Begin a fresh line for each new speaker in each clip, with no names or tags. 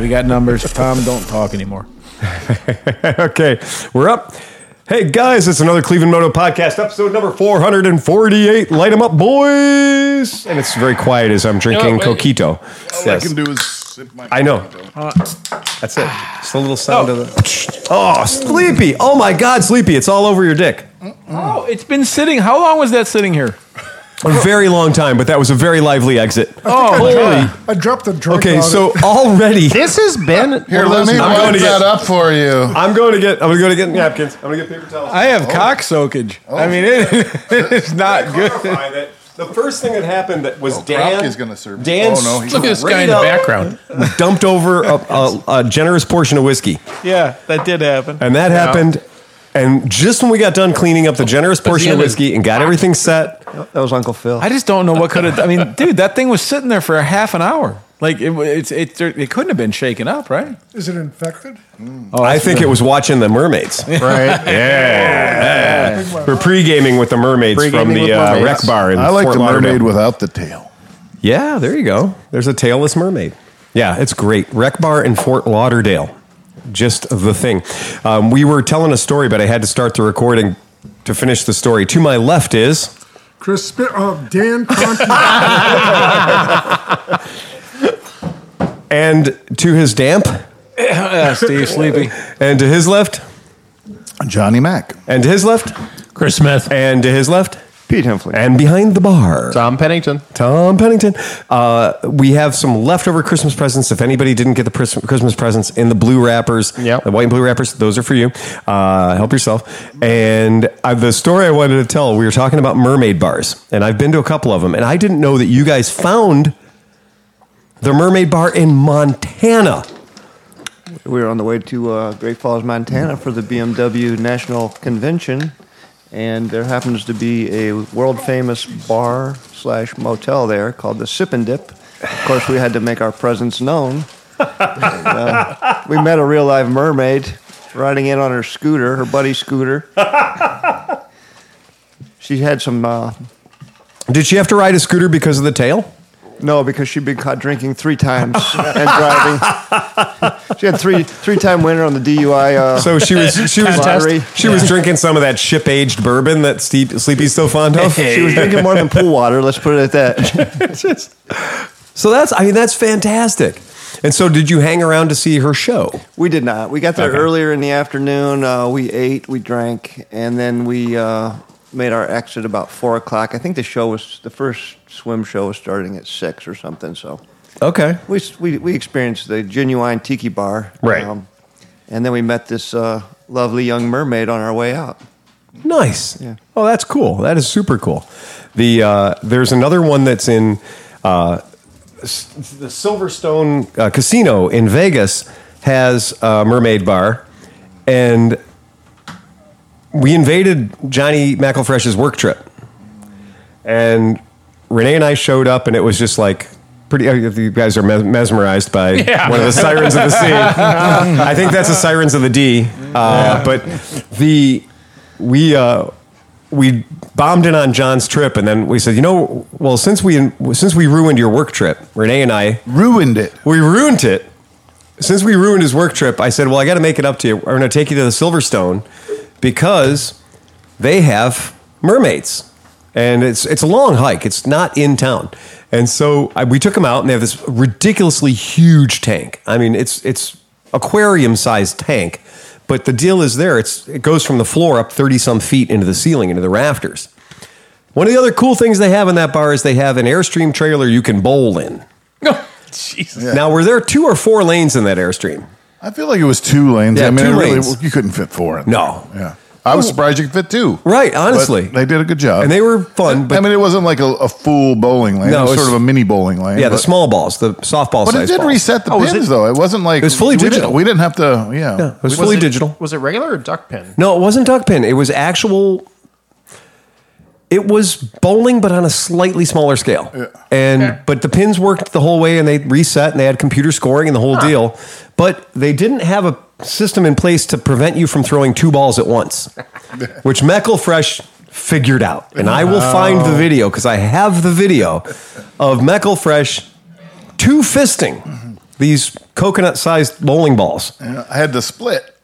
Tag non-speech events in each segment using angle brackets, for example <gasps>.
We got numbers. Tom, don't talk anymore.
okay, we're up. Hey guys, it's another Cleveland Moto podcast, episode number 448. Light 'em up, boys! And it's very quiet as I'm drinking
Oh, wait.
Coquito.
All I
Yes.
can do is sip my.
I know. That's it. It's the
<sighs>
little sound of the. Oh, sleepy! Oh my God, sleepy! It's all over your dick.
Oh, it's been sitting. How long was that sitting here?
A very long time, but that was a very lively exit.
Oh, holy.
I dropped the drink.
Okay, so already
This has been
here, let me
I'm going
wipe
to
that
get-
up for you.
<laughs> I'm going to get. I'm going to get napkins. I'm going to get paper towels.
I have cock soakage. I mean, it, it's not good.
clarify that the first thing that happened that was Dan.
Kropke's gonna serve.
Dan
Oh, no, he's-
Look at this guy in
<laughs>
the background.
back. Dumped over a, a, a generous portion of whiskey,
Yeah, that did happen.
and that happened. And just when we got done cleaning up the generous portion of
end
whiskey and got everything set,
that was Uncle Phil.
I just don't know what could have. I mean, dude, that thing was sitting there for a half an hour. Like it, it's it, it couldn't have been shaken up, right?
Is it infected?
Oh,
I think it was watching the mermaids.
Right.
We're pre-gaming with the mermaids
Pre-gaming
from the
with
uh,
mermaids.
rec bar in
I like
Fort
the mermaid
Lauderdale.
without the tail.
Yeah, there you go. There's a tailless mermaid. Yeah, it's great. Rec bar in Fort Lauderdale. Just the thing. Um, we were telling a story, but I had to start the recording to finish the story. To my left is
Chris Sp- uh, Dan Conti.
<laughs> and to his damp,
<laughs> Yeah, Steve Sleepy.
and to his left,
Johnny Mac.
and to his left,
Chris Smith.
and to his left,
Pete Hemphley.
and behind the bar.
Tom Pennington.
Tom Pennington. Uh, we have some leftover Christmas presents. If anybody didn't get the pres- Christmas presents in the blue wrappers,
Yep.
the white and blue wrappers, those are for you. Uh, help yourself. And uh, the story I wanted to tell, we were talking about mermaid bars, and I've been to a couple of them, and I didn't know that you guys found the mermaid bar in Montana.
we were on the way to uh, Great Falls, Montana for the BMW National Convention, and there happens to be a world famous bar slash motel there called the Sip and Dip. Of course, we had to make our presence known. Uh, we met a real live mermaid riding in on her scooter, her buddy scooter. She had some uh,
Did she have to ride a scooter because of the tail?
No, because she'd been caught drinking three times and driving. she had three three time winner on the DUI. Uh,
So she
<laughs>
was she was
Lottery.
she was drinking some of that ship aged bourbon that Steve, Sleepy's so fond
<laughs>
of.
she was drinking more than pool water. Let's put it at that.
<laughs> So that's I mean that's fantastic. And so did you hang around to see her show?
<laughs> We did not. We got there
Okay.
earlier in the afternoon. Uh, we ate, we drank, and then we uh, made our exit about four o'clock. I think the show was the first swim show was starting at six or something. So
Okay.
we we, we experienced the genuine tiki bar, Um,
Right.
and then we met this uh, lovely young mermaid on our way out.
Nice.
Yeah.
Oh, that's cool. That is super cool. The uh, there's another one that's in uh, s- the Silverstone uh, Casino in Vegas has a mermaid bar, and we invaded Johnny McElfresh's work trip, and Renee and I showed up, and it was just like. Pretty, uh, you guys are mes- mesmerized by
Yeah.
one of the sirens of the sea. I think that's the sirens of the D. Uh, But the we uh, we bombed in on John's trip, and then we said, you know, well, since we since we ruined your work trip, Renee and I,
Ruined it.
we ruined it. Since we ruined his work trip, I said, well, I got to make it up to you. I'm going to take you to the Silverstone because they have mermaids, and it's it's a long hike. It's not in town, and so I, we took him out, and they have this ridiculously huge tank. I mean, it's it's aquarium sized tank, but the deal is there. It's it goes from the floor up thirty some feet into the ceiling into the rafters. One of the other cool things they have in that bar is they have an airstream trailer you can bowl in.
Jesus.
Now, were there two or four lanes in that airstream?
I feel like it was two lanes.
Yeah,
I mean,
two
it really,
lanes.
you couldn't fit four. In
No.
there. Yeah. I was surprised you could fit two.
Right,
But
honestly.
they did a good job,
And they were fun, but-
I mean, it wasn't like a, a full bowling lane.
No,
it
it
was
was-
sort of a mini bowling lane.
Yeah, the
but-
small balls, the softball
But it
size
did
balls.
reset the
Oh, was
pins,
it-
though. It wasn't like
It was fully
we
digital.
Didn't, we didn't have to. Yeah,
Yeah, it was, fully
it-
digital.
Was it regular or duck pin?
No, it wasn't duck pin. It was actual. It was bowling, but on a slightly smaller scale. And but the pins worked the whole way, and they reset, and they had computer scoring and the whole deal. But they didn't have a system in place to prevent you from throwing two balls at once, which Meckel Fresh figured out. And I will find the video because I have the video of Meckel Fresh two fisting these coconut sized bowling balls.
I had the split.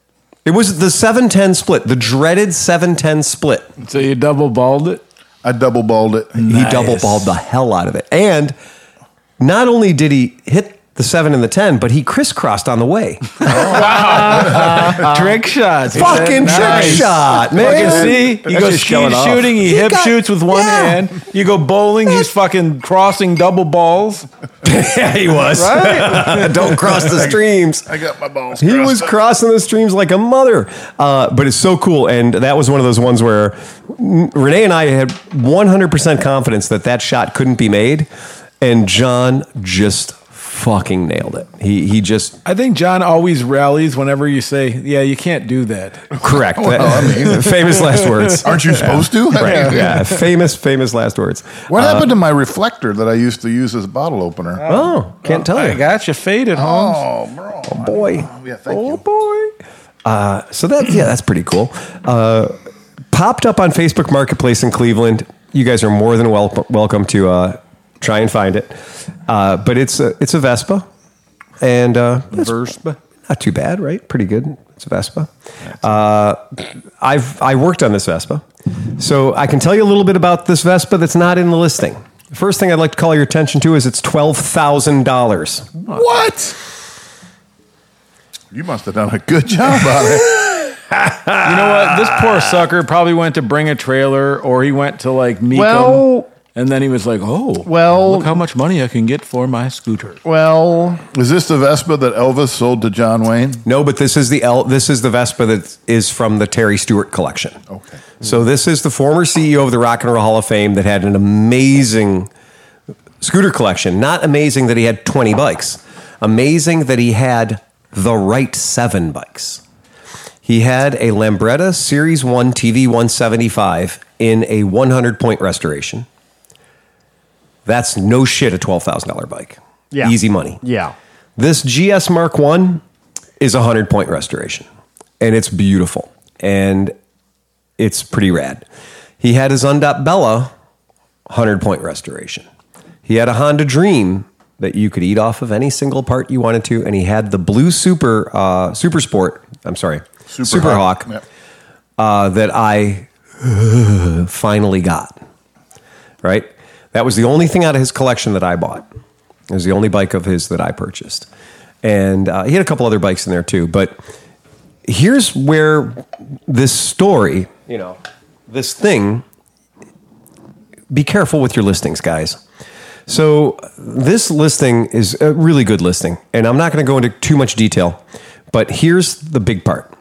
It was the 710 split, the dreaded 710 split.
So you double balled it?
I double balled it.
He double balled the hell out of it. And not only did he hit the 7 and the 10, but he crisscrossed on the way.
<laughs> trick shots.
Fucking trick
Nice.
shot, man.
Fucking see,
That's
he goes
just showing
skeet
off.
shooting. He,
He
hip
got-
shoots with one
Yeah.
hand. You go bowling. He's fucking crossing double balls.
<laughs>
yeah, he was. Don't cross the streams.
I got my balls.
He
crossed
was
up.
crossing the streams like a mother. Uh, but it's so cool. And that was one of those ones where mm, Renee and I had 100% confidence that that shot couldn't be made. And John just fucking nailed it. He, he just,
I think John always rallies whenever you say, "Yeah, you can't do that."
correct. <laughs>
<laughs>
famous last words.
Aren't
<laughs>
you supposed to? <laughs> I
Right.
mean,
Yeah. Famous, famous last words.
What happened to my reflector that I used to use as a bottle opener?
Uh, Oh, can't tell
I
you.
got you faded, Holmes.
oh, bro.
boy.
Yeah, thank
oh
you.
boy. Uh, so that yeah, that's pretty cool. Uh, popped up on Facebook Marketplace in Cleveland. You guys are more than wel- welcome to uh, try and find it. Uh, but it's a it's a Vespa, and uh, it's
Verspa.
not too bad, right? Pretty good. It's a Vespa. Uh, I've I worked on this Vespa, so I can tell you a little bit about this Vespa that's not in the listing. The first thing I'd like to call your attention to is it's twelve thousand dollars.
What? You must have done a good job on it.
You know what? This
Ah.
poor sucker probably went to bring a trailer, or he went to like Mecum,
Well-
and then he was like, "Oh,
Well-
look how much money I can get for my scooter."
Well,
Is this the Vespa that Elvis sold to John Wayne?
No, but this is the L, this is the Vespa that is from the Terry Stewart collection.
Okay.
So this is the former CEO of the Rock and Roll Hall of Fame that had an amazing scooter collection. Not amazing that he had 20 bikes. Amazing that he had the right 7 bikes. He had a Lambretta Series 1 TV 175 in a 100 point restoration. That's no shit a $12,000 bike.
yeah.
Easy money.
Yeah.
This GS Mark One is a hundred point restoration, and it's beautiful and it's pretty rad. He had his Undot Bella hundred point restoration. He had a Honda Dream that you could eat off of any single part you wanted to, and he had the blue Super uh, Super Sport. I'm sorry, Super, Hawk,
Yep.
uh, that I <laughs> finally got. Right? That was the only thing out of his collection that I bought. It was the only bike of his that I purchased. And uh, he had a couple other bikes in there too. But here's where this story, you know, this thing, be careful with your listings, guys. So this listing is a really good listing. And I'm not going to go into too much detail, but here's the big part.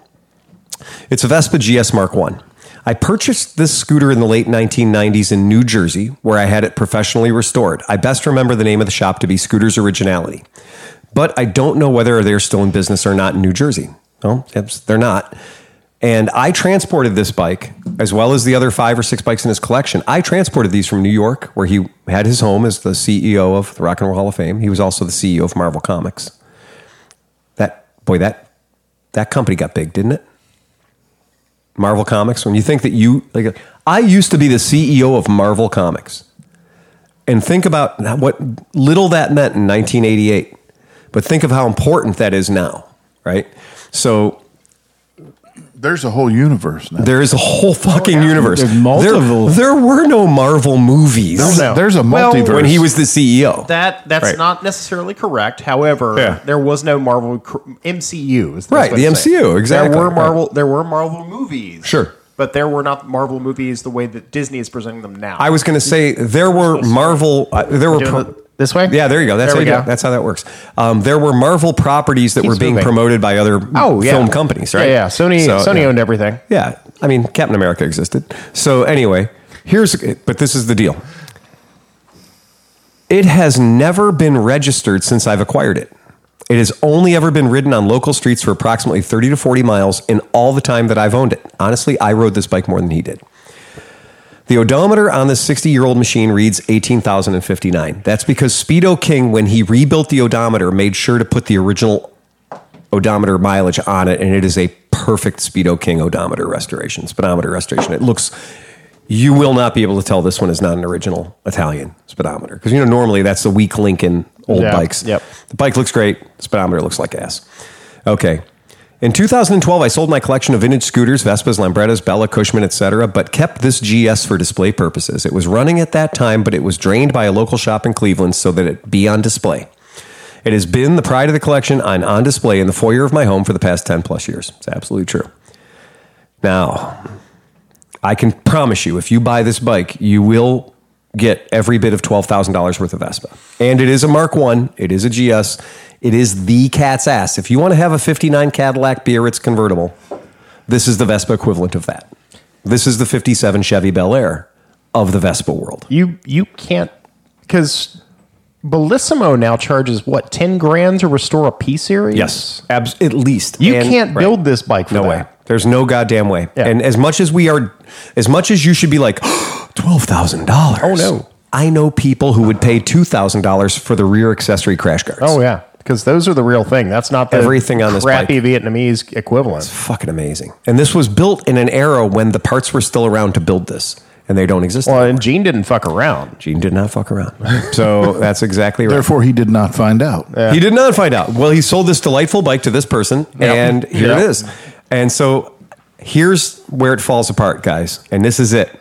It's a Vespa GS Mark One. I purchased this scooter in the late 1990s in New Jersey, where I had it professionally restored. I best remember the name of the shop to be Scooters Originality, but I don't know whether they're still in business or not in New Jersey. Well, it's- they're not. And I transported this bike, as well as the other five or six bikes in his collection. I transported these from New York, where he had his home as the CEO of the Rock and Roll Hall of Fame. He was also the CEO of Marvel Comics. That boy, that that company got big, didn't it? Marvel Comics, when you think that you like, I used to be the CEO of Marvel Comics, and think about what little that meant in 1988, but think of how important that is now, right? So
There's a whole universe now.
there is a whole fucking
Oh,
universe.
There's multiple.
There, there were no Marvel movies
There's, a, there's a
Well,
multiverse.
when he was the E CEO.
That that's
Right.
not necessarily correct. However,
Yeah.
there was no Marvel cr- MCU. is the best
Right,
way
the
to say it.
MCU, exactly,
There were
right.
Marvel. There were Marvel movies.
Sure.
but there were not Marvel movies the way that Disney is presenting them now.
I was going to say there were Marvel. Uh, there were
Doing
pro-
it this way?
Yeah, there you go. That's
There we
how you do
go.
it. That's how that works. Um, there were Marvel properties that were being
moving.
promoted by other
oh yeah,
film companies, right?
Yeah, yeah. Sony
So,
Sony
yeah.
owned everything.
Yeah, I mean Captain America existed. So anyway, here's but this is the deal. It has never been registered since I've acquired it. It has only ever been ridden on local streets for approximately 30 to 40 miles in all the time that I've owned it. Honestly, I rode this bike more than he did. The odometer on this 60 year old machine reads 18,059. That's because Speedo King, when he rebuilt the odometer, made sure to put the original odometer mileage on it, and it is a perfect Speedo King odometer restoration, speedometer restoration. It looks, you will not be able to tell this one is not an original Italian speedometer because you know normally that's the weak link in old
Yeah,
bikes.
yep.
The bike looks great. The speedometer looks like ass. Okay. In 2012, I sold my collection of vintage scooters, Vespas, Lambrettas, Bella, Cushman, etc., but kept this GS for display purposes. It was running at that time, but it was drained by a local shop in Cleveland so that it be on display. It has been the pride of the collection and on display in the foyer of my home for the past 10 plus years. It's absolutely true. Now, I can promise you, if you buy this bike, you will get every bit of $12,000 worth of Vespa. And it is a Mark 1, it is a GS, it is the cat's ass. If you want to have a 59 Cadillac Biarritz convertible, this is the Vespa equivalent of that. This is the 57 Chevy Bel Air of the Vespa world.
You you can't because Bellissimo now charges what ten grand to restore a P series.
Yes, abs- at least
You
And-
can't
right.
build this bike. For
No
that.
way. There's no goddamn way.
Yeah.
And as much as we are, as much as you should be like <gasps> twelve thousand dollars.
Oh, no.
I know people who would pay two thousand dollars for the rear accessory crash guards.
Oh yeah, because those are the real thing. That's not the
Everything on this
crappy Vietnamese equivalent.
fucking amazing! And this was built in an era when the parts were still around to build this, and they don't exist.
Well,
anymore.
and Gene didn't fuck around.
Gene did not fuck
<laughs>
around. So that's exactly right.
Therefore, he did not find out.
He did not find out. Well, he sold this delightful bike to this person, and here
Yeah.
it is. And so here's where it falls apart, guys. And this is it.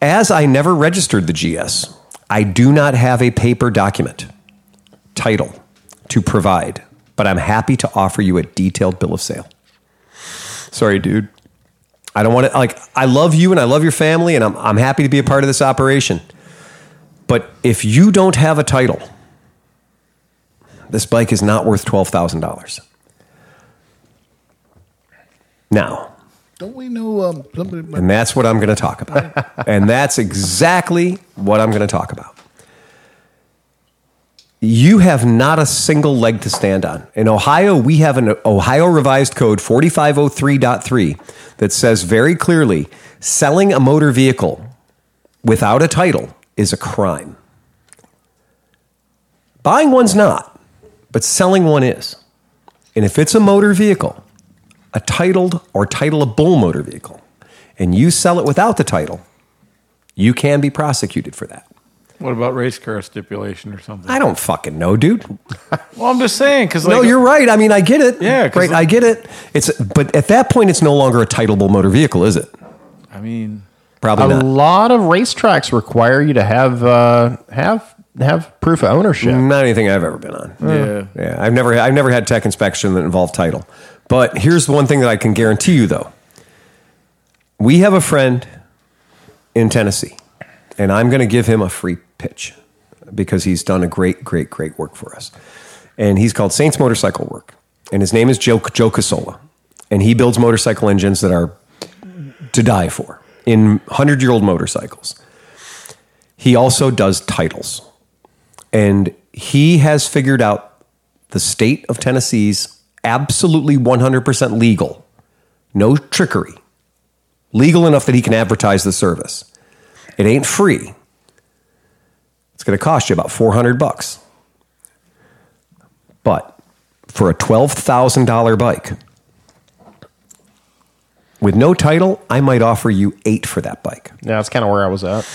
As I never registered the GS, I do not have a paper document title to provide, but I'm happy to offer you a detailed bill of sale. Sorry, dude. I don't want to, like, I love you and I love your family, and I'm, I'm happy to be a part of this operation. But if you don't have a title, this bike is not worth $12,000. Now,
Don't we know um, somebody?
and that's what I'm going to talk
<laughs>
about. and that's exactly what I'm going to talk about. You have not a single leg to stand on. In Ohio, we have an Ohio revised code 4503.3 that says very clearly selling a motor vehicle without a title is a crime. Buying one's not, but selling one is. And if it's a motor vehicle, a titled or titleable motor vehicle, and you sell it without the title, you can be prosecuted for that.
What about race car stipulation or something?
I don't fucking know, dude.
well, I'm just saying because like,
no, you're right. I mean, I get it.
Yeah, 'cause
right.
the-
I get it. It's but at that point, it's no longer a titleable motor vehicle, is it?
I mean,
Probably
a
not.
lot of racetracks require you to have uh, have have proof of ownership.
Not anything I've ever been on.
Yeah.
yeah. I've never I've never had tech inspection that involved title. But here's the one thing that I can guarantee you though. We have a friend in Tennessee, and I'm going to give him a free pitch because he's done a great, great, great work for us. And he's called Saints Motorcycle Work, and his name is Joe Joe Casola, and he builds motorcycle engines that are to die for in hundred year old motorcycles. He also does titles and he has figured out the state of Tennessee's absolutely 100% legal, no trickery, legal enough that he can advertise the service. It ain't free. It's going to cost you about 400 bucks. But for a $12,000 bike with no title, I might offer you 8 for that bike.
Yeah, that's kind of where I was at.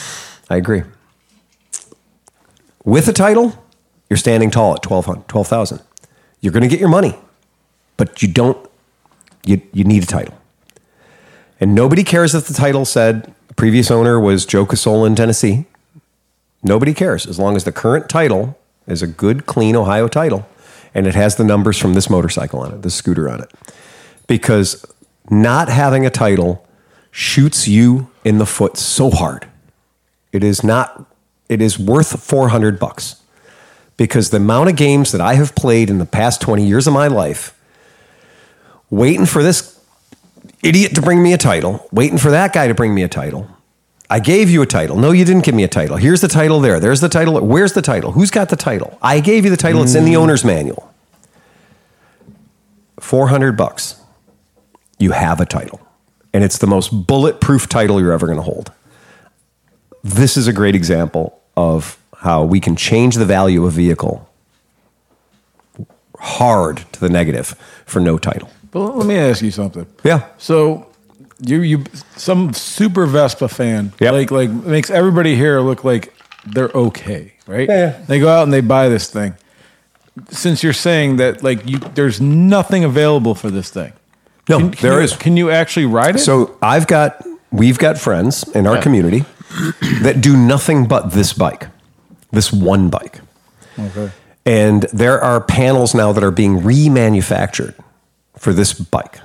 I agree. With a title, you're standing tall at 12,000. 12,000. you're going to get your money, but you don't, you, you need a title. And nobody cares if the title said the previous owner was Joe Casola in Tennessee. Nobody cares as long as the current title is a good, clean Ohio title and it has the numbers from this motorcycle on it, this scooter on it. Because not having a title shoots you in the foot so hard. It is not. It is worth four hundred bucks because the amount of games that I have played in the past twenty years of my life, waiting for this idiot to bring me a title, waiting for that guy to bring me a title. I gave you a title. No, you didn't give me a title. Here's the title. There. There's the title. Where's the title? Who's got the title? I gave you the title. It's in the owner's manual. Four hundred bucks. You have a title, and it's the most bulletproof title you're ever going to hold this is a great example of how we can change the value of a vehicle hard to the negative for no title.
but let me ask you something.
Yeah.
So you you some super Vespa fan
Yep.
like like makes everybody here look like they're okay. right?
Yeah, yeah.
They go out and they buy this thing. Since you're saying that, like, you, there's nothing available for this thing.
No,
can, can
there
you,
is.
Can you actually ride it?
So I've got, we've got friends in our community that do nothing but this bike, this one bike.
okay.
And there are panels now that are being remanufactured for this bike.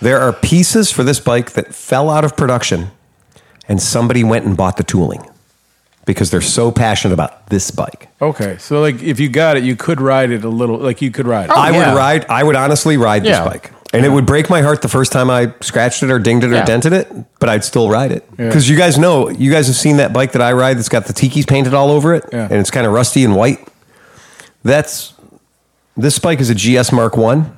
There are pieces for this bike that fell out of production and somebody went and bought the tooling because they're so passionate about this bike.
Okay. So, like, if you got it, you could ride it a little. Like, you could ride it.
I
Oh, yeah.
would ride. I would honestly ride
Yeah.
this bike, and it would break my heart the first time I scratched it or dinged it or
Yeah.
dented it. But I'd still ride it because you guys know, you guys have seen that bike that I ride that's got the tiki's painted all over it,
Yeah.
and it's kind of rusty and white. That's this bike is a GS Mark One.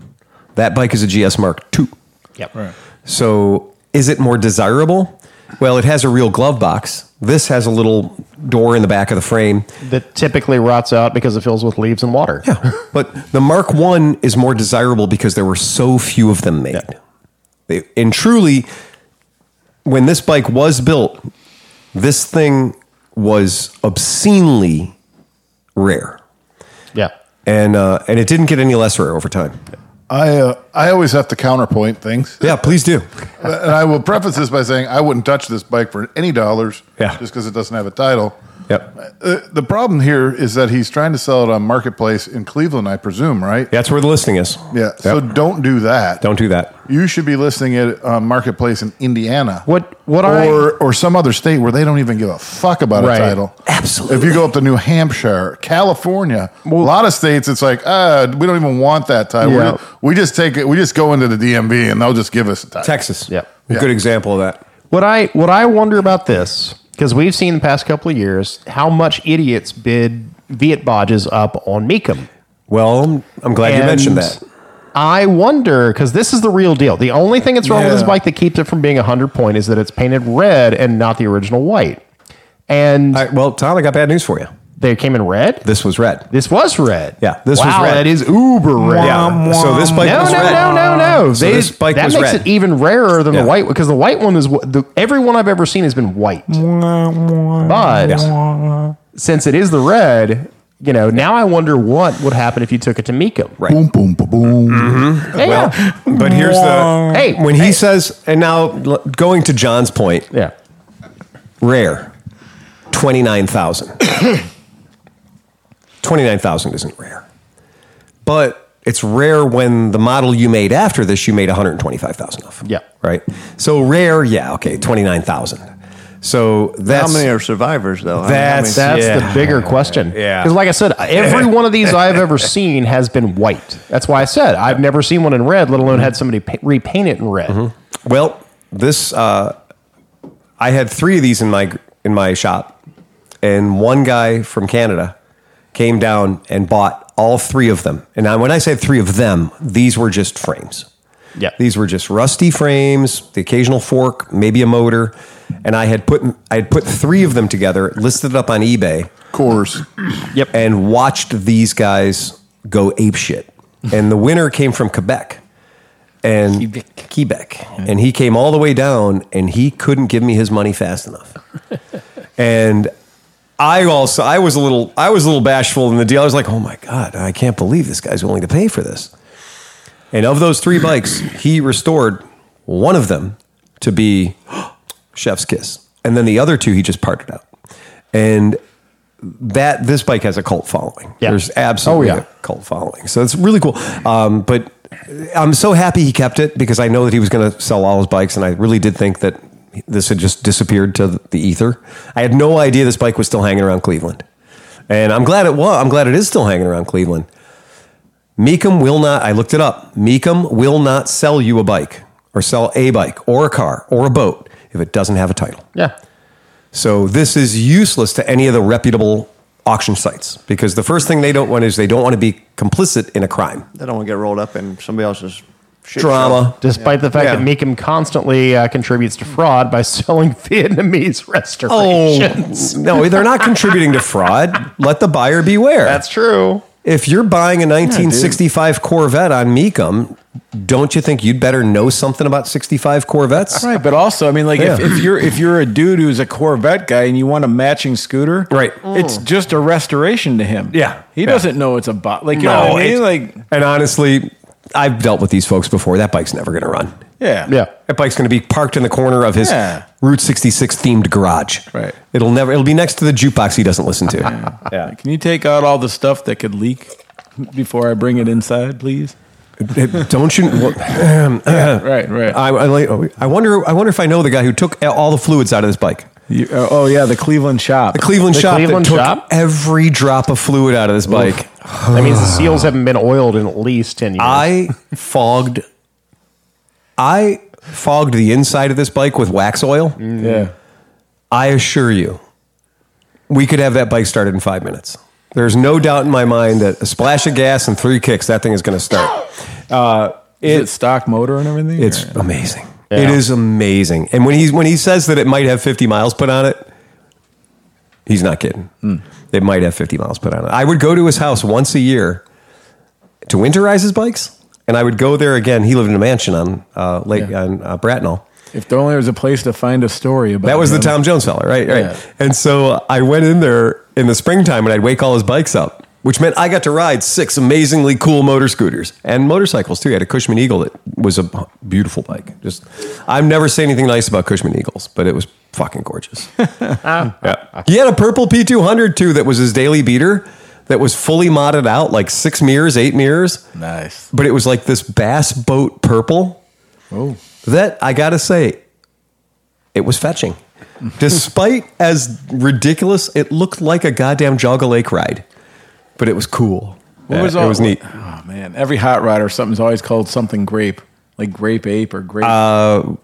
That bike is a GS Mark Two.
Yep.
Right.
So is it more desirable? Well, it has a real glove box. This has a little door in the back of the frame.
That typically rots out because it fills with leaves and water.
But the Mark One is more desirable because there were so few of them made. They, and truly, when this bike was built, this thing was obscenely rare,
Yeah.
and uh, and it didn't get any less rare over time.
I uh, I always have to counterpoint things.
Yeah, please do.
and I will preface this by saying I wouldn't touch this bike for any dollars
Yeah.
just because it doesn't have a title.
Yep,
Uh, the problem here is that he's trying to sell it on marketplace in Cleveland, I presume, right?
that's where the listing is.
Yeah.
Yep.
So don't do that.
don't do that.
You should be listing it on marketplace in Indiana.
What- what I-
or or some other state where they don't even give a fuck about
Right.
a title.
Absolutely.
If you go up to New Hampshire, California, a lot of states, it's like uh, we don't even want that title.
Yeah.
We, just, we just take it. We just go into the DMV and they'll just give us a title.
Texas.
Yep.
A good example of that.
What I what I wonder about this because we've seen the past couple of years how much idiots bid Viet Bodges up on Meekum.
Well, I'm glad you
And
mentioned that.
I wonder because this is the real deal. The only thing that's wrong with this
Yeah.
bike that keeps it from being a hundred point is that it's painted red and not the original white. And
All right, well, Tom, I got bad news for you.
they came in red.
This was red.
This was red.
Yeah, this was
Wow,
red.
That is uber red.
Yeah. So this bike
No,
was
no,
red.
no, no, no.
So
They-
this bike
that
was
makes
red.
it even rarer than
Yeah.
the white because the white one is wh- the every one I've ever seen has been white. But since it is the red, you know, now I wonder what would happen if you took it to Miko.
Right.
Boom, boom, boom, boom.
Mm-hmm. Yeah.
But here's the
Hey,
when he says, and now l- going to John's point,
yeah.
rare, twenty nine thousand. <coughs> twenty nine thousand isn't rare, but it's rare when the model you made after this you made one hundred twenty five thousand of.
Yeah.
right. So rare, yeah, okay, twenty nine thousand. So
How
that's
many are survivors, though? I mean, how
That's-
many-
That's
Yeah.
the bigger question.
<laughs> Yeah.
Because, like I said,
<laughs>
every one of these I've ever seen has been white. That's why I said I've never seen one in red, let alone
Mm-hmm.
had somebody pa- repaint it in red.
Well, this uh, I had three of these in my in my shop, and one guy from Canada came down and bought all three of them. And I, when I say three of them, these were just frames.
Yeah.
These were just rusty frames, the occasional fork, maybe a motor, and I had put I had put three of them together, listed it up on eBay,
Course.
yep. and watched these guys go apeshit. And the winner came from Quebec. And Quebec. And he came all the way down and he couldn't give me his money fast <laughs> enough. and I also I was a little I was a little bashful in the deal. I was like, oh my God, I can't believe this guy's willing to pay for this. And of those three bikes, he restored one of them to be <gasps> Chef's Kiss. And then the other two he just parted out. And that this bike has a cult following.
Yeah.
There's absolutely
Oh, yeah.
a cult following. So it's really cool. Um, but I'm so happy he kept it because I know that he was going to sell all his bikes, and I really did think that this had just disappeared to the ether. I had no idea this bike was still hanging around Cleveland, and I'm glad it was. I'm glad it is still hanging around Cleveland. Mecum will not. I looked it up. Mecum will not sell you a bike or sell a bike or a car or a boat if it doesn't have a title.
Yeah.
So this is useless to any of the reputable auction sites because the first thing they don't want is they don't want to be complicit in a crime.
They don't want to get rolled up in somebody else's shit
Drama.
Despite the fact
Yeah.
that Meekum constantly uh, contributes to fraud by <laughs> selling Vietnamese
Oh
restorations.
no, they're not contributing to fraud. Let the buyer beware.
That's true.
If you're buying a 1965 Corvette on Mecum, don't you think you'd better know something about 65 Corvettes?
Right, but also, I mean, like if,
Yeah.
if you're if you're a dude who's a Corvette guy and you want a matching scooter,
Right.
It's just a restoration to him.
Yeah.
he
Yeah.
doesn't know it's a bot. Like you know what I mean?
it's-
Like
and honestly, I've dealt with these folks before. That bike's never going to run.
yeah,
Yeah.
That bike's going to be parked in the corner of his
Yeah.
Route 66 themed garage.
Right.
It'll never. It'll be next to the jukebox he doesn't listen to. yeah.
Can you take out all the stuff that could leak before I bring it inside, please?
Don't you? Well,
Right, right.
I, I, like- oh, I wonder. I wonder if I know the guy who took all the fluids out of this bike.
You- uh, oh yeah, the Cleveland shop.
The Cleveland
The
shop
Cleveland
that took
shop?
every drop of fluid out of this bike.
That means the seals haven't been oiled in at least 10
<laughs>
years.
I fogged. I fogged the inside of this bike with wax oil.
yeah.
I assure you, we could have that bike started in five minutes. There's no doubt in my mind that a splash of gas and three kicks, that thing is going to start.
Is it stock motor and everything?
It's
or-
amazing.
Yeah.
It is amazing. And when he when he says that it might have 50 miles put on it, he's not kidding.
Hmm.
It might have 50 miles put on it. I would go to his house once a year to winterize his bikes, and I would go there again. He lived in a mansion on uh, Lake
Yeah.
on uh, Bratnell.
if there only was a place to find a story about
That was the
him.
Tom Jones fella, right? Right.
Yeah.
And so I went in there in the springtime and I'd wake all his bikes up, which meant I got to ride six amazingly cool motor scooters and motorcycles too. I had a Cushman Eagle that was a beautiful bike. Just I've never said anything nice about Cushman Eagles, but it was fucking
<laughs>
gorgeous. yeah. He had a purple P200 too that was his daily beater that was fully modded out like six mirrors, eight mirrors,
Nice.
but it was like this bass boat purple
Oh,
that I gotta say, it
<laughs>
was fetching. Despite as ridiculous, it looked like a goddamn Jogga Lake ride, but it was cool.
what
Yeah,
was
it
all-
was neat.
Oh man, every hot rod or something's always called something grape, like grape ape or grape.
Uh,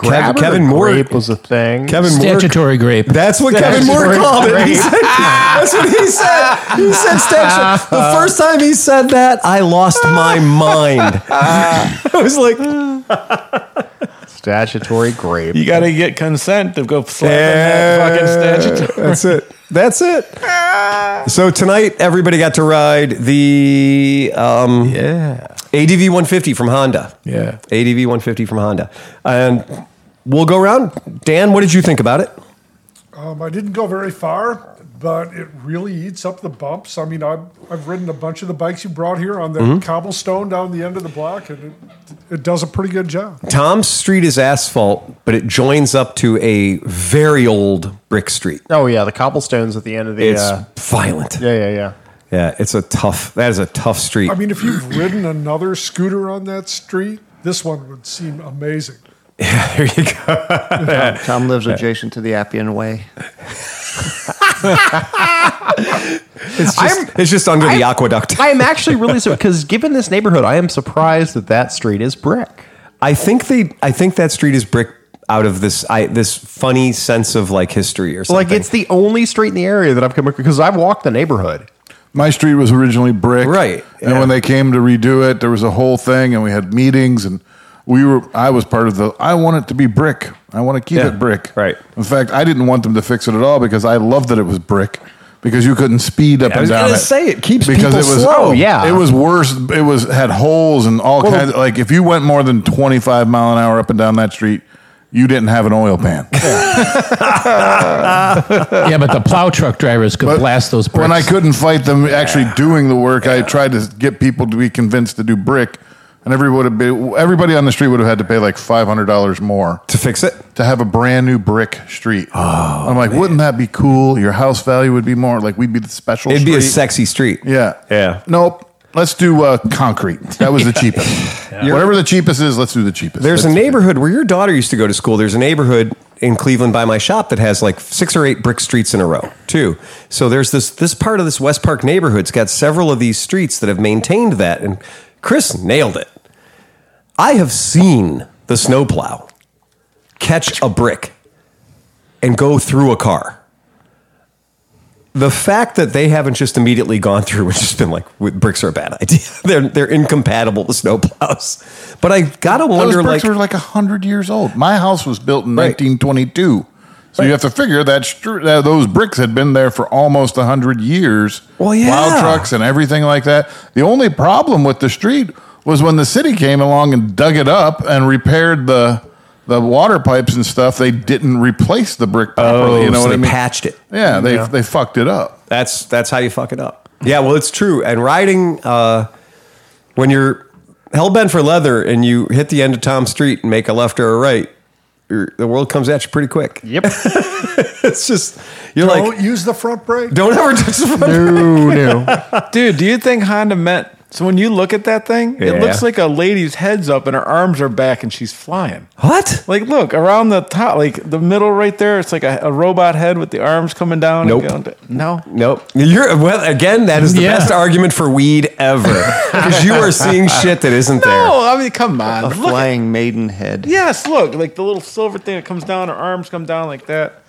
Kevin, Kevin Moore.
Grape was a thing.
Kevin Moore.
Statutory grape.
That's what Kevin Moore
Statutory
called it. He said, that's what he said. He said statu-
<laughs>
The first time he said that, I lost my
<laughs>
mind. <laughs> I was like,
Statutory grape.
you got to get consent to go slap on that fucking statue.
That's it. That's it. So tonight, everybody got to ride the um,
Yeah.
ADV 150 from Honda.
Yeah.
ADV 150 from Honda. And we'll go around. Dan, what did you think about it?
Um, I didn't go very far, but it really eats up the bumps. I mean, I've, I've ridden a bunch of the bikes you brought here on the
Mm-hmm.
cobblestone down the end of the block, and it, it does a pretty good job.
Tom's street is asphalt, but it joins up to a very old brick street.
Oh, yeah. The cobblestones at the end of the.
It's
uh,
violent.
yeah, yeah, yeah.
Yeah, it's a tough. That is a tough street.
I mean,
<clears throat>
if you've ridden another scooter on that street, this one would seem amazing.
<laughs> there you go.
Tom lives adjacent to the Appian Way.
It's just, it's just under the aqueduct.
I am actually really surprised because given this neighborhood, I am surprised that that street is brick.
I think they. I think that street is brick out of this. I this funny sense of like history or something.
Like it's the only street in the area that I've come across because I've walked the neighborhood.
My street was originally brick,
Right,
And
yeah.
when they came to redo it, there was a whole thing, and we had meetings, and we were. I was part of the. I want it to be brick. I want to keep
Yeah,
it brick.
right.
In fact, I didn't want them to fix it at all because I loved that it was brick. Because you couldn't speed up
I
and
was
down
gonna
it.
say, it keeps
because
people
it was
oh,
slow.
Yeah.
It was worse. It was had holes and all kinds. Of, like if you went more than twenty five mile an hour up and down that street, you didn't have an
<laughs>
oil pan. <laughs>
yeah, but the plow truck drivers could
But
blast those bricks.
When I couldn't fight them actually doing the work, I tried to get people to be convinced to do brick, and everybody would have been, everybody on the street would have had to pay like five hundred dollars more
to fix it.
to have a brand new brick street.
Oh,
I'm like, wouldn't that be cool? Your house value would be more. Like we'd be the special.
It'd be a
street.
sexy street.
Yeah.
Yeah.
Nope. Let's do uh, concrete. That was
<laughs>
the cheapest. Whatever the cheapest is, let's do the cheapest.
There's a
Let's-
neighborhood where your daughter used to go to school. There's a neighborhood in Cleveland by my shop that has like six or eight brick streets in a row, too. So there's this this part of this West Park neighborhood's got several of these streets that have maintained that, and Chris nailed it. I have seen the snowplow catch a brick and go through a car. The fact that they haven't just immediately gone through and just been like, "With- bricks are a bad idea. <laughs> they're they're incompatible with snowplows. But I gotta
Those
wonder,
bricks
like,
were like hundred years old. My house was built in
Right.
1922. So you have to figure that, str- that those bricks had been there for almost 100 years.
Well, yeah.
Plow trucks and everything like that. The only problem with the street was when the city came along and dug it up and repaired the the water pipes and stuff, they didn't replace the brick properly. you know
Oh, so
what
they
I mean?
patched it.
Yeah, they, they fucked it up.
That's that's how you fuck it up. Yeah, well, it's true. And riding uh, when you're hell bent for leather and you hit the end of Tom Street and make a left or a right, you're, the world comes at you pretty quick.
Yep.
<laughs> It's just you're
Don't
like,
use the front brake.
don't ever touch the front.
no, <laughs> no.
Dude, do you think Honda meant so when you look at that thing,
Yeah.
it looks like a lady's head's up and her arms are back and she's flying.
What?
Like look, around the top like the middle right there, it's like a, a robot head with the arms coming down
Nope.
and going to, No.
Nope. You're well again. That is the
Yeah.
best argument for weed ever because you are seeing shit that isn't there.
No, I mean come on.
A
Look at-
flying maiden head.
yes, look, like the little silver thing that comes down, her arms come down like that.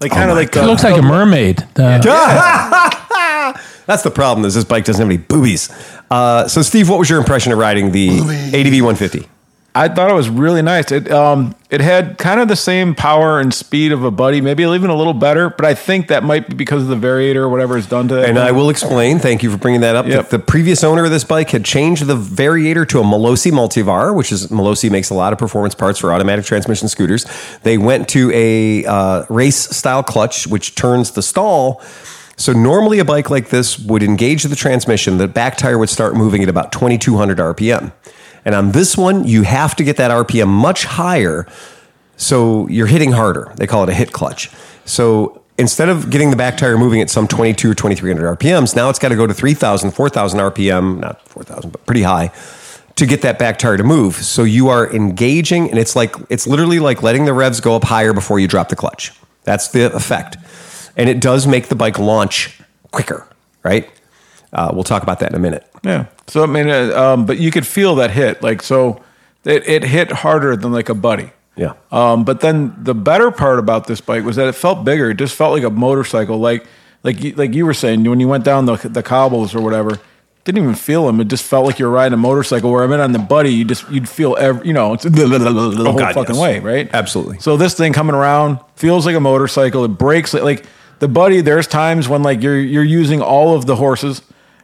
Like
Oh
kind of like
It
the-
looks like a mermaid. Uh,
<laughs> That's the problem. Is this bike doesn't have any boobies? Uh, so, Steve, what was your impression of riding the ADV 150?
I thought it was really nice. It um it had kind of the same power and speed of a buddy, maybe even a little better, but I think that might be because of the variator or whatever is done to that.
uh,
And I will explain. Thank you for bringing that up.
Yep.
The, the previous owner of this bike had changed the variator to a Melosi Multivar, which is Melosi makes a lot of performance parts for automatic transmission scooters. They went to a uh, race style clutch, which turns the stall. So normally a bike like this would engage the transmission. The back tire would start moving at about 2,200 RPM. And on this one, you have to get that RPM much higher so you're hitting harder. They call it a hit clutch. So instead of getting the back tire moving at some 22 or 2300 RPMs, now it's got to go to 3000, 4000 RPM, not 4000, but pretty high to get that back tire to move. So you are engaging and it's like it's literally like letting the revs go up higher before you drop the clutch. That's the effect. And it does make the bike launch quicker, right? Uh, we'll talk about that in a minute.
Yeah. So I mean, uh, um, but you could feel that hit. Like so, it, it hit harder than like a buddy.
Yeah.
Um, but then the better part about this bike was that it felt bigger. It just felt like a motorcycle. Like like you, like you were saying when you went down the the cobbles or whatever. Didn't even feel them. It just felt like you're riding a motorcycle. Where I mean, on the buddy, you just you'd feel every you know it's <laughs> the whole
Oh, God,
fucking
yes.
way, right?
Absolutely.
So this thing coming around feels like a motorcycle. It breaks like, like the buddy. There's times when like you're you're using all of the horses,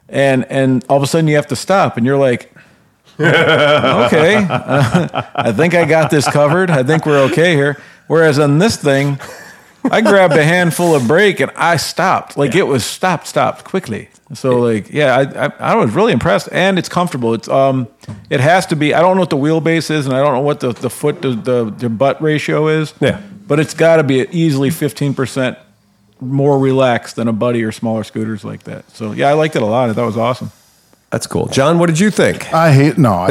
and and all of a sudden you have to stop, and you're like, <laughs> okay, I think I got this covered. I think we're okay here. Whereas on this thing, I grabbed a handful of brake and I stopped. Like it was stopped, stopped quickly. So like yeah, I, I I was really impressed and it's comfortable. It's um it has to be. I don't know what the wheelbase is and I don't know what the, the foot to the, the butt ratio is.
Yeah.
But it's got to be easily 15% more relaxed than a buddy or smaller scooters like that. So yeah, I liked it a lot. I thought it was awesome.
That's cool. John, what did you think?
I hate no. I,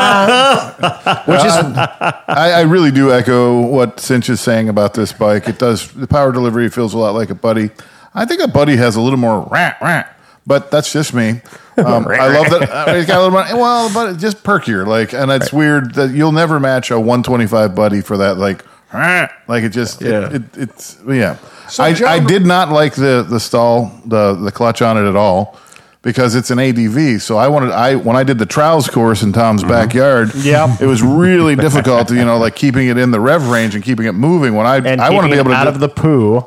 <laughs> Which is, I, I really do echo what Cinch is saying about this bike. It does the power delivery feels a lot like a buddy. I think a buddy has a little more rant rant, but that's just me. Um, I love that. I mean, it's got a little more, well, but it's just perkier. Like, and it's weird that you'll never match a 125 buddy for that. Like, rant. like it just
Yeah.
it, it, it's yeah.
So,
I, I
John-
did not like the the stall the the clutch on it at all because it's an ADV. So I wanted I when I did the trials course in Tom's
Mm-hmm.
backyard,
Yeah.
it
<laughs>
was really difficult. to, You know, like keeping it in the rev range and keeping it moving. When I
And
I want to be able to
out
do-
of the poo.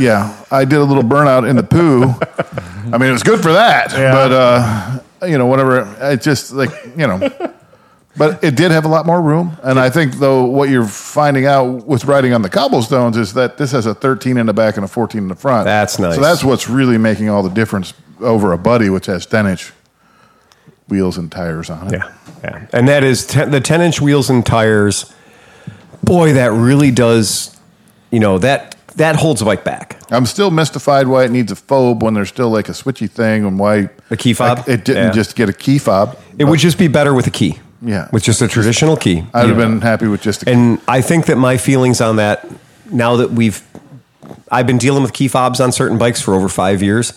yeah, I did a little burnout in the poo.
<laughs>
I mean, it was good for that, but uh, you know, whatever. It just like you know, but it did have a lot more room. And I think though, what you're finding out with riding on the cobblestones is that this has a 13 in the back and a 14 in the front.
That's nice.
So that's what's really making all the difference over a buddy, which has 10 inch wheels and tires on it.
Yeah, yeah. And that is ten, the 10 inch wheels and tires. Boy, that really does, you know, that that holds a bike back.
I'm still mystified why it needs a fob when there's still like a switchy thing and why
A key fob?
it didn't
Yeah.
just get a key fob.
It would just be better with a key.
Yeah.
With just a traditional key.
I'd have been happy with just a key.
And I think that my feelings on that, now that we've, I've been dealing with key fobs on certain bikes for over five years,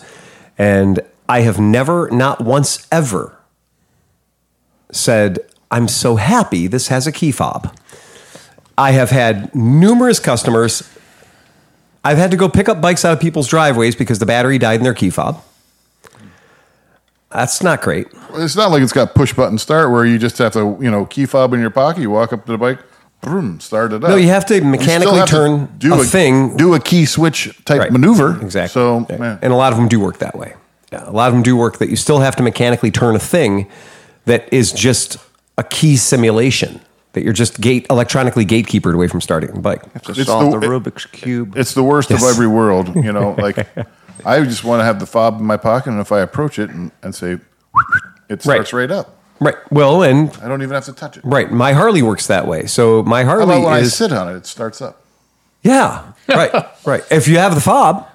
and I have never, not once ever, said, I'm so happy this has a key fob. I have had numerous customers. I've had to go pick up bikes out of people's driveways because the battery died in their key fob. That's not great.
It's not like it's got push button start where you just have to, you know, key fob in your pocket. You walk up to the bike, vroom, start it up.
No, you have to
still
mechanically
have to
turn a thing.
do a key switch type
Right.
maneuver.
Exactly.
So,
Yeah.
man.
and a lot of them do work that way. Yeah, a lot of them do work that you still have to mechanically turn a thing that is just a key simulation that you're just gate electronically gatekeepered away from starting the bike.
to
It's
solve
the-
the, Rubik's cube.
it's the worst
Yes.
of every world.
<laughs>
You know, like I just want to have the fob in my pocket, and if I approach it and, and say, it starts right. up.
Right. Well, and
I don't even have to touch it.
right, my Harley works that way. So my
How
Harley
about when I
is
sit on it, it starts up.
yeah,
<laughs>
right, right. If you have the fob,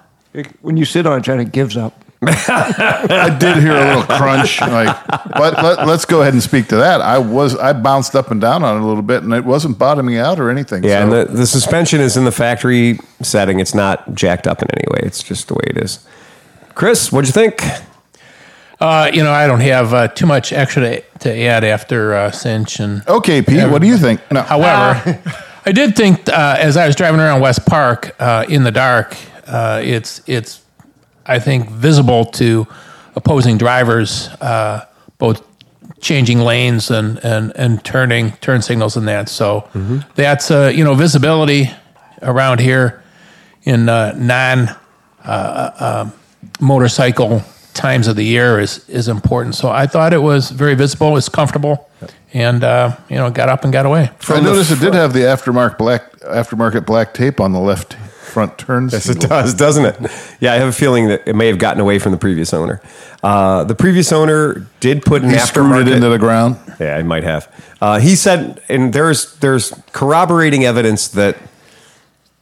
when you sit on it, China gives up.
I did hear a
<laughs>
little crunch. Like, but let, let's go ahead and speak to that. I was I bounced up and down on it a little bit, and it wasn't bottoming out or anything.
Yeah,
so-
and the, the suspension is in the factory setting. It's not jacked up in any way. It's just the way it is. Chris, what'd you think?
Uh, you know, I don't have uh, too much extra to, to add after uh, Cinch and.
okay, Pete, what do you think? No,
However, <laughs> I did think uh, as I was driving around West Park uh, in the dark, uh, it's it's I think visible to opposing drivers, uh, both changing lanes and, and and turning turn signals and that. So that's uh, you know visibility around here in uh, non uh, uh, motorcycle times of the year is is important. So I thought it was very visible. It's comfortable. And uh, you know, got up and got away.
I noticed it did have the aftermarket black aftermarket black tape on the left front turn.
Yes, it does, doesn't it? Yeah, I have a feeling that it may have gotten away from the previous owner. Uh, the previous owner did put an
He screwed it
aftermarket-
into the ground.
Yeah, I might have. Uh, he said, and there's there's corroborating evidence that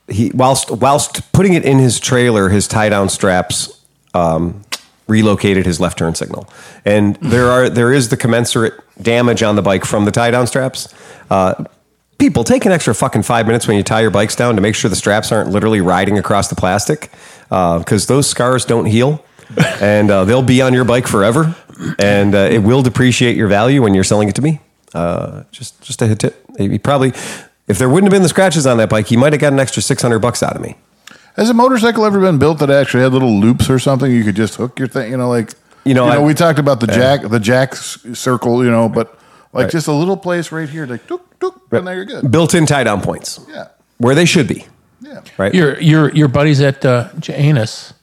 he whilst whilst putting it in his trailer, his tie down straps um, relocated his left turn signal, and there are there is the commensurate damage on the bike from the tie down straps. Uh, People take an extra fucking five minutes when you tie your bikes down to make sure the straps aren't literally riding across the plastic, because those scars don't heal, and uh, they'll be on your bike forever, and uh, it will depreciate your value when you're selling it to me. Uh, just just a hit tip. He probably, if there wouldn't have been the scratches on that bike, he might have got an extra six hundred bucks out of me.
Has a motorcycle ever been built that actually had little loops or something you could just hook your thing? You know, like
You know, I-
we talked about the jack, the jack s- circle. You know, but like
Right.
just a little place right here, like dook dook, and there you're good.
Built-in tie-down points.
Yeah,
where they should be.
yeah.
Right.
Your your your buddies at uh, Janus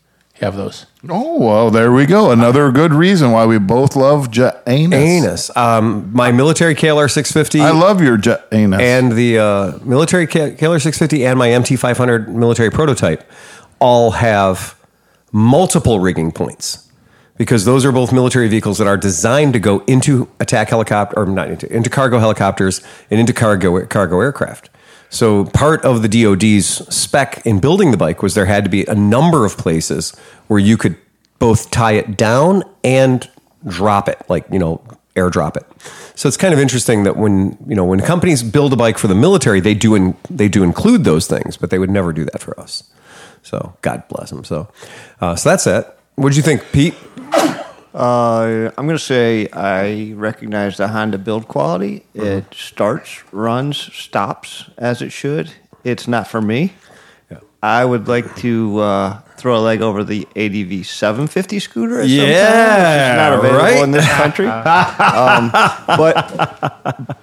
have those.
Oh well, there we go. Another good reason why we both love ja- anus.
Anus. Um, my military KLR six fifty.
I love your ja- anus.
and the uh, military K- Killer 650 and my MT500 military prototype all have multiple rigging points because those are both military vehicles that are designed to go into attack helicopter or not into into cargo helicopters and into cargo cargo aircraft. So part of the DoD's spec in building the bike was there had to be a number of places where you could both tie it down and drop it, like you know, airdrop it. So it's kind of interesting that when you know when companies build a bike for the military, they do in, they do include those things, but they would never do that for us. So God bless them. So uh, so that's it. What do you think, Pete?
Uh, I'm going to say I recognize the Honda build quality. It starts, runs, stops as it should. It's not for me. I would like to uh, throw a leg over the ADV 750 scooter. At some
Yeah,
time, which is not available
right?
in this country. <laughs> um, but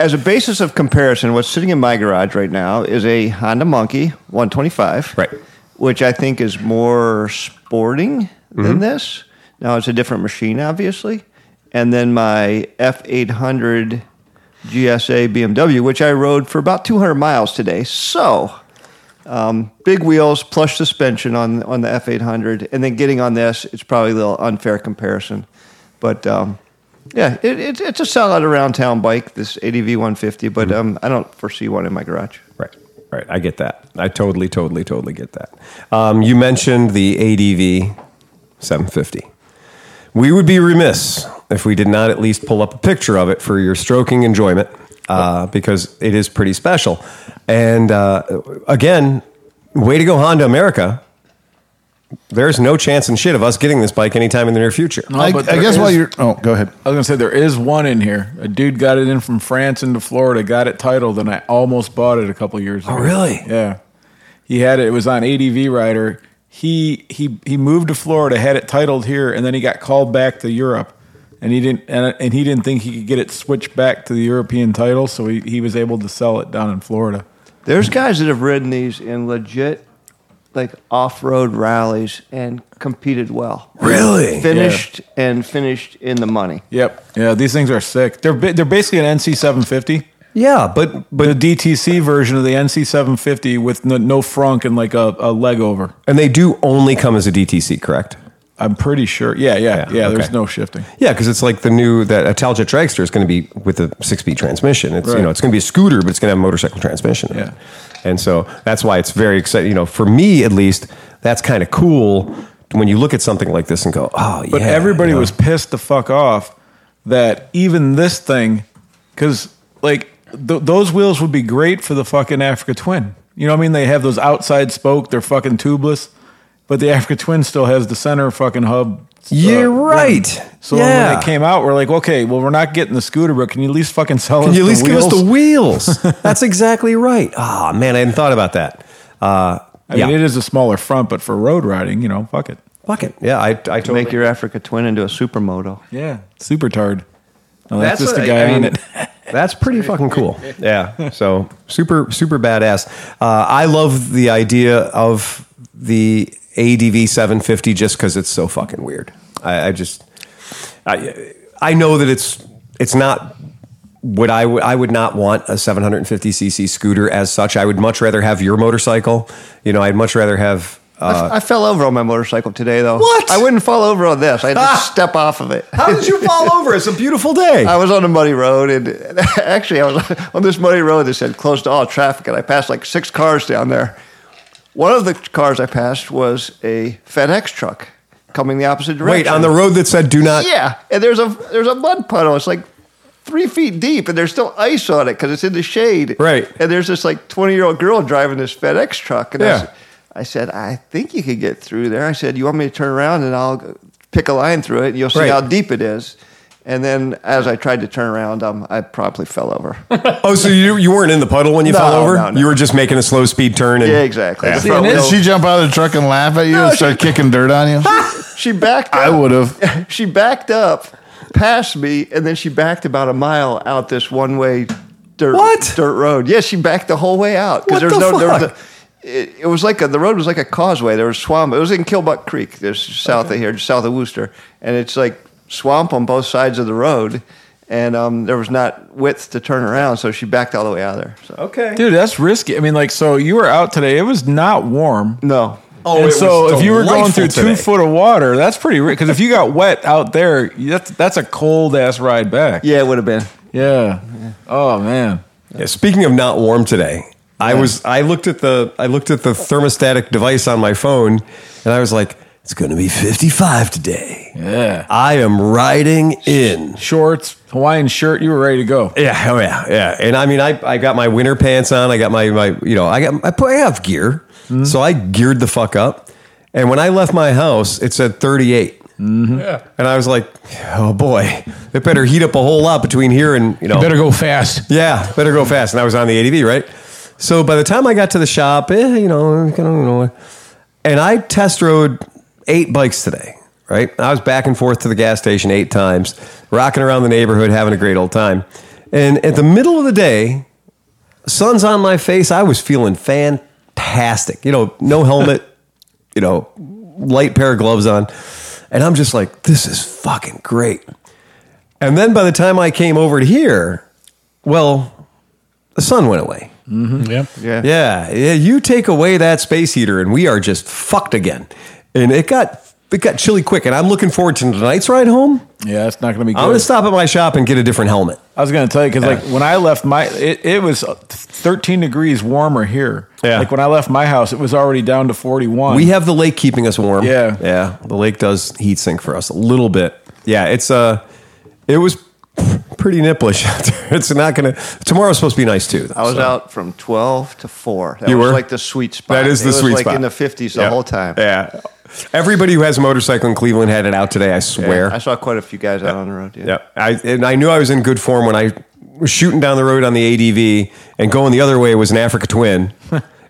as a basis of comparison, what's sitting in my garage right now is a Honda Monkey 125,
Right.
Which I think is more sporting than this. Now it's a different machine, obviously, and then my F800 GSA BMW, which I rode for about 200 miles today. So. Um, big wheels, plush suspension on on the F800, and then getting on this, it's probably a little unfair comparison, but um, yeah, it, it, it's a solid around town bike, this ADV 150. But
Mm-hmm.
um, I don't foresee one in my garage.
Right, right. I get that. I totally, totally, totally get that. Um, you mentioned the ADV 750. We would be remiss if we did not at least pull up a picture of it for your stroking enjoyment, uh, because it is pretty special. And uh, again, way to go, Honda America. There's no chance in shit of us getting this bike anytime in the near future.
I,
but
I
there
guess while
is-
you're oh, go ahead.
I was gonna say there is one in here. A dude got it in from France into Florida, got it titled, and I almost bought it a couple years ago.
Oh, really?
Yeah. He had it. It was on ADV Rider. He he he moved to Florida, had it titled here, and then he got called back to Europe and he didn't and, and he didn't think he could get it switched back to the European title, so he, he was able to sell it down in Florida.
There's guys that have ridden these in legit, like off road rallies and competed well.
Really?
Finished and finished in the money.
Yep. Yeah, these things are sick. They're ba- they're basically an NC 750.
Yeah, but
But a DTC version of the NC 750 with no, no frunk and like a, a leg over.
and they do only come as a DTC, correct?
I'm pretty sure. Yeah, yeah, yeah.
Yeah,
There's
okay.
no shifting.
Yeah, because it's like the new that Italjet Dragster is going to be with a six-speed transmission. It's you
Right.
know it's going to be a scooter, but it's going to have a motorcycle transmission. in it.
Yeah.
and so that's why it's very exciting. You know, for me at least, that's kind of cool when you look at something like this and go, oh yeah.
But everybody
you know.
was pissed the fuck off that even this thing, because like th- those wheels would be great for the fucking Africa Twin. You know what I mean? They have those outside spoke. They're fucking tubeless, but the Africa Twin still has the center fucking hub. uh,
You're
rim.
right.
So when
Yeah.
they came out, we're like, okay, well, we're not getting the scooter, but can you at least fucking sell
Can
us
you at least
the
give us
wheels?
the
<laughs>
wheels? That's exactly right. Ah, man, I hadn't thought about that. Uh,
I
yeah,
mean, it is a smaller front, but for road riding, you know, fuck it.
fuck it. Yeah, I, I
To
totally.
make your Africa twin into a supermoto.
Yeah, super tard. No, that's, just
what
the
I-
guy
I
on
mean,
it.
That's pretty fucking cool. Yeah. So super, super badass. Uh, I love the idea of the ADV 750 just because it's so fucking weird. I, I just, I, I know that it's, it's not what I would, I would not want a 750cc scooter as such. I would much rather have your motorcycle. You know, I'd much rather have.
I
Uh,
f- I fell over on my motorcycle today, though.
What?
I wouldn't fall over on this. I had to
<laughs> Ah.
step off of it.
how did you <laughs> fall over? It's a beautiful day.
I was on a muddy road, and <laughs> actually, I was on this muddy road that said closed to all traffic, and I passed like six cars down there. One of the cars I passed was a FedEx truck coming the opposite direction.
Wait, on the road that said do not.
yeah, Uh, and there's a there's a mud puddle. It's like three feet deep, and there's still ice on it because it's in the shade.
Right.
And there's this like 20 year old girl driving this FedEx truck, and I,
Yeah.
s- I said, I think you could get through there. I said, you want me to turn around and I'll go- pick a line through it, and you'll see
Right.
how deep it is. And then as I tried to turn around, um, I promptly fell
<laughs>
over.
Oh, so you you weren't in the puddle when you
No,
fell over?
no, no.
You were just making a slow speed turn. And,
yeah, exactly. The
See,
front
and
Did
it's-
wheel-
she jump out of the truck and laugh at you and start kicking dirt on you?
<laughs> she backed.
I
up.
would have.
<laughs> she backed up past me, and then she backed about a mile out this one way dirt
What?
dirt road. Yeah, she backed the whole way out
What
there was
the
no there was
fuck?
a- it, it was like a, the road was like a causeway. There was swamp. It was in Kilbuck Creek, this south of here, just south of Worcester, and it's like swamp on both sides of the road. And um, there was not width to turn around, so she backed all the way out of there. So. Okay.
Dude, that's risky. I mean, like, so you were out today. It was not warm.
No.
Oh,
and
it
so
was
if you were going
delightful
through
today.
two foot of water, that's pretty risky. Because if you got wet out there, that's that's a cold ass ride back.
Yeah, it would have been.
Yeah. Oh man.
Yeah, speaking of not warm today, I was I looked at the I looked at the thermostatic device on my phone, and I was like, it's going to be 55 today.
Yeah.
I am riding in.
Shorts, Hawaiian shirt. You were ready to go.
Yeah, oh yeah, yeah. And I mean, I, I got my winter pants on. I got my my you know I got I put I have gear, so I geared the fuck up. And when I left my house, it said 38,
Yeah.
and I was like, oh boy, it better heat up a whole lot between here and you know
Better
<laughs>
go fast.
Yeah, better go fast. And I was on the ADV, right? So by the time I got to the shop, eh, you know, kind of, you know, and I test rode eight bikes today, right? I was back and forth to the gas station eight times, rocking around the neighborhood, having a great old time. And at the middle of the day, sun's on my face. I was feeling fantastic. You know, no helmet, you know, light pair of gloves on. And I'm just like, this is fucking great. And then by the time I came over to here, well, the sun went away.
Yep.
Yeah.
Yeah, yeah. You take away that space heater, and we are just fucked again. And it got it got chilly quick. And I'm looking forward to tonight's ride home.
Yeah, it's not going to be good.
I'm gonna stop at my shop and get a different helmet.
I was going to tell you because like when I left my, it, it was 13 degrees warmer here.
Yeah.
Like when I left my house, it was already down to 41.
We have the lake keeping us warm.
Yeah.
yeah. The lake does heat sink for us a little bit. Yeah, it's uh, it was pretty nipplish <laughs> out there. It's not gonna. Tomorrow's supposed to be nice too.
I was out from 12 to 4. That
You
was
were?
like the sweet spot.
That is
It
the
was
sweet
like
spot.
in the 50s
Yeah.
the whole time.
Yeah. Everybody who has a motorcycle in Cleveland had it out today. I swear.
I saw quite a few guys out on the road. Yeah.
Yeah, I and I knew I was in good form when I was shooting down the road on the ADV and going the other way was an Africa
<laughs>
Twin,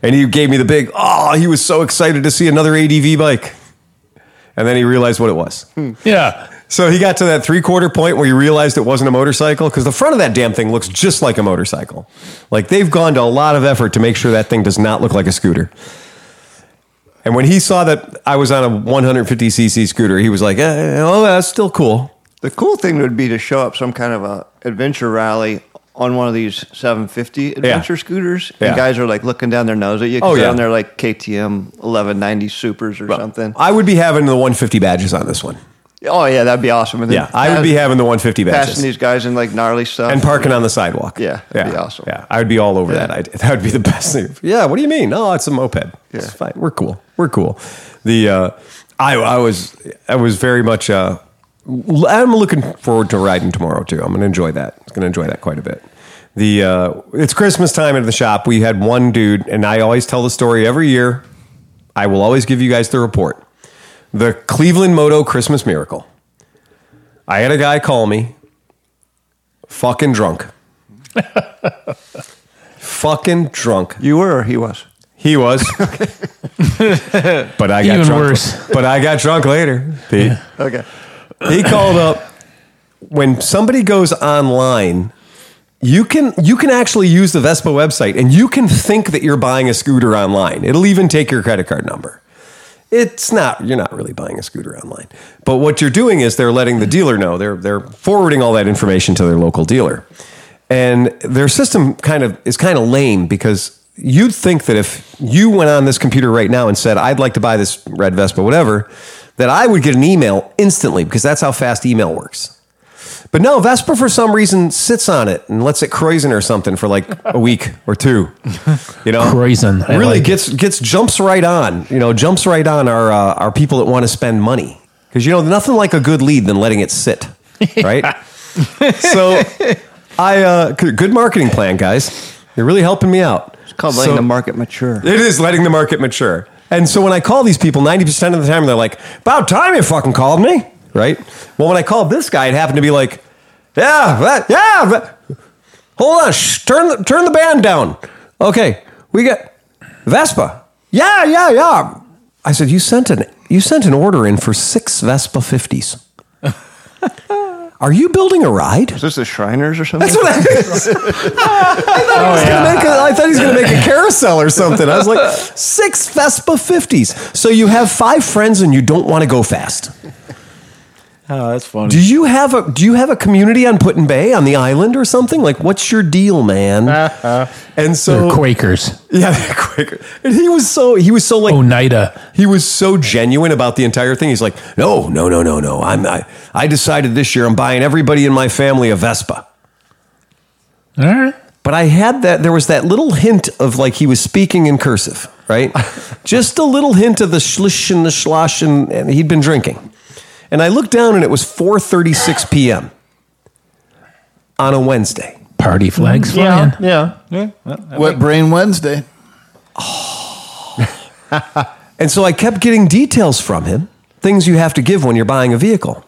and he gave me the big oh he
Hmm.
was so excited to see another ADV bike, and then he realized what it was.
Yeah.
So he got to that three quarter point where he realized it wasn't a motorcycle because the front of that damn thing looks just like a motorcycle. Like they've gone to a lot of effort to make sure that thing does not look like a scooter. And when he saw that I was on a 150cc scooter, he was like, eh, oh, that's still cool.
The cool thing would be to show up some kind of a adventure rally on one of these 750 adventure scooters. And
Yeah.
guys are like looking down their nose at you. 'cause
Oh,
they're
yeah.
on their like KTM 1190 Supers or something.
I would be having the 150 badges on this one.
oh, yeah, that'd be awesome. And then
Yeah, I would be
pass-
having the 150 badges.
passing these guys in like gnarly stuff.
and parking on the sidewalk.
Yeah, that'd be awesome.
Yeah, I would be all over that. I'd, <laughs> that would be the best thing. Yeah, what do you mean? Oh, it's a moped. It's
Yeah.
fine. We're cool. We're cool. The uh, I I was I was very much. Uh, l- I'm looking forward to riding tomorrow too. I'm going to enjoy that. I'm going to enjoy that quite a bit. The uh, it's Christmas time at the shop. We had one dude, and I always tell the story every year. I will always give you guys the report. The Cleveland Moto Christmas Miracle. I had a guy call me fucking drunk. fucking drunk.
you were or he was?
He
<laughs>
was. but I got
Even
drunk.
worse.
But I got drunk later. Pete.
Okay.
He called up when somebody goes online you can you can actually use the Vespa website and you can think that you're buying a scooter online. It'll even take your credit card number. It's not you're not really buying a scooter online. But what you're doing is they're letting the dealer know. They're they're forwarding all that information to their local dealer. And their system kind of is kind of lame because you'd think that if you went on this computer right now and said I'd like to buy this red Vespa whatever, that I would get an email instantly because that's how fast email works. But no, Vespa for some reason sits on it and lets it croizen or something for like a week or two. You know,
Croizen. I
really
like
gets gets jumps right on. You know, jumps right on our uh, our people that want to spend money because you know nothing like a good lead than letting it
<laughs>
sit, right? so, I uh, good marketing plan, guys. You're really helping me out.
It's called letting
So-
the market mature.
it is letting the market mature. And so when I call these people, 90% of the time, they're like, about time you fucking called me, right? Well, when I called this guy, it happened to be like, yeah, that, yeah, that. hold on, shh, turn, the, turn the band down. Okay, we got Vespa. Yeah, yeah, yeah. I said, you sent an, you sent an order in for six Vespa 50s. <laughs> Are you building a ride?
Is this the Shriners or something?
That's what <laughs>
<laughs>
I, I thought he was
Oh,
gonna make. A, I thought he was gonna make a carousel or something. I
<laughs>
was like, six Vespa fifties. So you have five friends and you don't want to go fast.
Oh, that's funny.
Do you have a Do you have a community on Put in Bay on the island or something? Like, what's your deal, man?
Uh-huh.
and
They're
so
Quakers.
yeah, they're quicker. And he was so he was so like
Oh.
Oneida.
he was so genuine about the entire thing. He's like, no, no, no, no, no. I'm I, I decided this year I'm buying everybody in my family a Vespa.
All right.
But I had that, there was that little hint of like he was speaking in cursive, right? Just a little hint of the schlish and the schlosh, and, and he'd been drinking. And I looked down and it was 4.36 p.m. on a Wednesday.
Party flags flying.
Yeah, yeah.
Wet Brain Wednesday.
And so I kept getting details from him, things you have to give when you're buying a vehicle.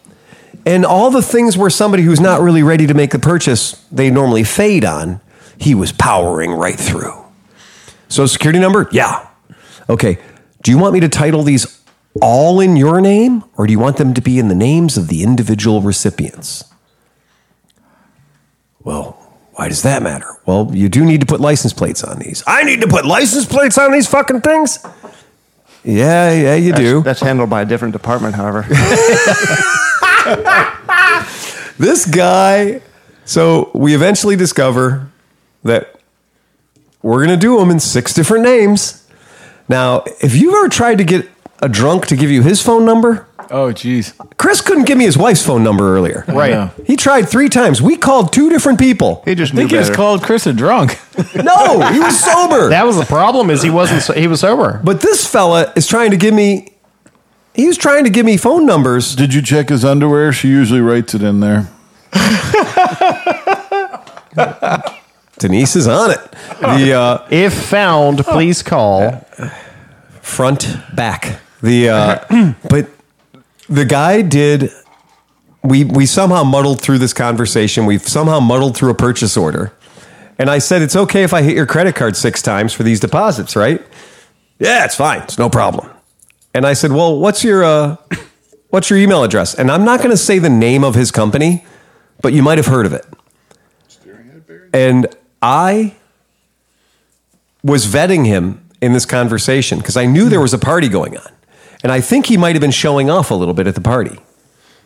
And all the things where somebody who's not really ready to make the purchase, they normally fade on, he was powering right through. Social security number? Yeah. Okay. Do you want me to title these all in your name or do you want them to be in the names of the individual recipients? Well, why does that matter? Well, you do need to put license plates on these. I need to put license plates on these fucking things? Yeah, yeah, you do.
That's handled by a different
<laughs>
department, however.
this guy. So we eventually discover that we're going to do them in six different names. Now, if you've ever tried to get a drunk to give you his phone number,
Oh, jeez.
Chris couldn't give me his wife's phone number earlier.
Right. know.
He tried three times. We called two different people.
He
I
just knew
think he just
better.
called Chris a drunk.
No, he was sober.
That was the problem. Is he wasn't so, he was sober.
but this fella is trying to give me. He was trying to give me phone numbers.
Did you check his underwear? She usually writes it in there.
Denise is on it. The uh,
If found, please call.
front back the uh, <clears throat> but the guy did we we somehow muddled through this conversation we've somehow muddled through a purchase order and i said it's okay if i hit your credit card six times for these deposits right yeah it's fine it's no problem and i said well what's your uh What's your email address? And I'm not going to say the name of his company, but you might have heard of it. And I was vetting him in this conversation because I knew there was a party going on. And I think he might have been showing off a little bit at the party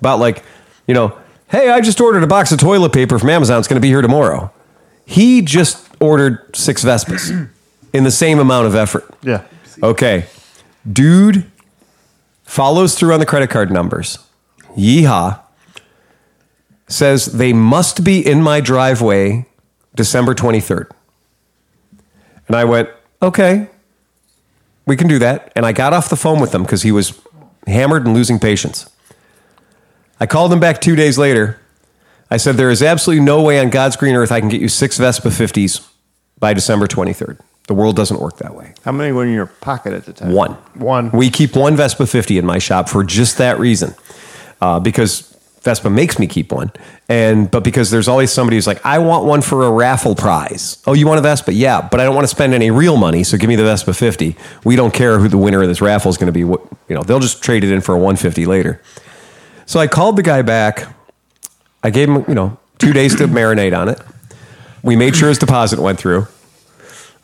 about, like, you know, hey, I just ordered a box of toilet paper from Amazon. It's going to be here tomorrow. He just ordered six Vespas <clears throat> in the same amount of effort.
Yeah.
Okay. Dude follows through on the credit card numbers. Yeehaw. Says they must be in my driveway December 23rd. And I went, okay, we can do that. And I got off the phone with him because he was hammered and losing patience. I called him back two days later. I said, there is absolutely no way on God's green earth I can get you six Vespa 50s by December 23rd. The world doesn't work that way.
How many were in your pocket at the time?
One.
One.
We keep one Vespa 50 in my shop for just that reason. Uh, because Vespa makes me keep one. And but because there's always somebody who's like, I want one for a raffle prize. Oh, you want a Vespa? Yeah, but I don't want to spend any real money, so give me the Vespa 50. We don't care who the winner of this raffle is going to be. What you know, they'll just trade it in for a 150 later. So I called the guy back. I gave him, you know, two days to marinate on it. We made sure his deposit went through.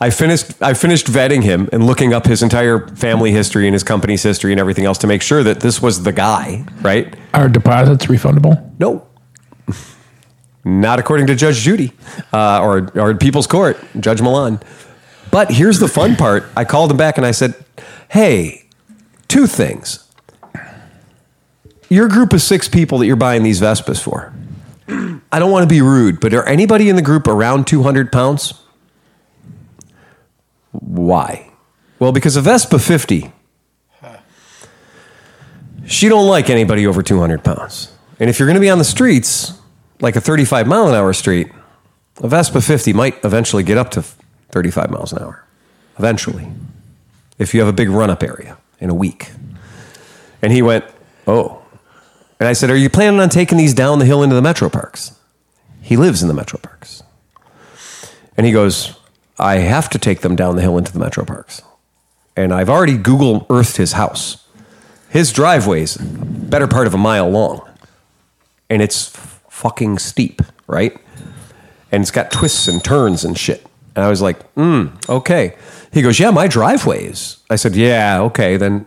I finished I finished vetting him and looking up his entire family history and his company's history and everything else to make sure that this was the guy, right?
Are deposits refundable?
No. Not according to Judge Judy uh, or, or People's Court, Judge Milan. But here's the fun part. I called him back and I said, hey, two things. Your group of six people that you're buying these Vespas for. <clears throat> I don't want to be rude, but are anybody in the group around 200 pounds? Why? Well, because a Vespa 50 she don't like anybody over 200 pounds. And if you're going to be on the streets, like a 35 mile an hour street, a Vespa 50 might eventually get up to 35 miles an hour. Eventually. If you have a big run up area in a week. And he went, Oh. And I said, Are you planning on taking these down the hill into the metro parks? He lives in the metro parks. And he goes, I have to take them down the hill into the metro parks. And I've already Google Earthed his house his driveway's a better part of a mile long and it's f- fucking steep right and it's got twists and turns and shit and i was like mm, okay he goes yeah my driveway is i said yeah okay then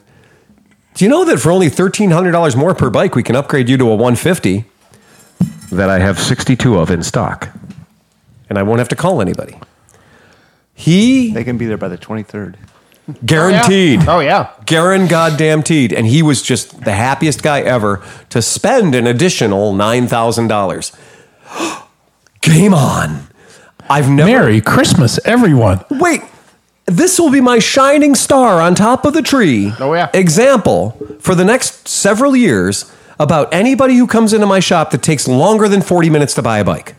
do you know that for only $1300 more per bike we can upgrade you to a 150 that i have 62 of in stock and i won't have to call anybody he
They can be there by the 23rd.
guaranteed
Oh yeah.
Garen goddamn teed, and he was just the happiest guy ever to spend an additional nine thousand dollars. <gasps> Game on! I've never
Merry Christmas, everyone.
wait. This will be my shining star on top of the tree.
Oh, yeah.
Example for the next several years about anybody who comes into my shop that takes longer than forty minutes to buy a bike,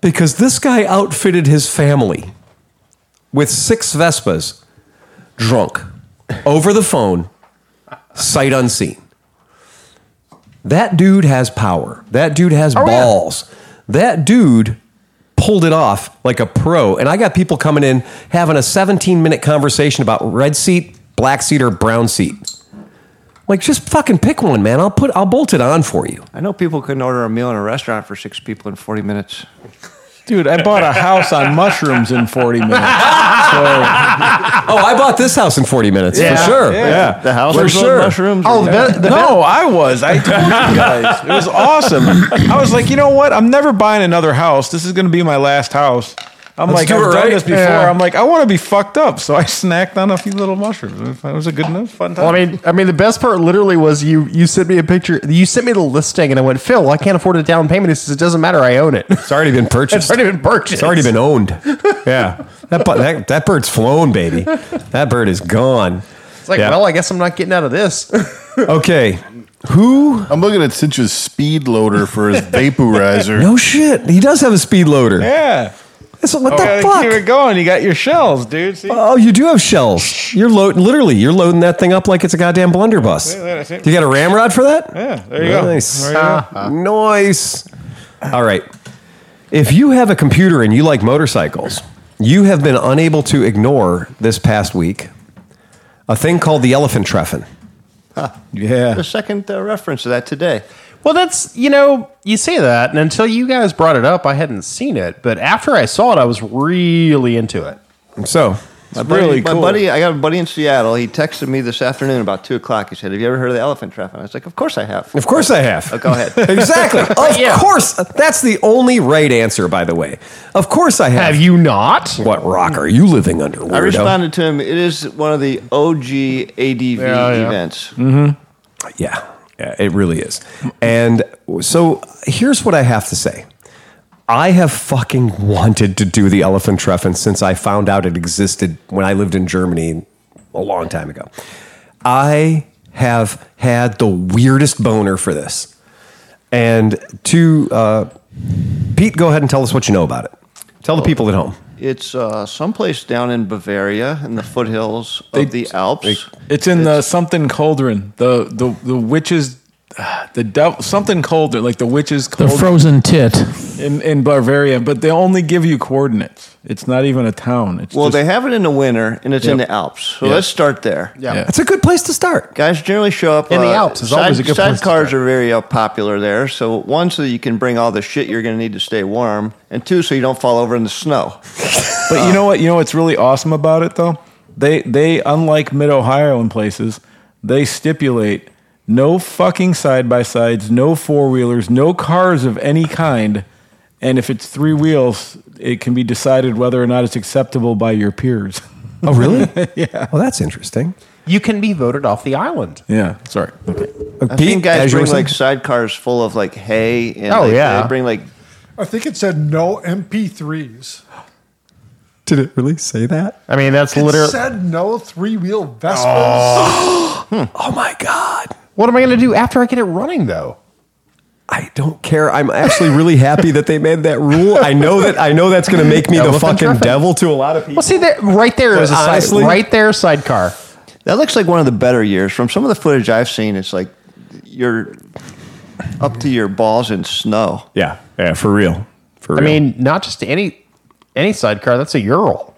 because this guy outfitted his family with six Vespas, drunk, over the phone, sight unseen. That dude has power. That dude
Oh,
has balls. That dude pulled it off like a pro. And I got people coming in having a 17 minute conversation about red seat, black seat, or brown seat. Like, just fucking pick one, man. I'll put, I'll bolt it on for
<laughs>
you.
I know people couldn't order a meal in a restaurant for six people in 40 minutes.
Dude, I bought a house on mushrooms in 40 minutes.
Oh, I bought this house in 40 minutes for sure.
Yeah.
The house
For
was
sure.
mushrooms.
Oh, the, be- the
So, no, I was. I told you guys. It was awesome. I was like, you know what? I'm never buying another house. This is going to be my last house. I'm
Let's
like,
do
I've
it
done
right.
this before.
Yeah.
I'm like, I want to be fucked up. So I snacked on a few little mushrooms. It was a good enough fun time.
Well, I mean, I mean, the best part literally was you. You sent me a picture. You sent me the listing, and I went, Phil, I can't afford a down payment. He says, it doesn't matter. I own it. <laughs>
It's already been purchased.
It's already been purchased.
It's already been owned. Yeah. That, bu- that, that bird's flown, baby. That bird is gone.
It's like,
Yeah.
well, I guess I'm not getting out of this. <laughs>
Okay. Who?
I'm looking at Cinch's speed loader for his vaporizer.
No shit. He does have a speed loader.
yeah.
That's- what
You
the
gotta
fuck?
keep it going. You got your shells, dude. See?
Oh, you do have shells. You're load literally you're loading that thing up like it's a goddamn blunderbuss.
that's it.
You got a ramrod for that?
Yeah, there you go.
Nice.
There you go.
Ah, nice. All right. If you have a computer and you like motorcycles, you have been unable to ignore this past week a thing called the elephant treffin.
Yeah.
The second uh, reference to that today.
Well, that's you know, you say that, and until you guys brought it up, I hadn't seen it. But after I saw it, I was really into it.
So,
My
really
buddy,
cool.
My buddy, I got a buddy in Seattle. He texted me this afternoon about two o'clock. He said, "Have you ever heard of the elephant trap?" And I was like, "Of course I have."
of course I have.
Oh, go
<laughs>
ahead. <laughs>
Exactly. Of course. That's the only right answer, by the way. Of course I have.
Have you not?
What rock are you living under, weirdo?
I responded to him. It is one of the OG ADV
yeah.
events.
Yeah, yeah, it really is. And so here's what I have to say. I have fucking wanted to do the elephant treffin since I found out it existed when I lived in Germany a long time ago. I have had the weirdest boner for this. And to uh, Pete, go ahead and tell us what you know about it. Tell the people at home.
It's uh, someplace down in Bavaria in the foothills of the Alps.
It's in the something cauldron. The the the witches <sighs> the devil something cauldron, like the witches
The
cauldron
frozen tit.
in, in Bavaria, but they only give you coordinates. It's not even a town. It's
well,
just,
they have it in the winter, and it's in
Yep.
the Alps. So
Yeah.
let's start there.
yeah.
It's a good place to start.
Guys generally show up uh,
In the Alps is always a good place to
Sidecars are very uh, popular there. So one, so you can bring all the shit you're going to need to stay warm, and two, so you don't fall over in the snow.
But
uh,
you know what? You know what's really awesome about it though? They they unlike mid Ohio and places, they stipulate no fucking side by sides, no four wheelers, no cars of any kind. And if it's three wheels, it can be decided whether or not it's acceptable by your peers. <laughs>
Oh, <laughs>
<laughs>
really? yeah. Well, that's interesting.
You can be voted off the island.
Yeah, sorry.
I think guys
as you were
bring like
saying-
sidecars full of like hay, and
Oh,
like,
yeah.
they bring like
I think it said no MP3s.
Did it really say that?
I mean, that's
It
literally.
said no three wheel Vespas.
<laughs>
Oh my god.
What am I going to do after I get it running though?
I don't care. I'm actually really happy that they made that rule. I know that I know that's going to make me the
Elephant
fucking
traffic.
devil to a lot of people.
Well, see that right there is a side,
honestly-
right there sidecar.
that looks like one of the better years. From some of the footage I've seen, it's like you're up to your balls in snow.
Yeah, yeah, for real. For
I
real.
mean, not just any any sidecar. That's a Ural,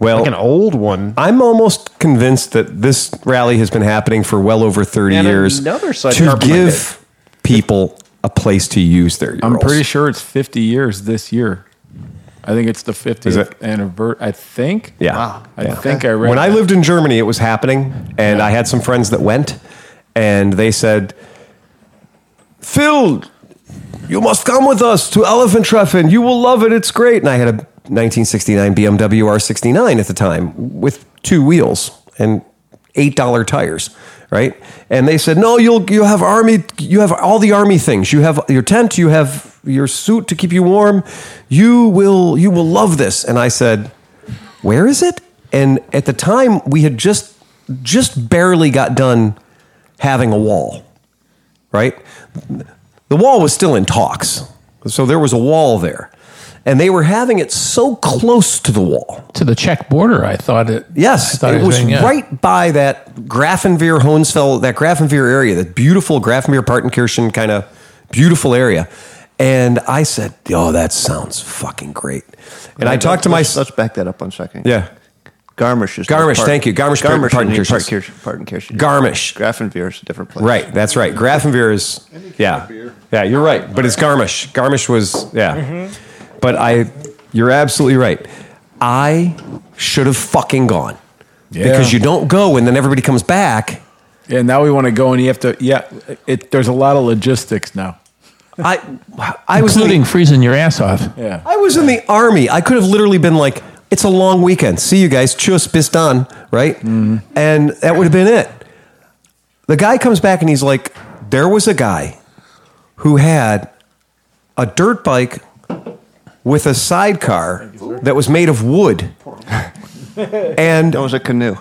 well,
like an old one.
I'm almost convinced that this rally has been happening for well over 30
And
years
another side
to
car behind
give people a place to use their.
I'm
urls.
pretty sure it's 50 years this year. I think it's the 50th
it?
anniversary. I think.
Yeah.
I
Yeah.
think I read.
when I
that.
lived in Germany, it was happening, and I had some friends that went, and they said, "Phil, you must come with us to Elephantreffen. You will love it. It's great." And I had a 1969 BMW R69 at the time with two wheels and eight dollar tires, right? And they said, "No, you'll you have army. You have all the army things. You have your tent. You have." Your suit to keep you warm, you will you will love this. And I said, where is it? And at the time, we had just just barely got done having a wall, right? The wall was still in talks, so there was a wall there, and they were having it so close to the wall.
To the Czech border, I thought it. I
Yes,
thought
it was
doing, yeah.
right by that Grafenwehr Hohensfeld, that Grafenwehr area, that beautiful Grafenwehr Partenkirchen kind of beautiful area. And I said, "Oh, that sounds fucking great." And I talked to my
Let's, let's back that up one second.
yeah,
Garmisch is
Garmisch, thank you. Garmisch,
Garmisch,
Partenkirchen.
Partenkirchen. Partenkirchen.
Garmisch.
Grafenwehr is a different place.
Right, that's right. Grafenbeer is yeah, yeah. You're right, but it's Garmisch. Garmisch was yeah. But I, you're absolutely right. I should have fucking gone because you don't go and then everybody comes back.
Yeah, now we want to go and you have to. Yeah, it, there's a lot of logistics now.
I, I was in the-
Including freezing your ass off.
Yeah.
I was in the army. I could have literally been like, it's a long weekend. See you guys. Chus bis dann, right? And that would have been it. The guy comes back and he's like, there was a guy who had a dirt bike with a sidecar that was made of wood. And
That was a canoe.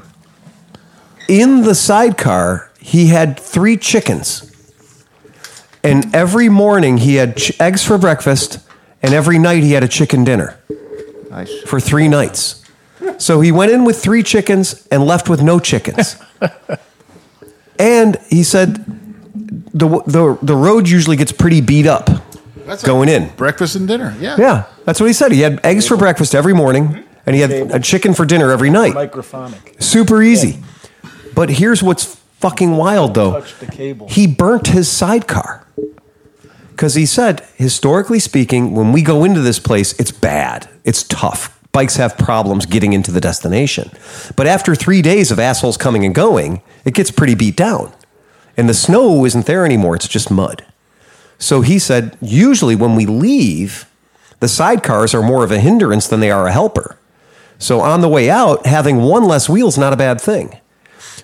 in the sidecar, he had three chickens. And every morning he had ch- eggs for breakfast, and every night he had a chicken dinner
Nice.
for three nights. So he went in with three chickens and left with no chickens. and he said, the, the, the road usually gets pretty beat up
That's
going
it.
in.
Breakfast and dinner. Yeah.
Yeah, that's what he said. He had eggs for breakfast every morning, and he had a chicken for dinner every night.
Microphonic.
Super easy. But here's what's fucking wild, though.
touch the cable.
He burnt his sidecar because he said, historically speaking, when we go into this place, it's bad, it's tough. Bikes have problems getting into the destination. But after three days of assholes coming and going, it gets pretty beat down. And the snow isn't there anymore, it's just mud. So he said, usually when we leave, the sidecars are more of a hindrance than they are a helper. So on the way out, having one less wheel is not a bad thing.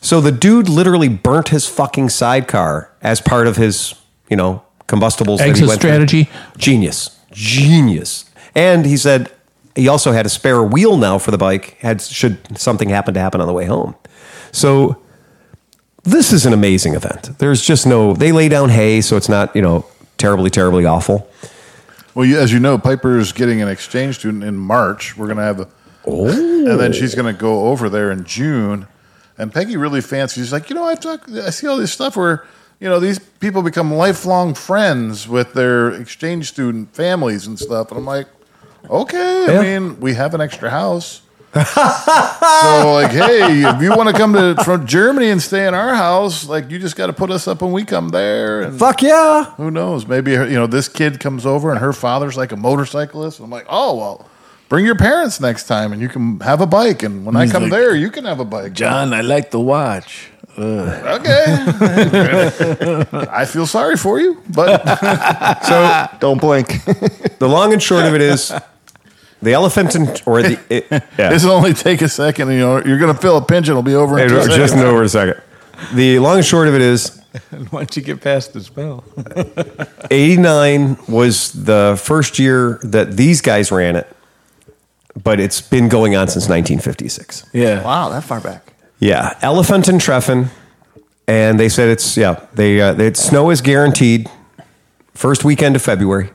So the dude literally burnt his fucking sidecar as part of his, you know, combustibles. that he
Exit
went through.
strategy.
Genius. Genius. And he said he also had a spare wheel now for the bike, had should something happen to happen on the way home. So this is an amazing event. There's just no they lay down hay, so it's not, you know, terribly, terribly awful.
Well, you, as you know, Piper's getting an exchange student in March. We're going to have the. And then she's going to go over there in June. And Peggy really fancies. She's like, you know, I talk, I see all this stuff where, you know, these people become lifelong friends with their exchange student families and stuff. And I'm like, okay.
Yeah.
I mean, we have an extra house. <laughs> so like, hey, if you want to come to from Germany and stay in our house, like, you just got to put us up when we come there. And
Fuck yeah.
who knows? Maybe her, you know this kid comes over and her father's like a motorcyclist. I'm like, oh well, bring your parents next time and you can have a bike. And when I come
like-
there, you can have a bike.
John, I like the watch.
Okay. <laughs> I feel sorry for you, but
So
Don't blink.
the long and short of it is the elephant in, or the it, <laughs> yeah.
this will only take a second. You know, you're gonna feel a pinch. and It'll be over.
Hey,
In two
just
seconds.
over a second. The long and short of it is
Once you get past the spell,
89 was the first year that these guys ran it, but it's been going on since 1956.
yeah.
wow, that far back.
Yeah, Elephant and Treffen, and they said it's yeah they uh, that snow is guaranteed first weekend of February.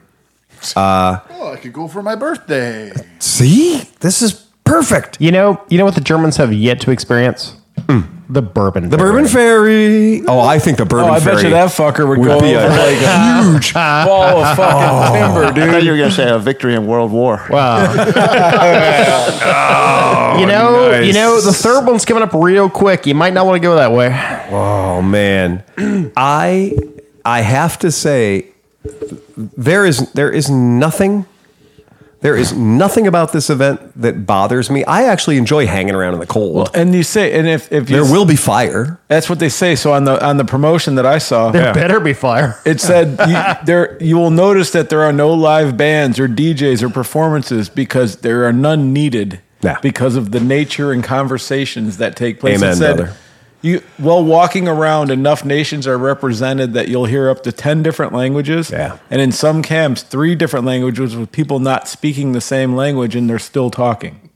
Oh, I could go for my birthday.
See, this is perfect.
You know, you know what the Germans have yet to experience? Hmm. The bourbon.
The Bourbon Ferry. Oh, I think the Bourbon
Oh, I
Ferry.
bet you that fucker would, go
be
over
a- Oh.
like a huge <laughs> ball of fucking timber, dude.
I thought you were going to say a victory in World War.
you know,
Oh. nice.
you know, the third one's coming up real quick. You might not want to go that way.
Oh man, I I have to say there is there is nothing there is nothing about this event that bothers me. I actually enjoy hanging around in the cold.
And you say, and if if you,
there will be fire.
that's what they say. So on the on the promotion that I saw,
There better be fire.
it said
<laughs>
you, there you will notice that there are no live bands or DJs or performances because there are none needed
Yeah.
because of the nature and conversations that take place.
Amen,
it said,
brother.
You while walking around, enough nations are represented that you'll hear up to ten different languages.
Yeah.
and in some camps, three different languages with people not speaking the same language and they're still talking.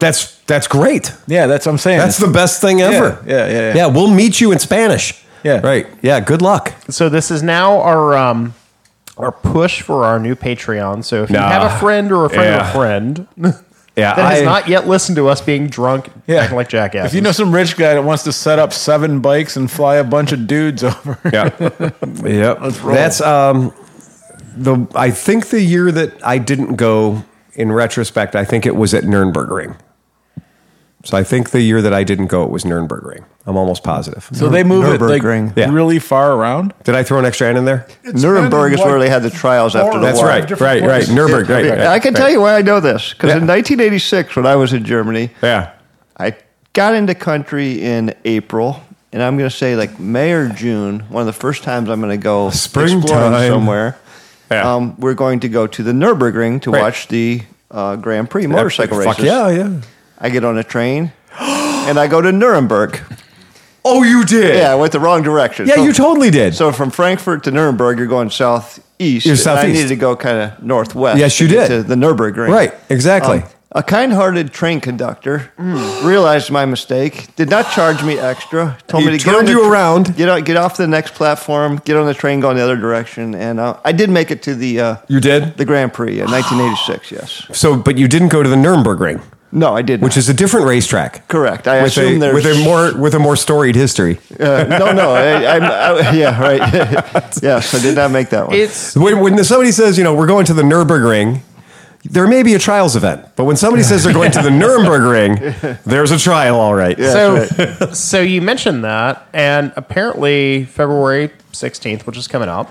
That's that's great.
Yeah, that's what I'm saying.
That's the best thing ever.
yeah, yeah, yeah.
Yeah, we'll meet you in Spanish.
Yeah.
Right. Yeah, good luck.
So this is now our um our push for our new Patreon. So if
Nah.
you have a friend or a friend of
Yeah.
a friend
Yeah.
that has not yet listened to us being drunk,
<laughs>
acting like jackasses.
If you know some rich guy that wants to set up seven bikes and fly a bunch of dudes <laughs> over,
<laughs>
Yeah. yep. That's um the I think the year that I didn't go in retrospect, I think it was at Nürnbergring. So I think the year that I didn't go it was Nürnbergring. I'm almost positive.
so they move it like
Nürburgring.
Yeah.
really far around.
Did I throw an extra N in there?
It's
Nuremberg
been
is where
like
they had the trials after the
four or
That's
war.
five
right.
different
Right, right.
places.
Nürnberg, right. right,
I can
right.
tell you why I know this because
Yeah.
in 1986, when I was in Germany,
Yeah.
I got into country in April, and I'm going to say like May or June. One of the first times I'm going to go
Springtime.
exploring somewhere.
Yeah.
Um, we're going to go to the Nürburgring to
Right.
watch the uh, Grand Prix motorcycle
Fuck
races.
yeah, yeah.
I get on a train, <gasps> and I go to Nuremberg.
Oh, you did.
Yeah, I went the wrong direction.
Yeah,
So-
you totally did.
So from Frankfurt to Nuremberg, you're going southeast.
You're
and I
southeast.
needed to go kind of northwest.
Yes, you
to get
did.
To the Nürburgring.
Right, exactly.
a kind-hearted train conductor realized my mistake. Did not charge me extra. Told
He
me to get
turned
on the
you
tr-
around.
Get out, get off the next platform. Get on the train, go in the other direction. And uh, I did make it to the uh,
you did?
the Grand Prix in 1986. Yes.
So but you didn't go to the Nürnbergring,
No, I did.
which is
not.
a different racetrack.
correct. I
With
assume
a,
there's
with a more with a more storied history.
Uh, <laughs> no, no. I, I'm- I, yeah,
<laughs>
right. <laughs> yes, I did not make that one.
it's
When, when somebody says, you know, we're going to the Nurburgring, there may be a trials event, but when somebody says they're going to the Nuremberg Ring, there's a trial, all right.
so, <laughs> so you mentioned that, and apparently February 16th, which is coming up,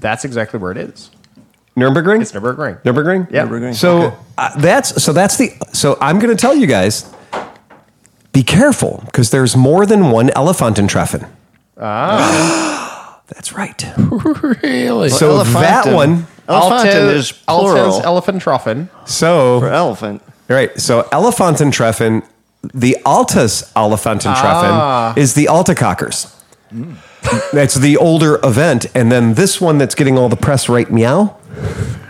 that's exactly where it is.
Nuremberg Ring.
It's Nuremberg Ring.
Nuremberg Ring.
Yeah. Nurburgring,
So uh, that's so that's the so I'm going to tell you guys, be careful because there's more than one elephant in Treffen. Ah. <gasps> that's right.
really?
So that
Elephantin.
one.
Elephantin is plural.
Altes Elephantrofen.
So
for elephant.
All right. So Elefanten Treffen, the Altus Elefanten Treffen
Ah.
is the Altacockers.
Hmm.
That's the older event. And then this one that's getting all the press right meow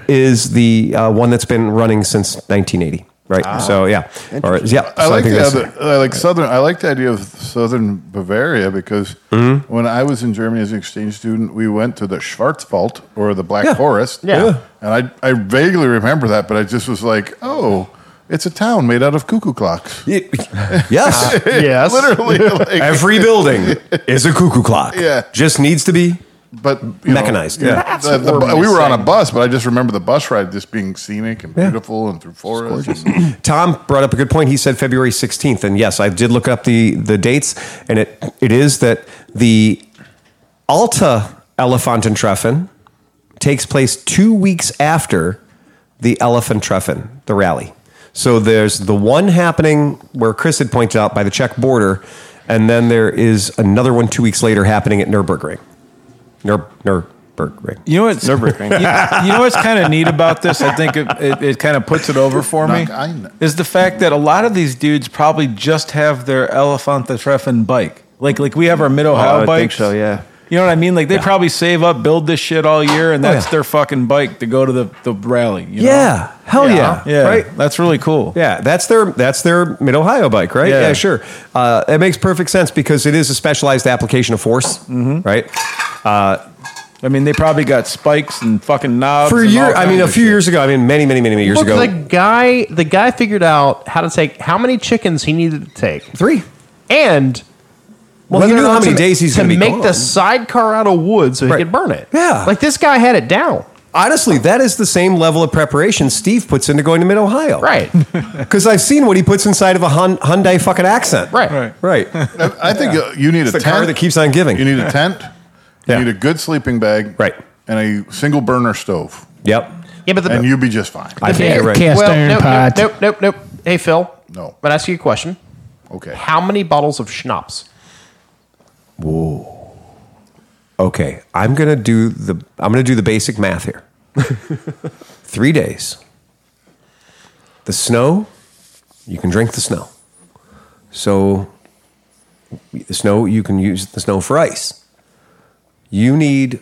is the uh, one that's been running since 1980. Right. So, yeah. Or, yeah.
Ah. I
So
like
think
the
that's-
other, I like southern. I like the idea of southern Bavaria because
Mm-hmm.
when I was in Germany as an exchange student, we went to the Schwarzwald or the Black
Yeah.
Forest.
Yeah. Yeah.
and I I vaguely remember that, but I just was like, oh, it's a town made out of cuckoo clocks. <laughs>
Yes.
Yes.
<laughs>
Literally, like,
Every building is a cuckoo clock.
Yeah.
Just needs to be.
but you know,
Mechanized, yeah.
the- the bu- we were on a bus, but I just remember the bus ride just being scenic and beautiful and through forests. and-
Tom brought up a good point. He said February 16th. And yes, I did look up the, the dates, and it, it is that the Alta Elefantentreffen takes place two weeks after the Elefantentreffen, the rally. So there's the one happening where Chris had pointed out by the Czech border, and then there is another one two weeks later happening at Nürburgring. Nur, Nürburgring.
You
<laughs>
know what's you, you know what's kind of neat about this? I think it, it, it kind of puts it over for me.
Knock ein.
Is the fact that a lot of these dudes probably just have their elephant the treffen bike. Like like we have our mid
I
Oh,
Ohio
would
bike.
think so, yeah.
You know what I mean? Like they probably save up, build this shit all year, and
Oh,
that's
yeah.
their fucking bike to go to the, the rally. you know?
Yeah. Hell yeah.
Yeah.
Right?
That's really cool.
Yeah, that's their that's their mid Ohio bike, right? Yeah,
Yeah.
sure. Uh, it makes perfect sense because it is a specialized application of force, right?
I mean, they probably got spikes and fucking knobs.
For a
and
year,
all
I mean,
kinds
a
of
few
shit.
years ago, I mean, many, many, many years
Look,
ago,
the guy, the guy figured out how to take how many chickens he needed to take
three.
and
Well, he
whether or
knew how
not
many
to-
days he's
to
going to be
make
gone.
the sidecar out of wood so
Right.
he could burn it.
Yeah.
like this guy had it down.
Honestly, that is the same level of preparation Steve puts into going to mid Ohio, <laughs>
Right,
Because I've seen what he puts inside of a Hun- Hyundai fucking accent,
right.
Right. <laughs>
I think uh, you need
It's
a
the car
tent.
that keeps on giving.
You need a tent.
Yeah.
You need a good sleeping bag.
Right.
And a single burner stove.
yep.
Yeah, but the
And you'd be just fine.
I think you're right.
Cast
well,
iron
nope,
pot.
nope, nope, nope, nope. Hey Phil,
No.
But ask you a question.
Okay.
How many bottles of schnapps?
okay, I'm gonna do the I'm gonna do the basic math here. Three days. The snow, you can drink the snow. So the snow, you can use the snow for ice. You need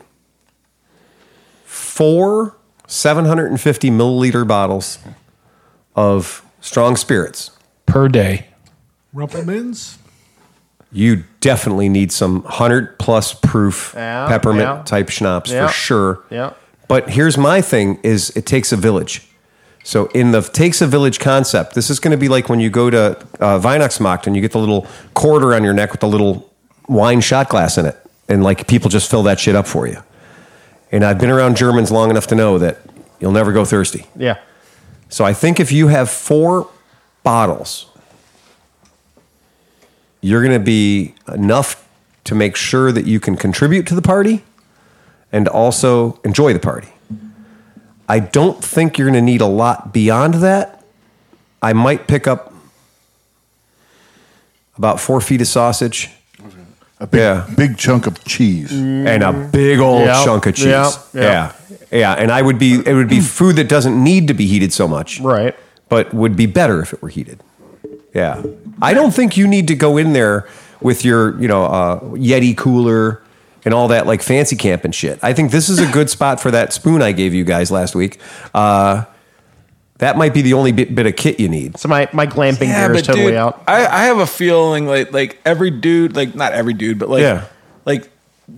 four 750 milliliter bottles of strong spirits.
per day.
Rumpelmans.
you definitely need some 100 plus proof
Yeah,
peppermint
yeah.
type schnapps
Yeah,
for sure.
yeah.
But here's my thing is it takes a village. So in the takes a village concept, this is going to be like when you go to uh, Weihnachtsmarkt and you get the little quarter on your neck with the little wine shot glass in it. And like people just fill that shit up for you. And I've been around Germans long enough to know that you'll never go thirsty.
Yeah.
So I think if you have four bottles, you're going to be enough to make sure that you can contribute to the party and also enjoy the party. I don't think you're going to need a lot beyond that. I might pick up about four feet of sausage
A big,
Yeah.
big chunk of cheese.
and a big old
Yeah,
chunk of cheese.
yeah,
yeah. Yeah, and I would be it would be food that doesn't need to be heated so much
Right.
but would be better if it were heated. Yeah, I don't think you need to go in there with your you know uh, Yeti cooler and all that like fancy camp and shit. I think this is a
<laughs>
good spot for that spoon I gave you guys last week. Uh, that might be the only bit, bit of kit you need.
So my, my glamping
Yeah,
gear is
but
totally
dude,
out.
I, I have a feeling like like every dude, like not every dude, but like
Yeah.
like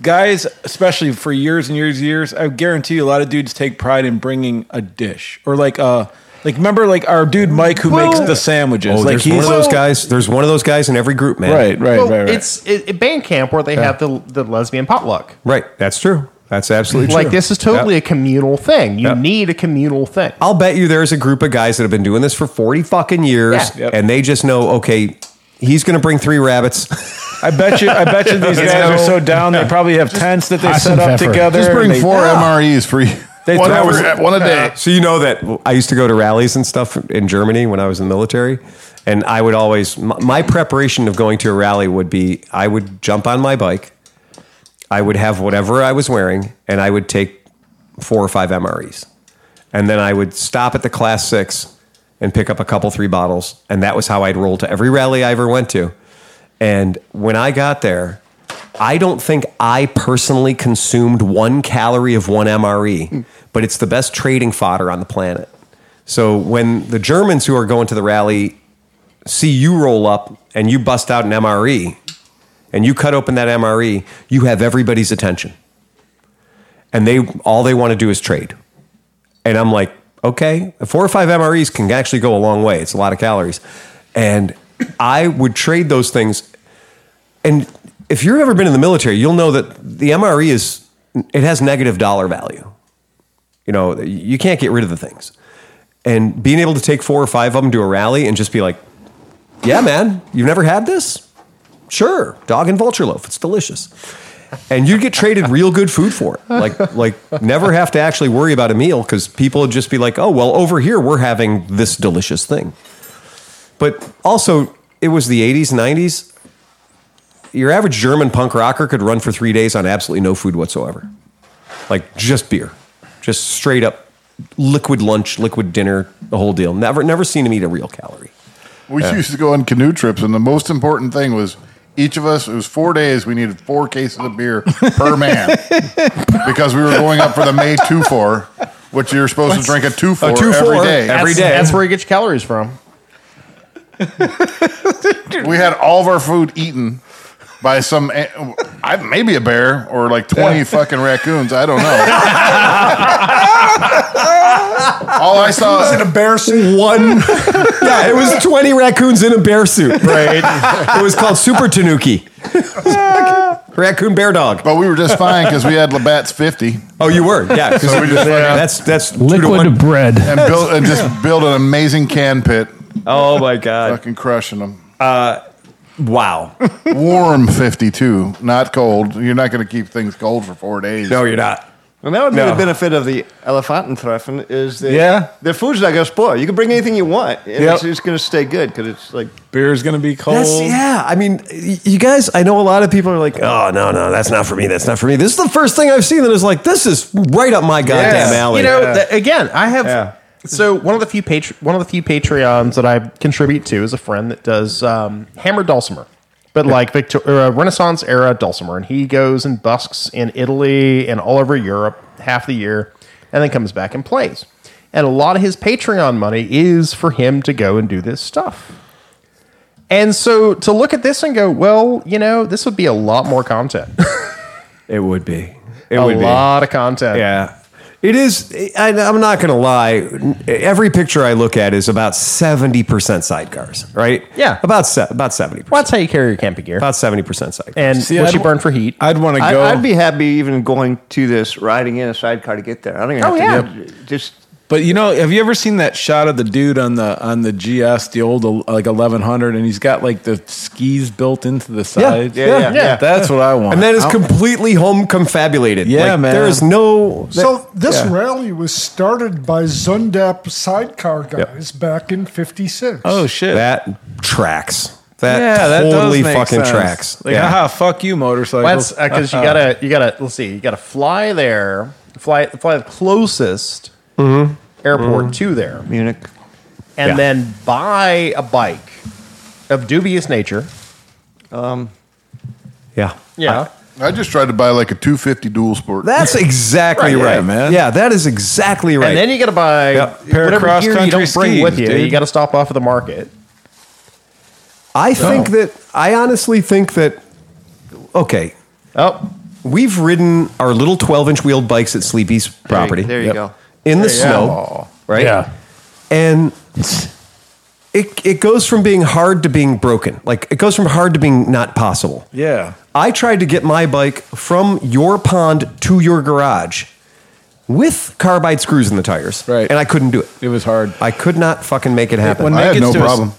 guys, especially for years and years and years, I guarantee you a lot of dudes take pride in bringing a dish or like uh like remember like our dude Mike who makes the sandwiches.
Oh,
like
there's one of those guys. There's one of those guys in every group, man.
Right, right,
Well,
right, right.
It's it, at band camp where they have the the lesbian potluck.
right. That's true. That's absolutely true.
Like this is totally
Yeah.
a communal thing. You
Yeah.
need a communal thing.
I'll bet you there's a group of guys that have been doing this for 40 fucking years
Yeah. Yep.
and they just know, okay, he's going to bring three rabbits. <laughs>
I bet you. I bet you these
It's
guys are
no-
so down. They probably have tents that they
Hot
set
and
up
pepper.
together.
Just
and
bring
they-
four MREs for you.
They
one,
throw-
hour, one a day.
So you know that I used to go to rallies and stuff in Germany when I was in the military, and I would always my, my preparation of going to a rally would be I would jump on my bike, I would have whatever I was wearing, and I would take four or five MREs, and then I would stop at the class six and pick up a couple three bottles, and that was how I'd roll to every rally I ever went to, and when I got there. I don't think I personally consumed one calorie of one MRE, but it's the best trading fodder on the planet. So when the Germans who are going to the rally see you roll up and you bust out an MRE and you cut open that MRE, you have everybody's attention. And they all they want to do is trade. And I'm like, okay, four or five MREs can actually go a long way. It's a lot of calories. And I would trade those things and if you've ever been in the military, you'll know that the MRE is it has negative dollar value. You know, you can't get rid of the things. And being able to take four or five of them to a rally and just be like, "Yeah, man, you've never had this? Sure, dog and vulture loaf. It's delicious." And you get traded real good food for it. Like, like never have to actually worry about a meal because people would just be like, "Oh, well, over here we're having this delicious thing." But also, it was the '80s, '90s your average German punk rocker could run for three days on absolutely no food whatsoever. Like just beer, just straight up liquid lunch, liquid dinner, the whole deal. Never, never seen him eat a real calorie.
We used to go on canoe trips, and the most important thing was each of us. It was four days. We needed four cases of beer
<laughs>
per man because we were going up for the May two four, which you're supposed to drink a two four every
2-4.
day.
Every
that's,
day.
That's where you get your calories from.
we had all of our food eaten by some eh, I, maybe a bear or like 20 fucking raccoons i don't know all i
Is it
saw
a bear suit?
One, <laughs> yeah, it was twenty raccoons in a bear suit. Right, it was called Super <laughs> Tanuki, raccoon bear dog.
but we were just fine because we had labatt's 50
Oh, you were, yeah. 'cause
So we just-
that's that's two to
Liquid
one.
bread.
and built and just built an amazing can pit
<laughs> Oh my god!
fucking crushing them
Wow.
warm 52 not cold you're not going to keep things cold for four days
No, you're not.
And that would be
No.
the benefit of the Elefantentreffen is that
Yeah.
their food's not going to spoil. You can bring anything you want, and
Yep.
it's, it's going to stay good because it's like
Beer's gonna be cold.
That's, yeah, I mean, y- you guys. I know a lot of people are like, "Oh no, no, that's not for me. That's not for me." This is the first thing I've seen that is like, "This is right up my goddamn alley."
You know, th- again, I have.
Yeah.
So one of the few patr one of the few Patreons that I contribute to is a friend that does um, hammer dulcimer, but like Victor- uh, Renaissance era dulcimer, and he goes and busks in Italy and all over Europe half the year, and then comes back and plays. And a lot of his Patreon money is for him to go and do this stuff. And so to look at this and go, well, you know, this would be a lot more content,
it would be. It
a
would
lot of content.
be. Yeah, it is. I, I'm not gonna lie. Every picture I look at is about seventy percent sidecars, right?
Yeah.
about se- about seventy.
Well, that's how you carry your camping gear.
About seventy percent sidecars.
and
See,
what
I'd
you
w-
burn for heat.
I'd want to
I,
go.
I'd be happy even going to this riding in a sidecar to get there. I don't even
Oh,
have to get- just
but you know, have you ever seen that shot of the dude on the on the GS, the old uh, like 1100, and he's got like the skis built into the sides?
yeah, yeah.
Yeah.
That's what I want. Oh,
and that is
I-
completely home confabulated.
Yeah,
Like,
man.
There is no.
So this rally was started by Zundap sidecar guys back in '56.
Oh shit.
that tracks. That totally
does make
fucking
sense.
tracks.
Like,
Yeah.
haha, fuck you, motorcycles.
That's because you gotta you gotta let's see you gotta fly there fly fly the closest Mm-hmm. airport to there
Munich.
and
Yeah.
then buy a bike of dubious nature. Uh,
Yeah.
Yeah,
i just tried to buy like a 250 dual
<laughs>
sport
That's exactly right,
yeah, man.
Yeah, that is exactly right.
and then you gotta buy
Yep.
Pair of
whatever gear you
cross-country
don't bring with you.
skis,
You
dude.
gotta stop off at the market.
I
Oh.
think that I honestly think that okay,
Oh,
we've ridden our little 12-inch wheeled bikes at Sleepy's property
There you go.
in the snow, right?
Yeah.
And it, it goes from being hard to being broken. Like it goes from hard to being not possible.
Yeah.
I tried to get my bike from your pond to your garage with carbide screws in the tires.
Right.
And I couldn't do it.
It was hard.
I could not fucking make it happen.
When
I
that
had
gets
no
to a s-
problem.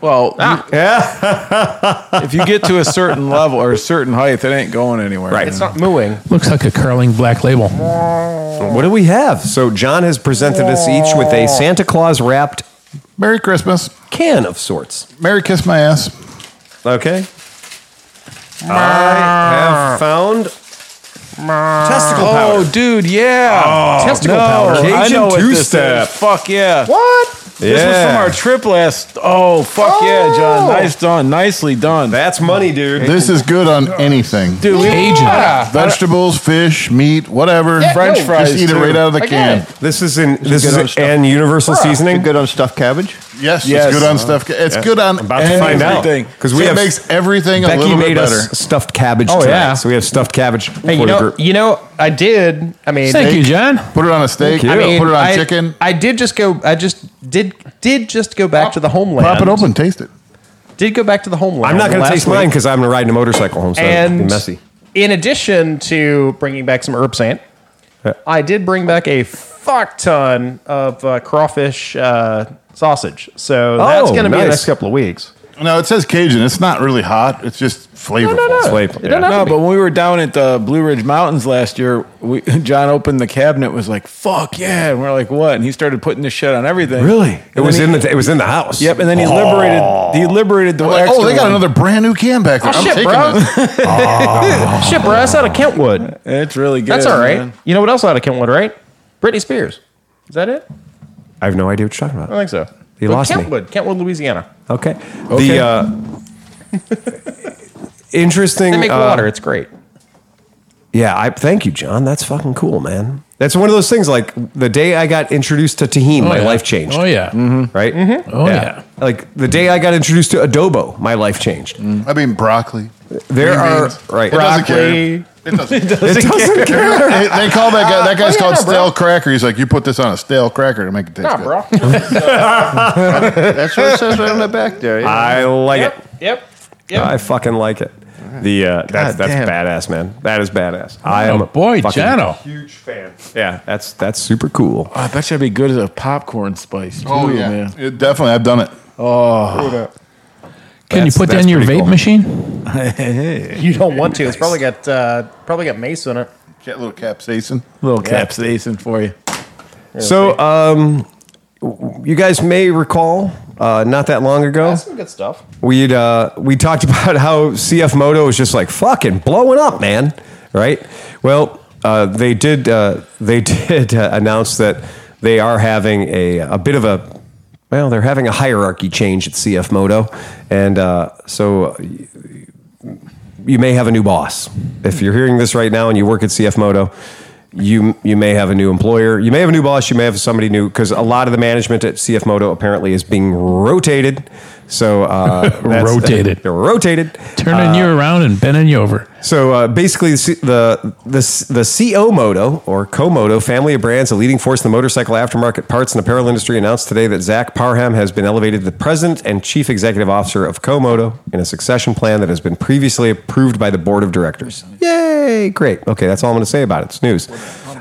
Well, you- if you get to a certain level or a certain height, it ain't going anywhere.
Right.
It's not mooing.
Looks like a curling black label.
what do we have? So John has presented us each with a Santa Claus wrapped
Merry Christmas.
can of sorts.
Merry Kiss My Ass.
Okay. I
Ah.
have found testicle powder.
Oh, dude, yeah.
testicle
no, I
Cajun
know what
two
this
step.
is. Fuck yeah.
What?
This was from our trip last. Oh, fuck yeah, John. Nice done. Nicely done.
That's money, dude.
This is good on anything.
dude, we-
Cajun.
Vegetables, fish, meat, whatever.
French fries.
Just eat it right
too.
out of the can.
This is in this
good
is
on stuff.
and universal
You're
seasoning.
good on stuffed cabbage?
Yes,
Yes.
it's good on stuff. It's good on
about to find out.
everything.
'Cause we
it
have-
makes everything a
Becky
little
made
bit better.
us stuffed cabbage.
Oh,
tonight,
yeah.
so we have stuffed cabbage
Hey,
for
you
the
know,
group.
you know, I did. I mean,
Thank you, John.
Put it on a steak.
you.
I
mean,
put it on
I-
chicken.
I did just go. I just did did just go back to the homeland.
Pop it open. Taste it.
Did go back to the homeland.
I'm not going to
last
taste
week.
mine because I'm riding a motorcycle home, so it'd
and
be messy.
in addition to bringing back some herb saint, I did bring back a fuck ton of uh, crawfish uh, sausage. So that's
Oh,
going to be the
nice.
next couple of weeks.
No, it says Cajun. It's not really hot. It's just flavorful.
It's labeled,
It
yeah.
doesn't have
No,
to
but when we were down at the Blue Ridge Mountains last year, we, <laughs> John opened the cabinet, was like, fuck yeah. And we're like, what? And he started putting this shit on everything.
Really? It
And
was
then
in
he-
the Oh. it was in the house.
Yep, and then he liberated. He liberated the.
Like, oh,
extra
they got
one.
another brand new can back there. I'm
shit,
taking
bro.
this.
be. Shit, bro, that's out of Kentwood.
It's really good.
That's all right.
man.
You know what else out of Kentwood, right? Britney Spears. Is that it?
I have no idea what you're talking
I
about.
think so.
You
But
lost me.
Kentwood, Kentwood, Louisiana.
Okay. The uh, interesting.
They make
uh,
water. It's great.
Yeah, I thank you, John. That's fucking cool, man. That's one of those things. Like the day I got introduced to tahini, my
yeah.
life changed.
Oh yeah.
Right? Mm-hmm.
Oh, yeah.
Like the day I got introduced to adobo, my life changed.
I mean, broccoli.
There
Mm. Green
are
beans.
right.
It doesn't care.
Broccoli.
It doesn't care.
<laughs> It doesn't care.
They- they call that guy. That guy's
yeah,
called
bro.
stale cracker. He's like, you put this on a stale cracker to make it taste
Nah,
good.
<laughs>
bro.
That's what it says right on the back there. yeah.
I like
yep.
it.
Yep.
I fucking like it. The uh, that's that's
damn.
badass, man. That is badass. I am
Oh
a
boy,
fucking-
Jano.
Huge fan. Yeah, that's that's super cool.
Oh, I bet you'd be good as a popcorn spice. Too,
Oh yeah,
man.
It- definitely. I've done it.
Can you
That's-
put that
that's
in your
pretty
vape
cool.
machine?
You don't want to. It's probably got uh, probably got mace in it.
Get a little capsaicin.
little capsaicin for you.
So, um, you guys may recall, uh, not that long ago,
That's some good stuff.
we'd uh, we talked <laughs> about how CF Moto was just like fucking blowing up, man. Right? Well, uh, they did uh, they <laughs> did uh, announce that they are having a a bit of a well, they're having a hierarchy change at CF Moto, and uh, so you may have a new boss. If you're hearing this right now and you work at CF Moto, you you may have a new employer. You may have a new boss. You may have somebody new because a lot of the management at CF Moto apparently is being rotated. So uh, that's-
Rotated.
they're <laughs> rotated.
Turning you around and bending you over.
So uh, basically, the, C- the the the CO Moto or Komodo family of brands, a leading force in the motorcycle aftermarket parts and apparel industry, announced today that Zach Parham has been elevated to president and chief executive officer of Komodo in a succession plan that has been previously approved by the board of directors. Yay! Great. Okay, that's all I'm going to say about it. It's news.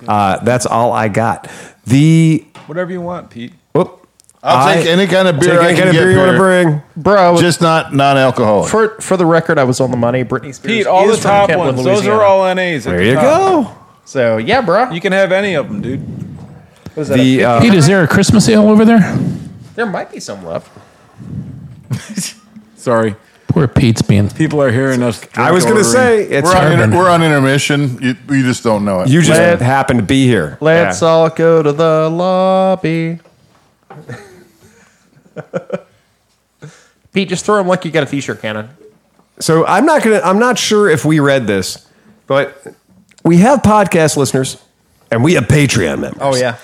Uh, that's all I got. The
Whatever you want, Pete.
whoop.
I'll take any kind of beer
Take
I
any
can
kind of
get
beer you want to
here.
bring.
Bro,
Just not non-alcoholic.
for for the record, I was on the money. Britney Spears.
Pete, all
is
the
from
top
Kentwood,
ones. Those
Louisiana.
are all NAs. at
There
the
you
top.
go.
So yeah, bro.
You can have any of them, dude.
What is that,
The
a
uh,
Pete, is there a Christmas ale over there?
fif- there might be some left.
Sorry,
Poor Pete's being.
people are hearing us.
I was going to say it's
We're on,
Urban.
inter- we're on intermission. You, you just don't know it.
you just
Let-
happen to be here.
Let's
Yeah.
all go to the lobby. <laughs> Pete, just throw him like you got a t-shirt cannon.
So I'm not gonna. I'm not sure if we read this, but we have podcast listeners and we have Patreon members.
Oh, yeah.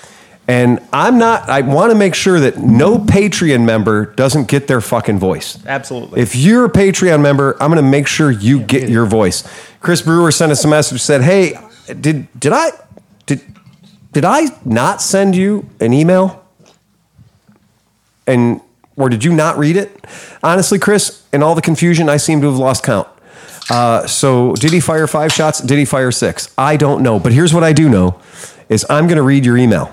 And I'm not. I want to make sure that no Patreon member doesn't get their fucking voice.
Absolutely.
If you're a Patreon member, I'm going to make sure you get your voice. Chris Brewer sent us a message said, "Hey, did did I did did I not send you an email?" And or did you not read it? Honestly, Chris, in all the confusion, I seem to have lost count. Uh, so did he fire five shots? Did he fire six? I don't know. But here's what I do know is I'm going to read your email.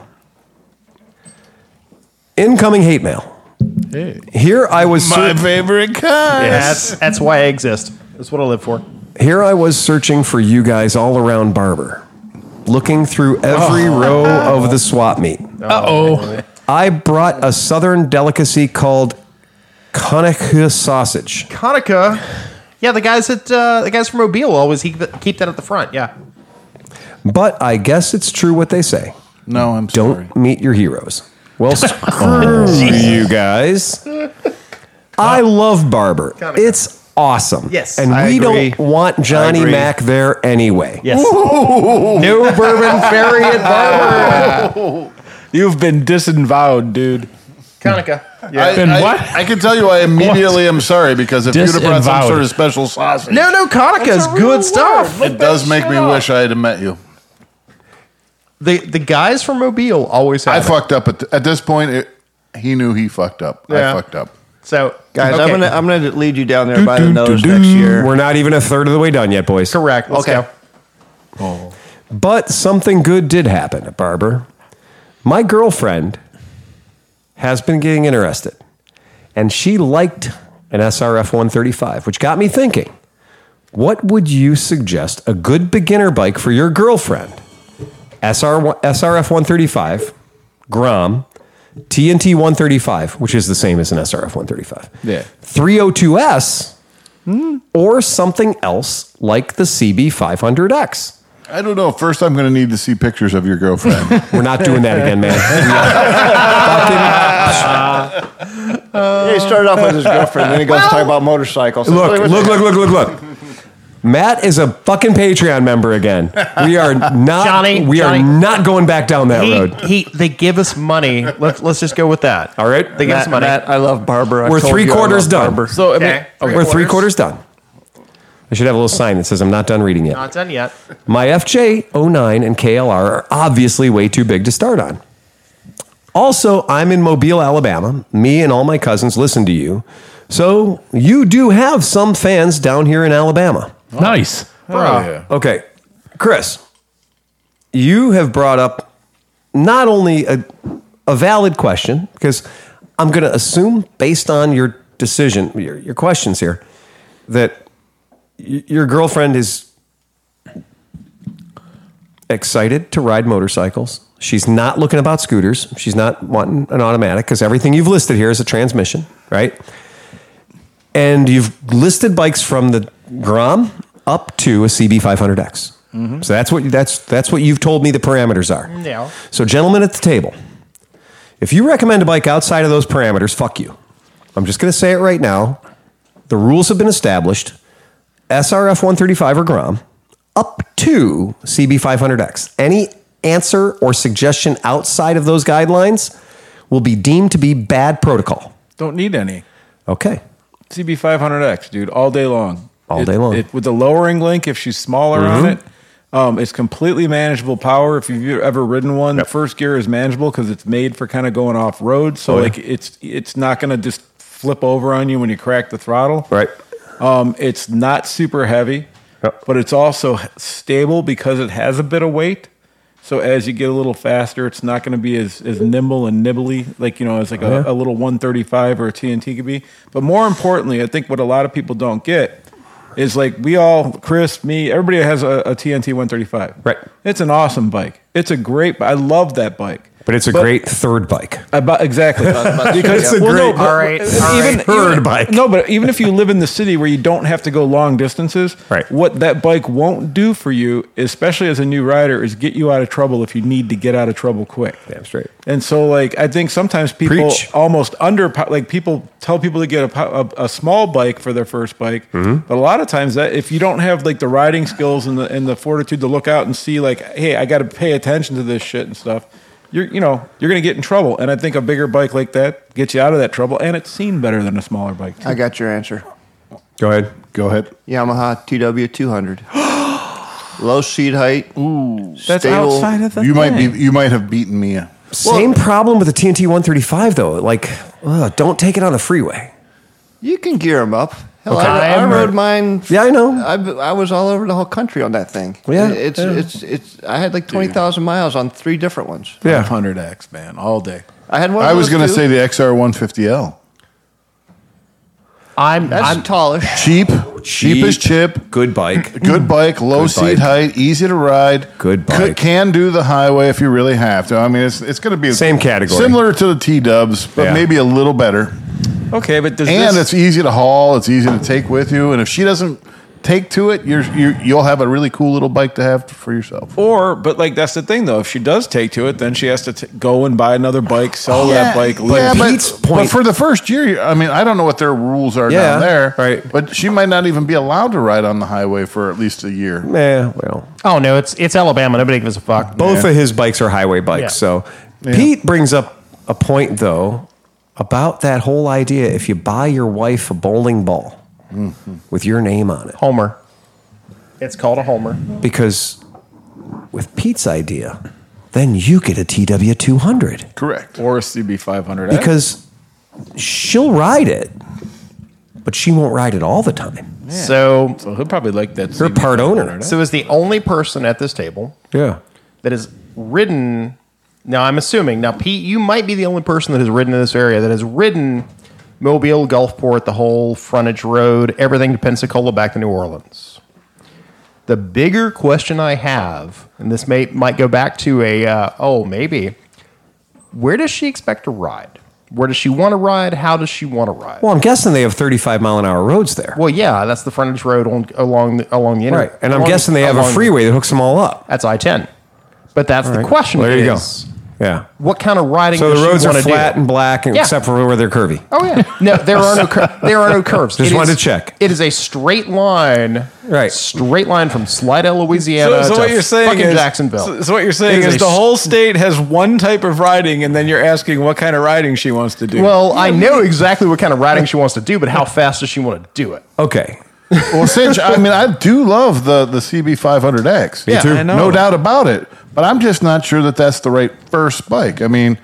Incoming hate mail. Here I was
My
search-
favorite kind.
That's, that's why I exist. That's what I live for.
here I was searching for you guys all around Barber, looking through every
Oh.
row of the swap meet.
Uh oh.
I brought a southern delicacy called Conica sausage.
Hanukkah. Yeah, the guys at uh, the guys from Mobile always he, keep that at the front. Yeah.
But I guess it's true what they say.
No, I'm sorry.
Don't meet your heroes.
<laughs> Oh,
Well, screw you guys. I love Barber.
Conica.
It's awesome.
Yes.
And
I
we
agree.
don't want Johnny
agree.
Mac there anyway.
Yes.
<laughs>
New bourbon fairy at Barber.
You've been disinvowed, dude.
Hanukkah.
I,
Been
I-
what?
I can tell you, I immediately am sorry because if you'd have brought some
Disavowed.
sort of special sausage,
No, no, Hanukkah is good stuff.
it does make me wish I had met you.
The the guys from Mobile always
I
have. it.
fucked up at, th- at this point. It, he knew he fucked up.
Yeah.
I fucked up.
so
Guys, I'm
okay.
gonna I'm gonna lead you down there by the nose next year.
We're not even a third of the way done yet, boys.
correct. Let's
Okay.
go.
But something good did happen at Barber. My girlfriend has been getting interested, and she liked an SRF 135, which got me thinking what would you suggest a good beginner bike for your girlfriend? SR, SRF 135, Grom, TNT 135, which is the same as an SRF 135.
Yeah.
302S, or something else like the CB500X.
I don't know. First, I'm going to need to see pictures of your girlfriend.
We're not doing that again, man. We
<laughs>
are
he started off with his girlfriend, then he goes to talk about motorcycles.
fucking- look, look, look, look, look, look. Matt is a fucking Patreon member again. We are not.
Johnny,
we
Johnny.
are not going back down that
He,
road.
he they give us money. Let's let's just go with that.
All right.
They give us
Matt,
money.
Matt, I love Barbara. I
We're
told
three
you I love
quarters done.
Barbara.
So I mean,
Okay.
okay.
We're three quarters done. I should have a little sign that says I'm not done reading yet.
Not done yet.
My FJ09 and KLR are obviously way too big to start on. Also, I'm in Mobile, Alabama. Me and all my cousins listen to you. So you do have some fans down here in Alabama.
Nice.
Okay, Chris, you have brought up not only a, a valid question, because I'm going to assume based on your decision, your, your questions here, that y- your girlfriend is excited to ride motorcycles. She's not looking about scooters. She's not wanting an automatic because everything you've listed here is a transmission, right? And you've listed bikes from the Grom up to a CB500X. So that's what that's that's what you've told me the parameters are.
Yeah.
So gentlemen at the table, if you recommend a bike outside of those parameters, fuck you. I'm just going to say it right now. The rules have been established. SRF 135 or Grom up to CB500X. Any answer or suggestion outside of those guidelines will be deemed to be bad protocol.
Don't need any.
Okay.
CB500X, dude, all day long.
All
It-
day long. Mm-hmm.
It, with the lowering link, if she's smaller on it, um, it's completely manageable power. If you've ever ridden one, the first gear is manageable because it's made for kind of going off road.
Oh,
So like it's it's not going to just flip over on you when you crack the throttle.
Right.
Um, it's not super heavy,
Yep.
but it's also h- stable because it has a bit of weight. So as you get a little faster, it's not going to be as, as nimble and nibbly, like you know, as like a, a little 135 or a TNT could be. But more importantly, I think what a lot of people don't get is like we all, Chris, me, everybody has a, a TNT 135.
Right.
It's an awesome bike. It's a great. I love that bike.
But it's a great third bike.
About, exactly. because
It's a great-
but-
All right, all
even,
right. <laughs> Bird
even-
bike.
No, but even if you live in the city where you don't have to go long distances,
Right.
what that bike won't do for you, especially as a new rider, is get you out of trouble if you need to get out of trouble quick.
Damn straight.
And so, like, I think sometimes people
Preach.
almost under like people tell people to get a, po- a, a small bike for their first bike, but a lot of times that if you don't have like the riding skills and the and the fortitude to look out and see like, hey, I got to pay attention to this shit and stuff. You're you know you're gonna get in trouble, and I think a bigger bike like that gets you out of that trouble, and it's seen better than a smaller bike.
I got your answer.
Go ahead.
Go ahead.
Yamaha TW200. <gasps> Low seat height. Ooh,
That's
stable.
outside of the
You might
thing.
be. You might have beaten me.
Same problem with the TNT 135 though. Like Ugh, don't take it on the freeway.
You can gear them up. Hell, I, I
Time or-
rode mine.
Yeah, I know.
I, I was all over the whole country on that thing.
Yeah,
it's
yeah.
it's it's. I had like twenty thousand miles on three different ones.
Yeah.
100x, man, all day.
I had one. of
I was
those,
going to
too.
say the XR150L.
I'm,
that's
I'm
tallish.
<laughs> Cheap, cheap as chip,
Good bike.
good bike, low
Good
seat
bike.
height, easy to ride.
Good
C-
bike.
can do the highway if you really have to. I mean, it's it's going to be
Same category.
similar to the T Dubs, but
Yeah.
maybe a little better.
Okay, but does
and
this-
it's easy to haul. It's easy to take with you. And if she doesn't take to it, you're, you you'll have a really cool little bike to have for yourself.
Or, but like that's the thing though. If she does take to it, then she has to t- go and buy another bike,
Oh,
sell that bike.
yeah,
live.
but,
Pete's
but
point-
for the first year, I mean, I don't know what their rules are
Yeah,
down there,
right.
But she might not even be allowed to ride on the highway for at least a year.
<laughs> Eh, well,
oh no, it's it's Alabama. Nobody gives a fuck.
both of his bikes are highway bikes.
Yeah.
So Pete brings up a point though about that whole idea. If you buy your wife a bowling ball
Mm-hmm.
with your name on it,
Homer. It's called a Homer.
because with Pete's idea, then you get a TW two hundred
Correct.
or a CB500.
because she'll ride it, but she won't ride it all the time.
So
so he'll probably like that.
Her part owner.
CB500.
so is the only person at this table
Yeah.
that has ridden. Now I'm assuming. Now Pete, you might be the only person that has ridden in this area that has ridden Mobile, Gulfport, the whole frontage road, everything to Pensacola, back to New Orleans. The bigger question I have, and this may might go back to a uh, oh maybe, where does she expect to ride? Where does she want to ride? How does she want to ride?
Well, I'm guessing they have 35 mile an hour roads there.
Well, yeah, that's the frontage road on, along the, along the
right.
internet.
And I'm
along-
guessing they have a
along-
freeway that hooks them all up.
That's I ten, but that's the question.
Well, there you
is,
go. Yeah.
What kind of riding?
So the roads are
want
flat
Do?
and black,
Yeah.
except for where they're curvy.
oh yeah, no, there are no cur-
<laughs>
there are no curves.
Just
It
wanted
is-
to check.
It is a straight line,
Right.
Straight line from Slidell, Louisiana,
So, so
to
what you're saying
fucking
is
Jacksonville.
So, so what you're saying
It
is,
a
the
s-
whole state has one type of riding, and then you're asking what kind of riding she wants to do.
Well, I know exactly what kind of riding she wants to do, but how fast does she want to do it?
Okay.
Well, Cinch, I mean, I do love the, the CB500X.
Me Yeah, too. I know.
No doubt about it. But I'm just not sure that that's the right first bike. I mean,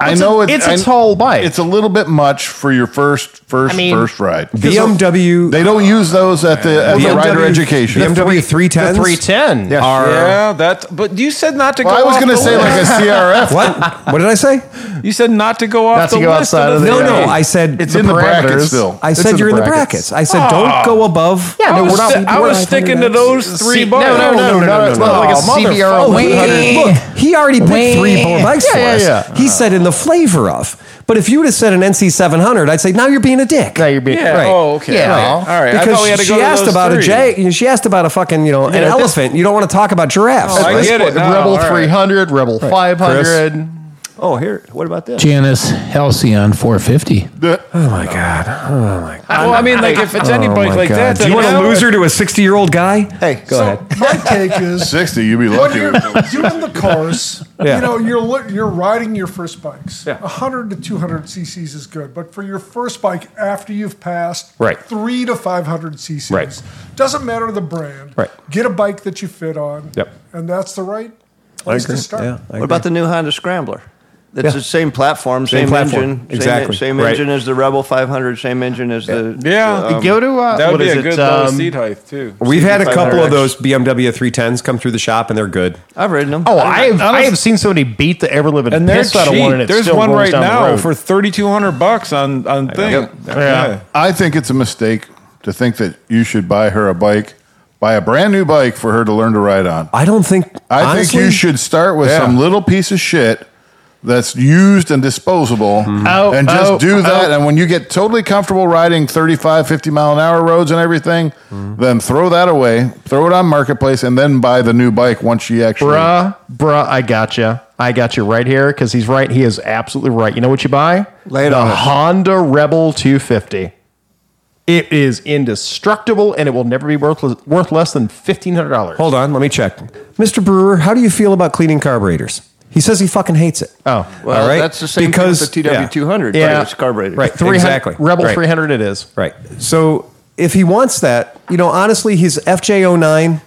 I
It's
know
a-
it-
it's a
I-
tall bike.
It's a little bit much for your first first
I mean-
first ride.
BMW.
They don't use those at the at the
BMW
rider education.
BMW 310s.
Three ten.
Yeah.
Are,
uh,
yeah, that. But you said not to
Well, I
go.
was
off
going to
the
say like a
list.
CRF.
What? What did I say?
you said not to go off
Not to
the
go
list.
outside of
the
the-
No,
thing.
no. I said
It's in the brackets
parameters.
still.
I
It's
said
in the
you're in the
brackets.
brackets. I said don't go above.
Yeah,
I
no,
was,
we're not-
sti- I
we're
was
not
sticking to those three
See,
bars.
no, no, no, no, no, no, no.
Like a
Oh, CBR
CBR
wing.
Look, he already picked three more bikes for
yeah,
us.
yeah.
He said in the flavor of. But if you would have said an NC700, I'd say now you're being a dick.
Now you're being
Yeah.
right.
Oh, okay.
Yeah.
All right. I
Because
thought we had to go
she
to
asked
those
about
three.
a jag- she asked about a fucking, you know, an
know, at this-
elephant. You don't want to talk about giraffes.
Oh, I
right?
get it now,
Rebel
all right.
300, Rebel 500.
Oh, here. What about this?
Janice Halcyon 450.
Oh my god.
Well, I mean, like if it's any
Oh
bike
my
like
God.
that,
Do you want a loser to a 60 year old guy?
Hey, go ahead.
My take
<laughs>
is
Sixty, you'd be
when
lucky.
you're doing the course,
<laughs> Yeah.
you know, you're li- you're riding your first bikes. 100 to 200 cc's is good, but for your first bike after you've passed
Right.
3 to 500 cc's,
Right.
doesn't matter the brand.
Right.
Get a bike that you fit on.
Yep.
And that's the right place to start.
Yeah, I
What about the new Honda Scrambler? That's
Yeah.
the same platform, same,
Same platform.
engine,
Exactly.
same, same
Right.
engine as the Rebel 500, same engine as the
Yeah.
the, um,
Go to uh,
That would
what
be
is
a
it?
good low
Um,
seat height too.
We've had a couple of
500X.
those BMW 310s come through the shop and they're good.
I've ridden them.
Oh, I have, I have seen somebody beat the ever living
And they're
piss out of one,
cheap.
and it
There's
still
one
rolls
right
down the
now
road.
for thirty two hundred bucks on on thing.
Yeah.
I think it's a mistake to think that you should buy her a bike, buy a brand new bike for her to learn to ride on.
I don't think.
I
honestly,
think you should start with
Yeah.
some little piece of shit that's used and disposable
Mm-hmm.
Oh,
and just
oh,
do that.
oh.
And when you get totally comfortable riding 35, 50 mile an hour roads and everything,
Mm-hmm.
then throw that away, throw it on Marketplace, and then buy the new bike once she actually.
Bruh, bruh, I gotcha. I got you right here because he's right. He is absolutely right. You know what you buy?
Lay it
the
on us.
Honda Rebel 250. It is indestructible and it will never be worth, worth less than $1,500.
Hold on, let me check. Mr. Brewer, how do you feel about cleaning carburetors? He says he fucking hates it.
Oh,
well,
all right.
that's the same
because
thing with the TW200.
Yeah.
but it's carbureted.
Right.
300,
exactly.
Rebel
Right.
300 it is.
Right. So if he wants that, you know, honestly, his FJ09,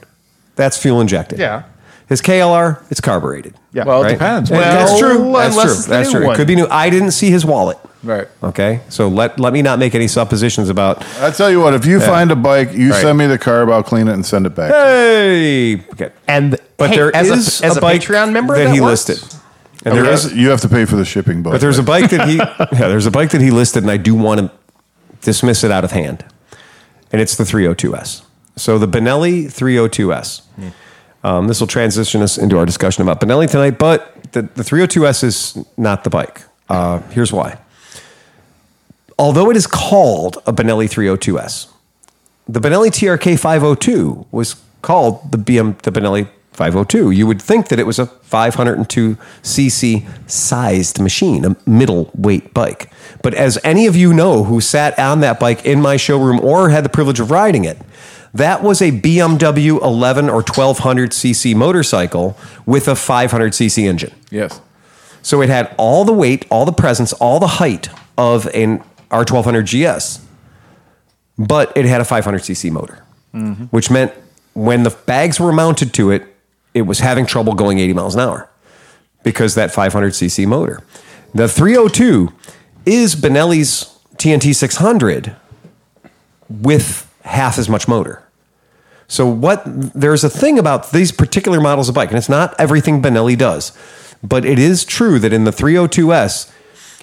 that's fuel injected.
Yeah.
His KLR, it's carbureted.
Yeah.
Well, it depends.
And
Well,
that's true. That's
unless
true.
it's the
That's
new
true.
one.
It could be new. I didn't see his wallet.
Right.
Okay, so let let me not make any suppositions about.
I tell you what, if you find a bike, you
Right.
send me the carb, I'll clean it and send it back.
Hey, okay.
And
but
hey,
there is
as a, as a,
bike
Patreon member
that, he
works?
listed, and
There
there
is-
is
you have to pay for the shipping,
But there's a bike that he yeah, there's a bike that he listed, and I do want to dismiss it out of hand, and it's the 302s. So the Benelli 302s. Um, this will transition us into our discussion about Benelli tonight, but the, the 302s is not the bike. Uh, here's why. Although it is called a Benelli 302s, the Benelli TRK 502 was called the BM the Benelli 502. You would think that it was a 502 cc sized machine, a middleweight bike. But as any of you know who sat on that bike in my showroom or had the privilege of riding it, that was a BMW 11 or 1200 cc motorcycle with a 500 cc engine.
Yes.
So it had all the weight, all the presence, all the height of an R1200 GS, but it had a 500cc motor, which meant when the bags were mounted to it, it was having trouble going 80 miles an hour because that 500cc motor. The 302 is Benelli's TNT 600 with half as much motor. So what there's a thing about these particular models of bike, and it's not everything Benelli does, but it is true that in the 302S,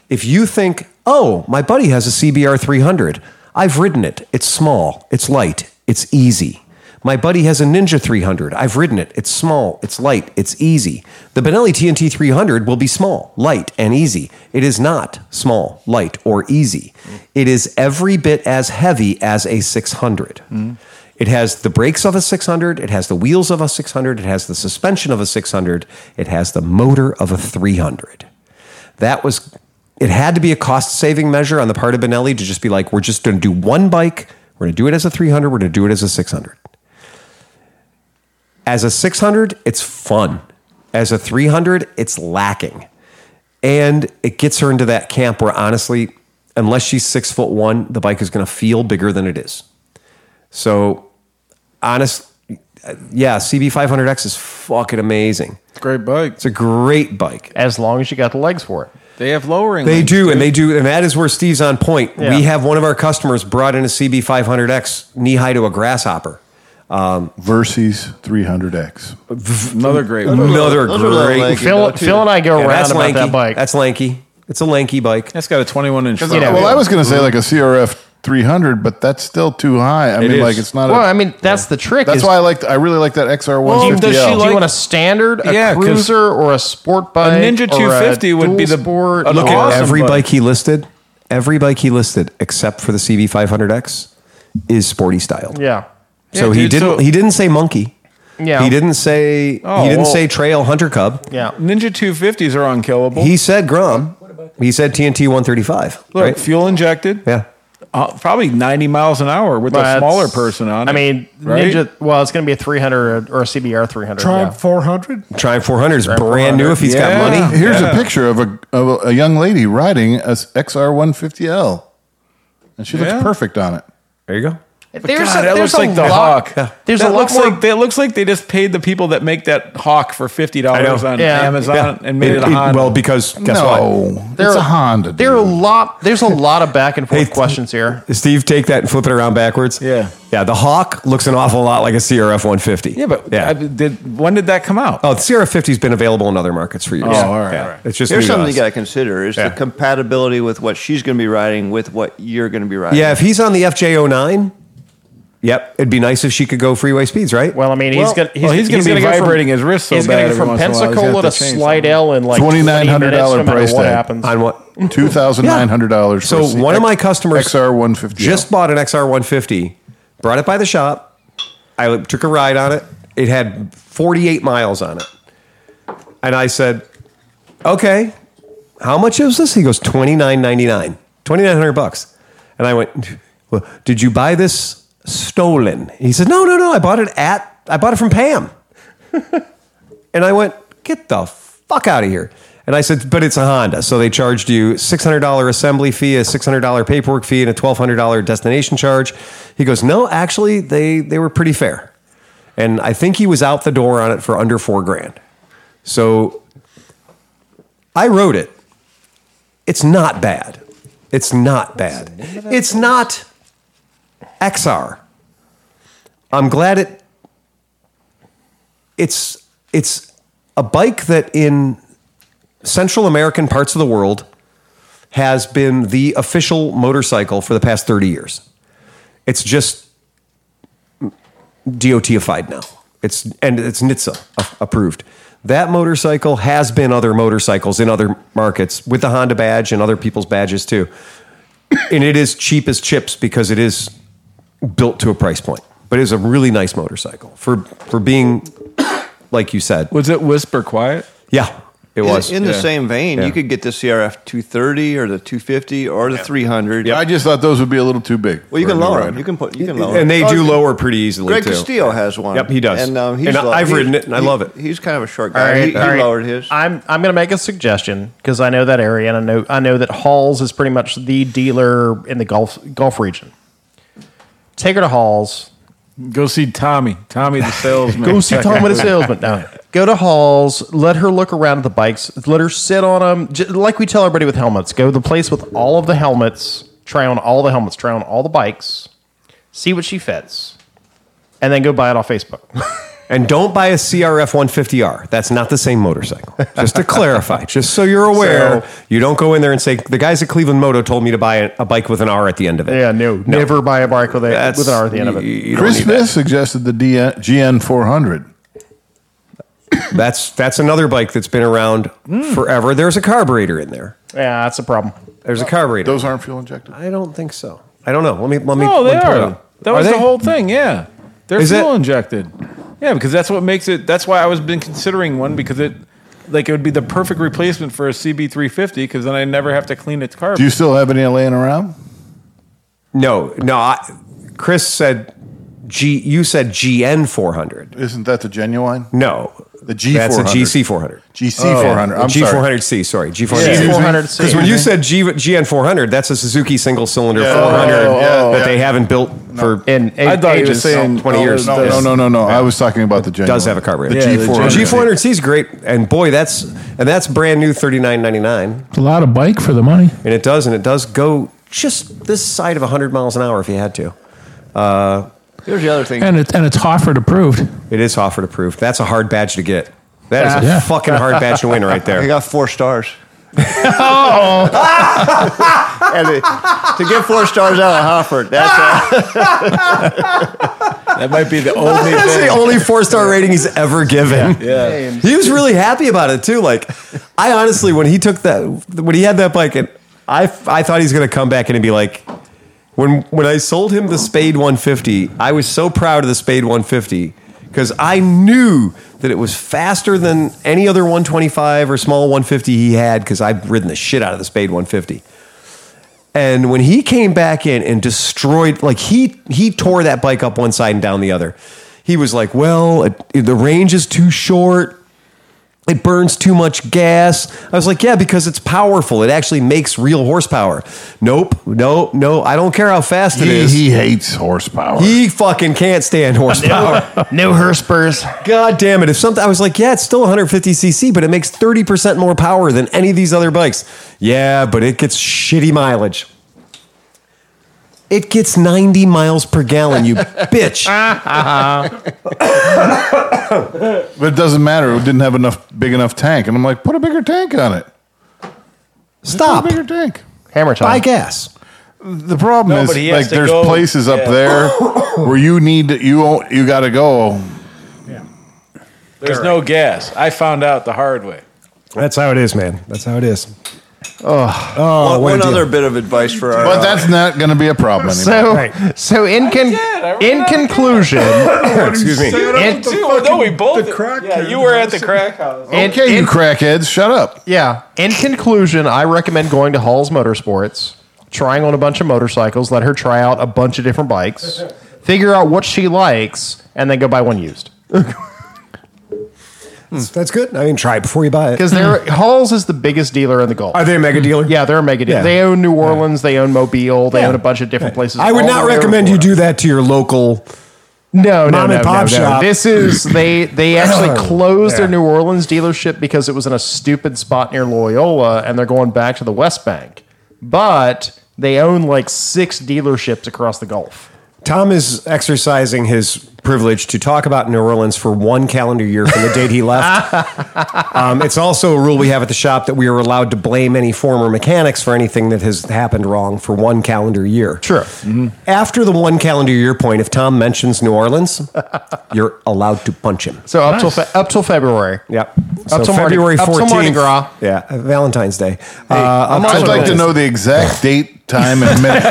if you think, oh, my buddy has a CBR 300, I've ridden it. It's small, it's light, it's easy. My buddy has a Ninja 300. I've ridden it. It's small, it's light, it's easy. The Benelli TNT 300 will be small, light, and easy. It is not small, light, or easy. It is every bit as heavy as a 600. It has the brakes of a 600, it has the wheels of a 600, it has the suspension of a 600, it has the motor of a 300. That was, it had to be a cost saving measure on the part of Benelli to just be like, we're just going to do one bike, we're going to do it as a 300, we're going to do it as a 600. As a 600, it's fun. As a 300, it's lacking. And it gets her into that camp where honestly, unless she's six foot one, the bike is going to feel bigger than it is. So, honest, yeah, CB500X is fucking amazing.
It's a great bike.
It's a great bike.
As long as you got the legs for it.
They have lowering.
They
links,
do,
dude.
and they do, and that is where Steve's on point.
Yeah.
We have one of our customers brought in a CB500X knee high to a grasshopper.
Versus 300X.
another great bike.
Another
those are little
great.
legs. You
Phil,
know, too.
Phil and I go
Yeah,
around
that's
about
lanky.
that bike.
That's lanky. It's a lanky bike.
That's got a 21 inch.
you know-
front
well,
wheel.
I was going to say like a CRF 300, but that's still too high. I mean,
is.
like it's not.
well,
a,
I mean, that's the trick.
that's
is
why I liked. I really like that XR150L.
Well, does she
do
like-
you want a standard, a
Yeah, 'cause
cruiser, or a sport bike?
Ninja
or
250 would be
dual
the-
sport?
a
No.
look at
Look at
Awesome
every
bike.
bike he listed. Every bike he listed, except for the CB500X, is sporty styled.
Yeah.
So
Yeah,
he
dude,
didn't.
so-
he didn't say monkey.
Yeah.
He didn't say.
Oh,
he didn't
well-
say trail hunter cub.
Yeah.
Ninja 250s are unkillable.
He said Grum. He said TNT 135.
Look,
right?
fuel injected.
Yeah.
Uh, probably 90 miles an hour with
But
a smaller person on it.
I mean,
right?
Ninja. Well, it's going to be a 300 or a CBR 300.
Triumph 400.
Triumph 400 is brand new if he's
Yeah.
got money.
Here's a picture of a of a, a young lady riding a s- XR150L, and she
Yeah.
looks perfect on it.
There you go.
Yeah.
God,
There's a,
that
there's
looks
a
like the
lot.
hawk.
There's
that
a lot
looks
more.
like that looks like they just paid the people that make that hawk for fifty dollars
I know.
on
Yeah.
Amazon
Yeah.
and made it, a Honda.
Well, because guess what?
no, it's
There-
a Honda.
there are a
dude.
lot. There's a lot of back and forth
Hey,
questions here.
Steve, take that and flip it around backwards.
Yeah.
Yeah. The Hawk looks an awful lot like a CRF 150.
yeah, but
yeah.
I- did, when did that come out?
Oh, the Sierra 50's been available in other markets for years.
Oh, all right, all right.
It's just
Here's
new to
something you
us.
got to consider: is the compatibility with what she's going to be riding with what you're going to be riding.
Yeah, if he's on the FJ09, yep, it'd be nice if she could go freeway speeds, right?
Well, I mean, he's
Well,
going
well, he's gonna be
go
vibrating his wrist so
he's gonna
bad
go
every
from
once in a while, he's gonna
Pensacola to
have to change
Slidell in like
$2,900
$2,900
price
What
tag.
happens?
on what?
<laughs> Two thousand nine hundred dollars.
So one of my customers
XR150L.
just bought an XR150, brought it by the shop. I took a ride on it. It had 48 miles on it. And I said, okay, how much is this? He goes, $29.99, 2900 bucks. And I went, well, did you buy this stolen? He said, no, no, no. I bought it at, I bought it from Pam. and I went, get the fuck out of here. And I said, but it's a Honda. So they charged you $600 assembly fee, a $600 paperwork fee, and a $1,200 destination charge. He goes, no, actually, they, they were pretty fair. And I think he was out the door on it for under four grand. So I wrote it. It's not bad. It's not bad. It's not XR. I'm glad it. It's it's a bike that in Central American parts of the world has been the official motorcycle for the past 30 years. It's just DOTified now. It's and it's NHTSA a- approved. That motorcycle has been other motorcycles in other markets with the Honda badge and other people's badges too. And it is cheap as chips because it is built to a price point. But it is a really nice motorcycle for for being like you said.
Was it whisper quiet?
Yeah, it was.
in, in the
Yeah.
same vein,
Yeah.
you could get the CRF 230 or the 250 or the 300.
I just thought those would be a little too big.
Well, you
for
can
a new
lower
rider.
them. You can put. You can lower.
and they
them.
do lower pretty easily
Oh, Greg
too.
Castillo has one.
Yep, he does.
And um, he's
And
low-
I've
he's-
ridden it, and I
he-
love it.
He's kind of a short
All
guy.
right,
he,
all
he
right.
lowered his.
I'm I'm going to make a suggestion because I know that area and I know I know that Halls is pretty much the dealer in the Gulf Gulf region. Take her to Halls.
Go see Tommy. Tommy the <laughs> salesman.
Go see Tom with a salesman. No, go to Halls. Let her look around at the bikes. Let her sit on them, J like we tell everybody with helmets. Go to the place with all of the helmets. Try on all the helmets. Try on all the bikes. See what she fits, and then go buy it off Facebook.
And don't buy a CRF 150R. That's not the same motorcycle. Just to clarify, just so you're aware,
So-
you don't go in there and say, the guys at Cleveland Moto told me to buy a, a bike with an R at the end of it.
never buy a bike with a
That's-
with an R at the end of
you-
it.
you don't
Chris
need that.
Smith suggested the DN, GN 400.
That's, that's another bike that's been around forever. There's a carburetor in there.
Yeah, that's a problem.
There's a carburetor.
Those aren't fuel injected.
I don't think so. I don't know. Let me, let me.
No,
let
they
me pull it
are.
up.
Oh, That was
they?
the whole thing. Yeah, they're
Is
fuel
it?
injected. Yeah, because that's what makes it. That's why I was been considering one because it, like, it would be the perfect replacement for a CB350 because then I never have to clean its carb.
Do you still have any laying around?
No, no. I, Chris said, G, you said GN 400.
Isn't that the genuine?
No.
The G
That's a
400.
GC 400.
GC
Yeah,
400. I'm
G400C,
sorry.
sorry.
Yeah.
G400C. Because when you said G, GN400, that's a Suzuki single cylinder
Yeah.
400
Oh, oh,
that
yeah. Oh,
they haven't built for
And
I thought you were
ages.
saying
20 years.
No, no, no, no, no. I was talking about the
It
genuine.
does have a carburetor.
Yeah, the
The
G400.
G400C is great, and boy, that's and that's brand new, thirty nine ninety nine,
It's a lot of bike for the money.
and it does, and it does go just this side of hundred miles an hour if you had to.
Here's the other thing.
And it's and it's Hofford approved.
It is Hofford approved. That's a hard badge to get. That is a
Yeah.
fucking hard badge to win
<laughs>
right
I
there.
got
<laughs>
four stars. <laughs> oh! to get four stars out of Hofford, that's
that might be
<laughs>
the only
That's the
thing.
only four star rating he's ever given.
Yeah.
He was really happy about it too. Like, I honestly, when he took that, when he had that bike, and I, I thought he's gonna come back and be like, when when I sold him the Spade 150, I was so proud of the Spade 150 because I knew that it was faster than any other 125 or small 150 he had because I've ridden the shit out of the Spade 150. And when he came back in and destroyed, like he he tore that bike up one side and down the other. He was like, "Well, it, the range is too short. It burns too much gas." I was like, "Yeah, because it's powerful. It actually makes real horsepower." Nope, no, no. I don't care how fast it
He,
is. He,
he hates horsepower.
fucking can't stand
<laughs>
horsepower. <laughs>
No her spurs.
God damn it. If something, I was like, yeah, it's still 150cc, but it makes 30% more power than any of these other bikes. Yeah, but it gets shitty mileage. It gets 90 miles per gallon,
<laughs>
you bitch.
but it doesn't matter. It didn't have enough big enough tank. And I'm like, put a bigger tank on it.
Stop.
Put a bigger tank.
Hammer time.
Buy gas.
The problem
No,
is
but he has
like
to
there's
go-
places up
yeah. <coughs>
there where you need to, you won't, you got to go.
There's no gas. I found out the hard way.
That's how it is, man. That's how it is.
uh,
Oh, what a
one
deal.
other bit of advice for our. uh,
But that's not going to be a problem anymore.
So, so in con- in conclusion,
<laughs> Excuse me.
in,
no, we both.
the crack
yeah,
kid.
you were at the crack house.
in-
okay,
in-
you crackheads, shut up.
yeah. In conclusion, I recommend going to Hall's Motorsports, trying on a bunch of motorcycles. Let her try out a bunch of different bikes, figure out what she likes, and then go buy one used. Hmm.
That's good. I mean, try it before you buy it.
Because they're Hall's is the biggest dealer in the Gulf.
Hmm. Are they a mega dealer?
yeah, they're a mega dealer.
Yeah.
They own New Orleans. They own Mobile. They
Yeah.
own a bunch of different places.
I would
all
not
over
recommend you
Florida.
do that to your local.
No, no,
Mom
no,
and pop
no, no.
shop.
This is
<clears throat>
they they actually closed their
Yeah.
New Orleans dealership because it was in a stupid spot near Loyola, and they're going back to the West Bank. But They own like six dealerships across the Gulf.
Tom is exercising his privilege to talk about New Orleans for one calendar year from the date he
<laughs>
left. um, it's also a rule we have at the shop that we are allowed to blame any former mechanics for anything that has happened wrong for one calendar year. Mm-hmm.
Sure.
After the one calendar year point, if Tom mentions New
<laughs>
Orleans, you're allowed to punch him.
So up till fe- up till February.
Yep.
Up till Mardi- up till Mardi Gras.
Yeah, Valentine's Day. uh, up
I'd
till
like to
Valentine's-
know the exact date, time, and
<laughs>
minute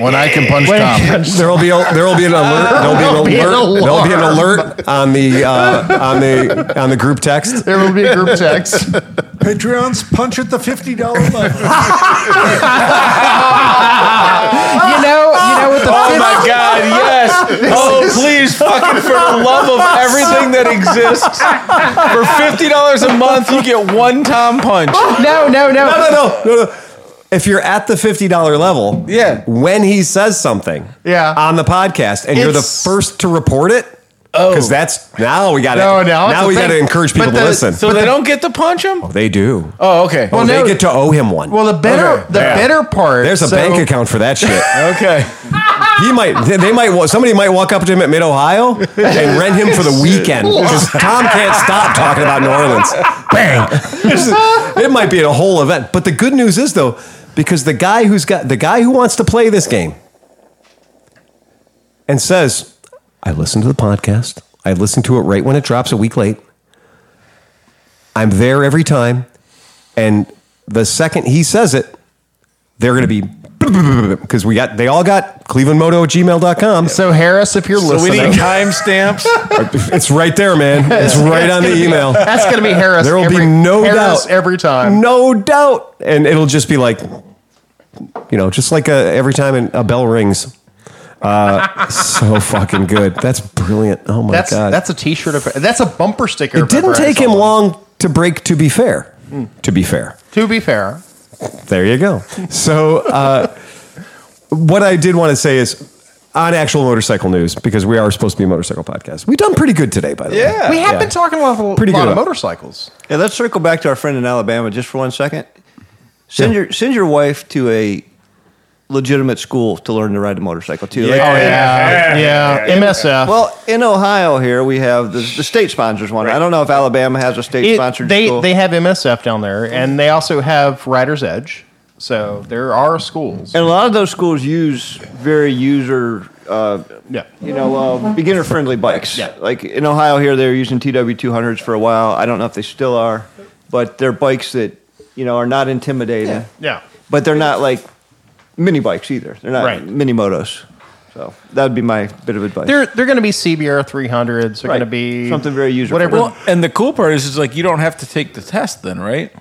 when I can punch Tom.
There will be a, there will be an alert.
<laughs>
There will be an alert. There will be an alert on the uh, on the on the group text.
There will be a group text.
Patreons punch at the fifty dollar level.
<laughs>
you know, you know what the
Oh my God! Yes. Oh, please, fucking for the love of everything that exists, for fifty dollars a month, you get one Tom punch.
no, no, no.
No, no, no, no. If you're at the fifty dollar level,
Yeah.
when he says something,
Yeah.
on the podcast, and you're the
It's-
first to report it, oh, because that's now we got to
No, no, it's
now
a
we
thing.
got to encourage
But
people
the-
to listen.
So they don't get to punch him.
they do.
Oh, okay.
Oh, they
no.
get to owe him one.
Well, the better the
Yeah.
better part.
There's a
so-
bank account for that
<laughs>
shit.
Okay.
He might. They, they might. wa- Somebody might walk up to him at Mid Ohio and rent him for the weekend because Tom can't stop talking about New Orleans. Bang! it might be a whole event. But the good news is though, because the guy who's got the guy who wants to play this game and says, "I listened to the podcast. I listened to it right when it drops a week late. I'm there every time." And the second he says it, they're going to be <laughs> because we got they all got clevelandmoto at gmail.com.
So Harris, if you're
So we
listening,
need timestamps.
<laughs> It's right there, man. It's right on the
<laughs>
email.
that's going to be Harris.
There will
every,
be no
Harris
doubt
every time.
No doubt. And it'll just be like, you know, just like uh every time an- a bell rings. Uh, <laughs> so fucking good. That's brillict. Oh my
That's
god.
that's a T-shirt. Of, that's a bumper sticker.
it
if ever
didn't
I
take
saw
him
one.
long to break. To be fair.
Hmm.
To be fair.
To be fair,
There you go. So, uh, what I did want to say is on actual motorcycle news, because we are supposed to be a motorcycle podcast, we've done pretty good today, by the way.
Yeah.
we have been talking a lot, of-
Pretty
lot
good.
of motorcycles.
Yeah, let's circle back to our friend in Alabama just for one second. Send your send your wife to a legitimate school to learn to ride a motorcycle too. Like-
yeah, yeah. MSF.
Oh, well, in Ohio here we have the, the state sponsors one. I don't know if Alabama has a state
It,
sponsored
they
school.
they have MSF down there, and they also have Rider's Edge. So there are schools.
and a lot of those schools use very user uh,
Yeah.
you know uh, beginner friendly bikes.
Yeah.
Like in Ohio here they were using TW200s for a while. I don't know if they still are, but they're bikes that you know are not intimidating.
Yeah.
but they're not like mini bikes either. They're not
Right.
mini motos. So that would be my bit of advice.
They're they're going to be CBR 300s. They're
Right.
going to be
Something very user
Whatever.
friendly.
Well, and the cool part is, is like you don't have to take the test then, right?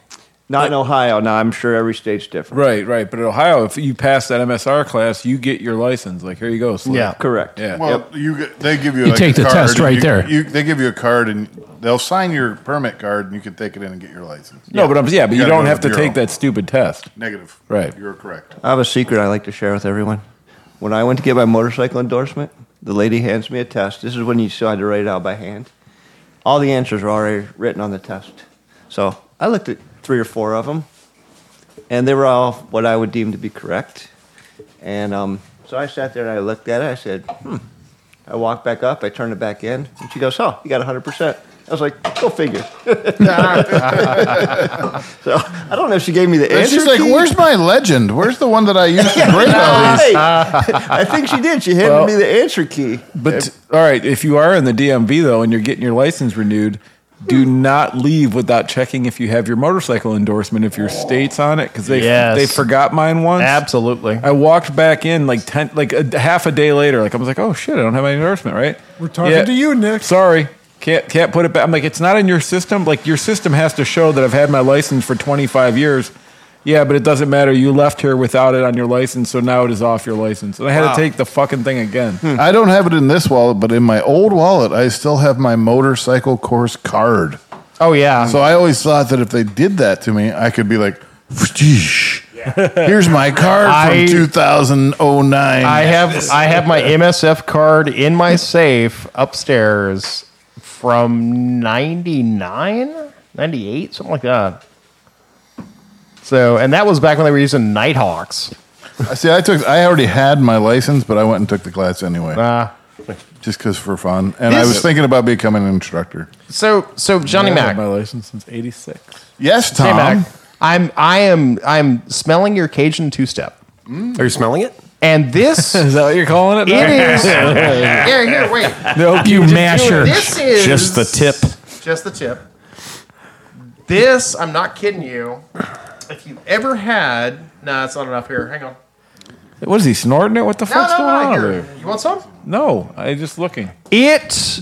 not in Ohio. Now I'm sure every state's different.
Right, right. But in Ohio, if you pass that MSR class, you get your license. Like here you go. Slick.
Yeah.
Correct.
Yeah.
<laughs> Well, you get- they give you, like,
take
a
the
card
test
and
right
you-
there.
You, they give you a card and they'll sign your permit card and you can take it in and get your license.
No, but I'm yeah, but you,
gotta go
don't
to
have
the
to
bureau.
take that stupid test.
Negative.
Right.
You're correct.
I have a secret I like to share with everyone. When I went to get my motorcycle endorsement, the lady hands me a test. This is when you still had to write it out by hand. All the answers were already written on the test. So I looked at three or four of them, and they were all what I would deem to be correct. And um, so I sat there and I looked at it. I said, hmm. I walked back up, I turned it back in, and she goes, Oh, you got 100%. I was like, Go figure. <laughs> so I don't know if she gave me the
And
answer.
she's like,
key.
where's my legend? Where's the one that I
<laughs>
used to break all these?
Hey, I think she did. She handed me the answer key.
But all right, if you are in the DMV though and you're getting your license renewed, do
Hmm.
not leave without checking if you have your motorcycle endorsement if your state's on it because they
Yes.
they forgot mine once.
Absolutely.
I walked back in like ten, like a, half a day later. Like I was like, oh shit, I don't have my endorsement, right?
We're talking to you, Nick.
Sorry, can't can't put it back. I'm like, it's not in your system. Like your system has to show that I've had my license for 25 years. Yeah, but it doesn't matter. You left here without it on your license, so now it is off your license. And I had to take the fucking thing again.
I don't have it in this wallet, but in my old wallet, I still have my motorcycle course card.
Oh yeah.
So I always thought that if they did that to me, I could be like, here's my card
I-
from 2009.
I have I have my MSF card in my safe upstairs from 99, 98, something like that. So, and that was back when they were using Nighthawks.
I see. I took. I already had my license, but I went and took the class anyway,
Uh,
just because for fun. And I
This-
was thinking about becoming an instructor.
so so Johnny
I've had
Mac.
my license since '86.
Yes, Tom.
Hey Mac. I'm I am I'm smelling your Cajun two step.
Are you smelling it?
And this
<laughs>
it
Is that what you're calling it?
is here, here, wait.
No,
You masher.
This is
Just the tip.
Just the tip. This, I'm not kidding you. If you've ever had, nah, it's not enough here. Hang on.
What is he snorting it? What the
No,
fuck's
no,
going
no,
on over
here.
there?
You want some?
No, I'm just looking.
It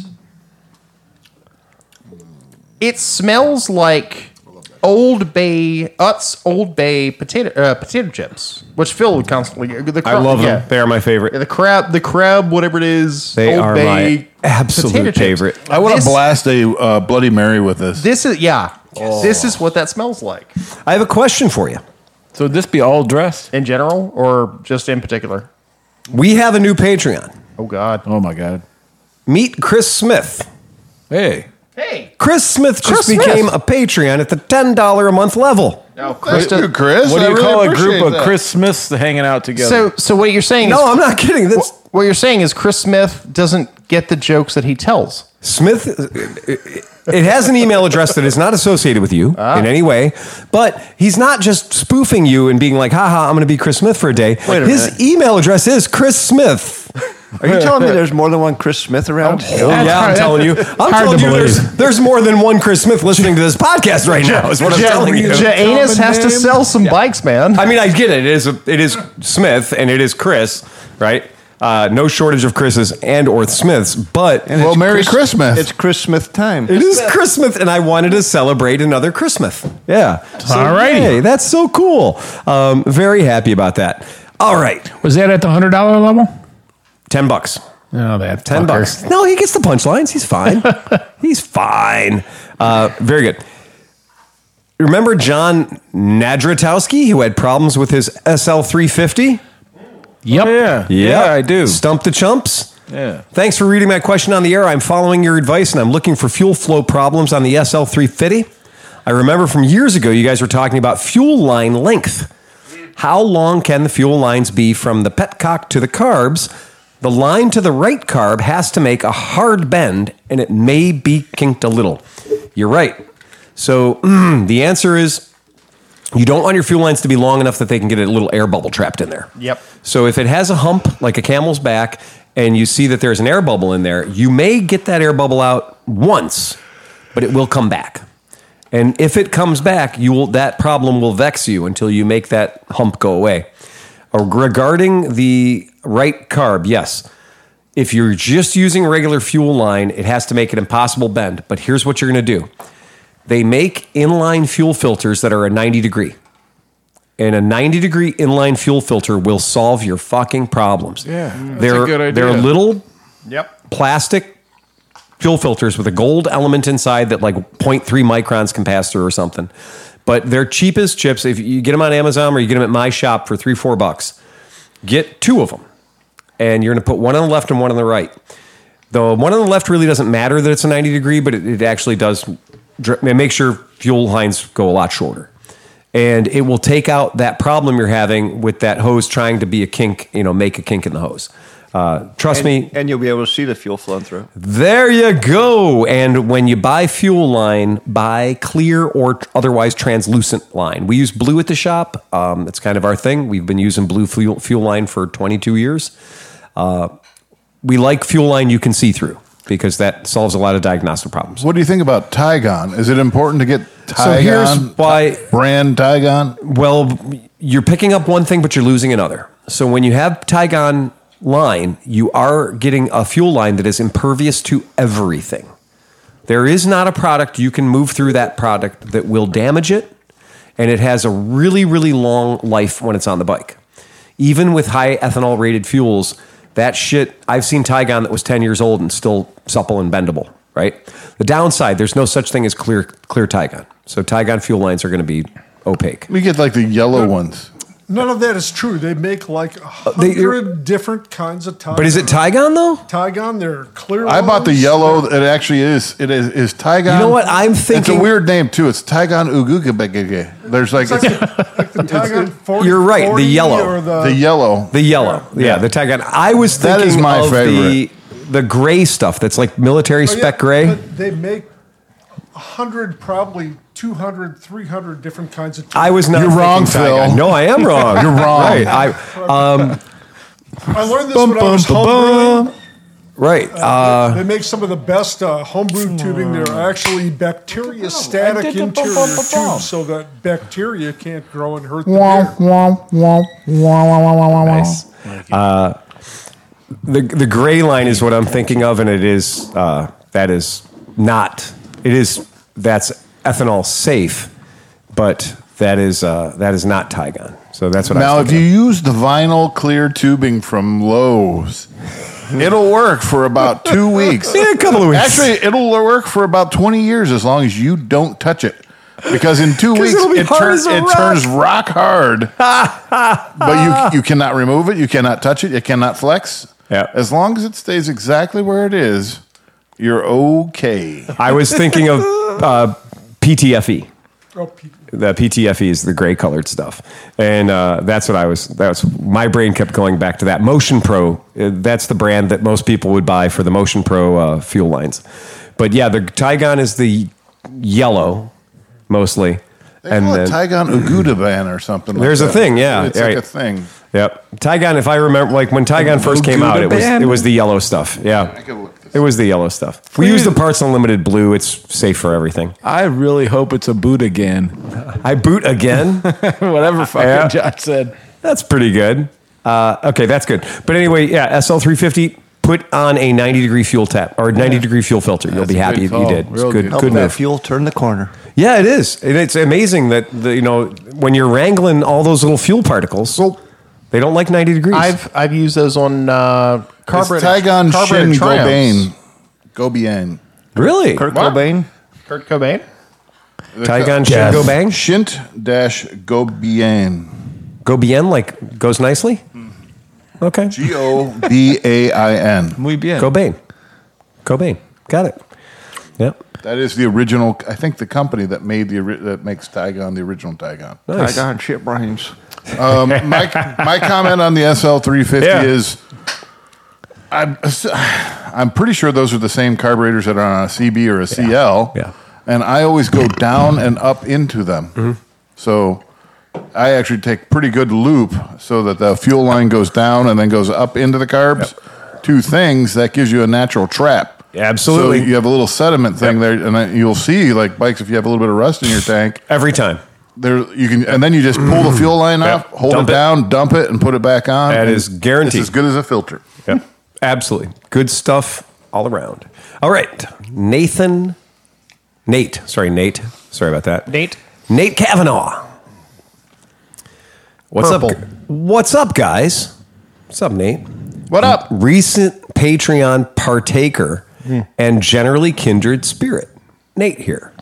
it smells like Old Bay Utz Old Bay potato uh, potato chips, which Phil would constantly. The
I
crab-
love
yeah.
them. They are my favorite.
Yeah, the crab, the crab, whatever it is.
They
Old
are
Bay
my absolute
potato chips.
favorite.
I want
This-
to blast a uh, Bloody Mary with this.
This is yeah. This is what that smells like
I have a question for you.
So would this be all dressed?
in general, or just in particular.
We have a new Patreon.
Oh God.
Oh my god!
Meet Chris Smith.
Hey,
Hey.
Chris Smith just
Chris Smith.
became a Patreon at the $10 a month level.
No, Chris.
Thank you, Chris.
what do
I
you
really
call a
appreciate
group of
that.
Chris Smiths hanging out together?
So, so what you're saying?
No,
is,
I'm not kidding. That's
What you're saying is Chris Smith doesn't get the jokes that he tells.
Smith. It has an email address that is not associated with you
Ah.
in any way, but he's not just spoofing you and being like, haha, I'm going to be Chris Smith for a day.
Wait a
His
minute. Oh,
email address is Chris Smith.
Are
<laughs>
you telling me there's more than one Chris Smith around?
yeah, I'm telling you. I'm
hard
telling
to
you
believe.
there's, there's more than one Chris Smith listening to this podcast right now, is what I'm telling you.
Janus has to sell some bikes, man.
I mean, I get it. It is, a, it is Smith and it is Chris, right? Uh, no shortage of Chris's and or Smiths, but
And
Well,
it's
Merry
Chris-
Christmas.
It's Chris Smith time.
It is Christmas, and I wanted to celebrate another Christmas. Yeah. So,
All righty.
yay, that's so cool. Um, very happy about that. All right,
Was that at the hundred dollar level?
ten bucks.
No, that
Ten
fucker.
bucks. No, he gets the punchlines. He's fine. He's fine. Uh, very good. Remember John Nadratowski, who had problems with his SL 350?
Yep.
yeah, I do.
Stump the chumps.
Yeah.
Thanks for reading my question on the air. I'm following your advice and I'm looking for fuel flow problems on the SL350. I remember from years ago you guys were talking about fuel line length. How long can the fuel lines be from the petcock to the carbs? The line to the right carb has to make a hard bend and it may be kinked a little. You're right. So <clears throat> the answer is you don't want your fuel lines to be long enough that they can get a little air bubble trapped in there.
Yep.
So if it has a hump like a camel's back and you see that there's an air bubble in there, you may get that air bubble out once, but it will come back. And if it comes back, you will that problem will vex you until you make that hump go away. Uh, Regarding the right carb, yes. If you're just using regular fuel line, it has to make an impossible bend. But here's what you're going to do they make inline fuel filters that are a 90 degree. And a 90 degree inline fuel filter will solve your fucking problems.
Yeah, that's a
They're,
good idea.
they're little
Yep.
plastic fuel filters with a gold element inside that like 0.3 microns can pass through or something. But they're cheap as chips. If you get them on Amazon or you get them at my shop for three, four bucks, get two of them. And you're going to put one on the left and one on the right. The one on the left really doesn't matter that it's a 90 degree, but it, it actually does dr- it makes your fuel lines go a lot shorter. And it will take out that problem you're having with that hose trying to be a kink, you know, make a kink in the hose. Uh, trust me,
And you'll be able to see the fuel flowing through.
there you go. And when you buy fuel line, buy clear or tr- otherwise translucent line. We use blue at the shop. Um, it's kind of our thing. We've been using blue fuel, fuel line for 22 years. Uh, we like fuel line you can see through because that solves a lot of diagnostic problems.
What do you think about Tygon? Is it important to get Tygon?
here's why-
brand Tygon.
Well, you're picking up one thing, but you're losing another. So when you have Tygon line, you are getting a fuel line that is impervious to everything. There is not a product you can move through that product that will damage it, and it has a really, really long life when it's on the bike. Even with high ethanol rated fuels, that shit, I've seen Tygon that was 10 years old and still supple and bendable, right? The downside, there's no such thing as clear clear Tygon. So Tygon fuel lines are going to be opaque.
We get like the yellow ones.
None of that is true. They make like a
Uh, they-
hundred different kinds of Tigon.
But is it Tygon though?
Tigon? They're clear.
I bought the
ones.
yellow. It actually is. It is is Tygon.
Oh, You know what? I'm
It's
thinking-
a weird name too. It's Tygon Ugugabegege. There's like,
It's
it's
like the, like the Tigon 40,
You're right, the
40
yellow.
Or the,
the yellow.
The yellow. Yeah, the Tygon. I was
That
thinking
is my
of the
favorite.
the gray stuff that's like military
Oh, yeah,
spec gray.
But they make a hundred, probably 200, 300 different kinds of.
I was not.
You're wrong,
thinking Tygon.
Phil.
No, I am
<laughs>
wrong. You're
wrong.
Right. I, um,
I learned this
Bum,
when I
bum,
was
bum,
homebrewing.
right. Uh,
they make some of the best uh, homebrew tubing. They're actually bacteriostatic
did the bum,
interior
bum, bum, bum.
tubes, so that bacteria can't grow and hurt the
Womp,
beer.
womp, womp, womp, womp, womp, womp.
nice. Uh, the the gray line is what I'm thinking of, and it is uh, that is not. It is that's ethanol safe, but that is uh, that is not Tygon. So that's what. I
Now,
was
if you
thinking
use the vinyl clear tubing from Lowe's, it'll work for about two weeks.
of. <laughs> Yeah, a couple of weeks.
Actually, it'll work for about 20 years as long as you don't touch it. Because in <laughs> two weeks,
it'll be
it,
hard
turn-
as a
it
rock.
turns rock <laughs> hard. but you, you cannot remove it. You cannot touch it. You cannot flex.
Yeah.
As long as it stays exactly where it is, you're okay.
I was thinking of uh, PTFE.
Oh, people.
the PTFE E is the gray colored stuff, and uh, that's what I was. That's my brain kept going back to that Motion Pro. uh, That's the brand that most people would buy for the Motion Pro uh, fuel lines. But yeah, the Tygon is the yellow mostly,
They call it Tygon Uguda ban or something. like
There's a
that.
thing, yeah,
It's
right.
like a thing.
Yep. Tygon, if I remember, like when Tygon first came out, it was it was the yellow stuff. Yeah,
can look this
it was the yellow stuff. We use the Parts Unlimited blue. It's safe for everything.
I really hope it's a
<laughs>
boot again.
I boot again.
<laughs>
Whatever fucking
Yeah.
John said.
That's pretty good. Uh, okay, that's good. But anyway, yeah, SL three fifty. Put on a ninety degree fuel tap or ninety degree fuel filter. You'll be
a
happy
good
if you
call.
did. It's
Real
good,
good
good,
call.
Help that
move.
fuel turn the corner.
Yeah, it is. And it's amazing that the, you know when you're wrangling all those little fuel particles, they don't like ninety degrees.
I've I've used those on uh,
It's
carbureted
Tygon Shin
carbureted Triumphs.
Gobain. Gobian.
really
Kurt
What?
Cobain.
Kurt Cobain.
Tygon should go bang
Shint dash Gobian.
go bien like goes nicely. Okay,
G O B A I N.
We bien.
go bang, go bang. Got it. Yep.
That is the original. I think the company that made the ori- that makes Tygon the
<laughs>
original Tygon.
Nice.
Tigon shit brains.
Um, my my comment on the SL 350
Yeah.
is, I'm I'm pretty sure those are the same carburetors that are on a CB or a CL.
Yeah. Mm-hmm.
And I always go down and up into them. So I actually take pretty good loop so that the fuel line goes down and then goes up into the carbs. Two things that gives you a natural trap.
Absolutely.
So you have a little sediment thing there, and then you'll see like bikes if you have a little bit of rust in your tank
Every time.
there you can and then you just pull the fuel line
Yeah.
off, hold
Dump
it
it.
down, dump it, and put it back on.
That
That
is
is
guaranteed.
It's as good as a filter.
Yeah, absolutely. Good stuff all around. All right, Nathan, Nate. Sorry, Nate. Sorry about that.
Nate.
Nate Kavanaugh. What's up?
Purple.
gu- What's up, guys? What's up, Nate?
What up? Hmm.
Recent Patreon partaker and generally kindred spirit, Nate here.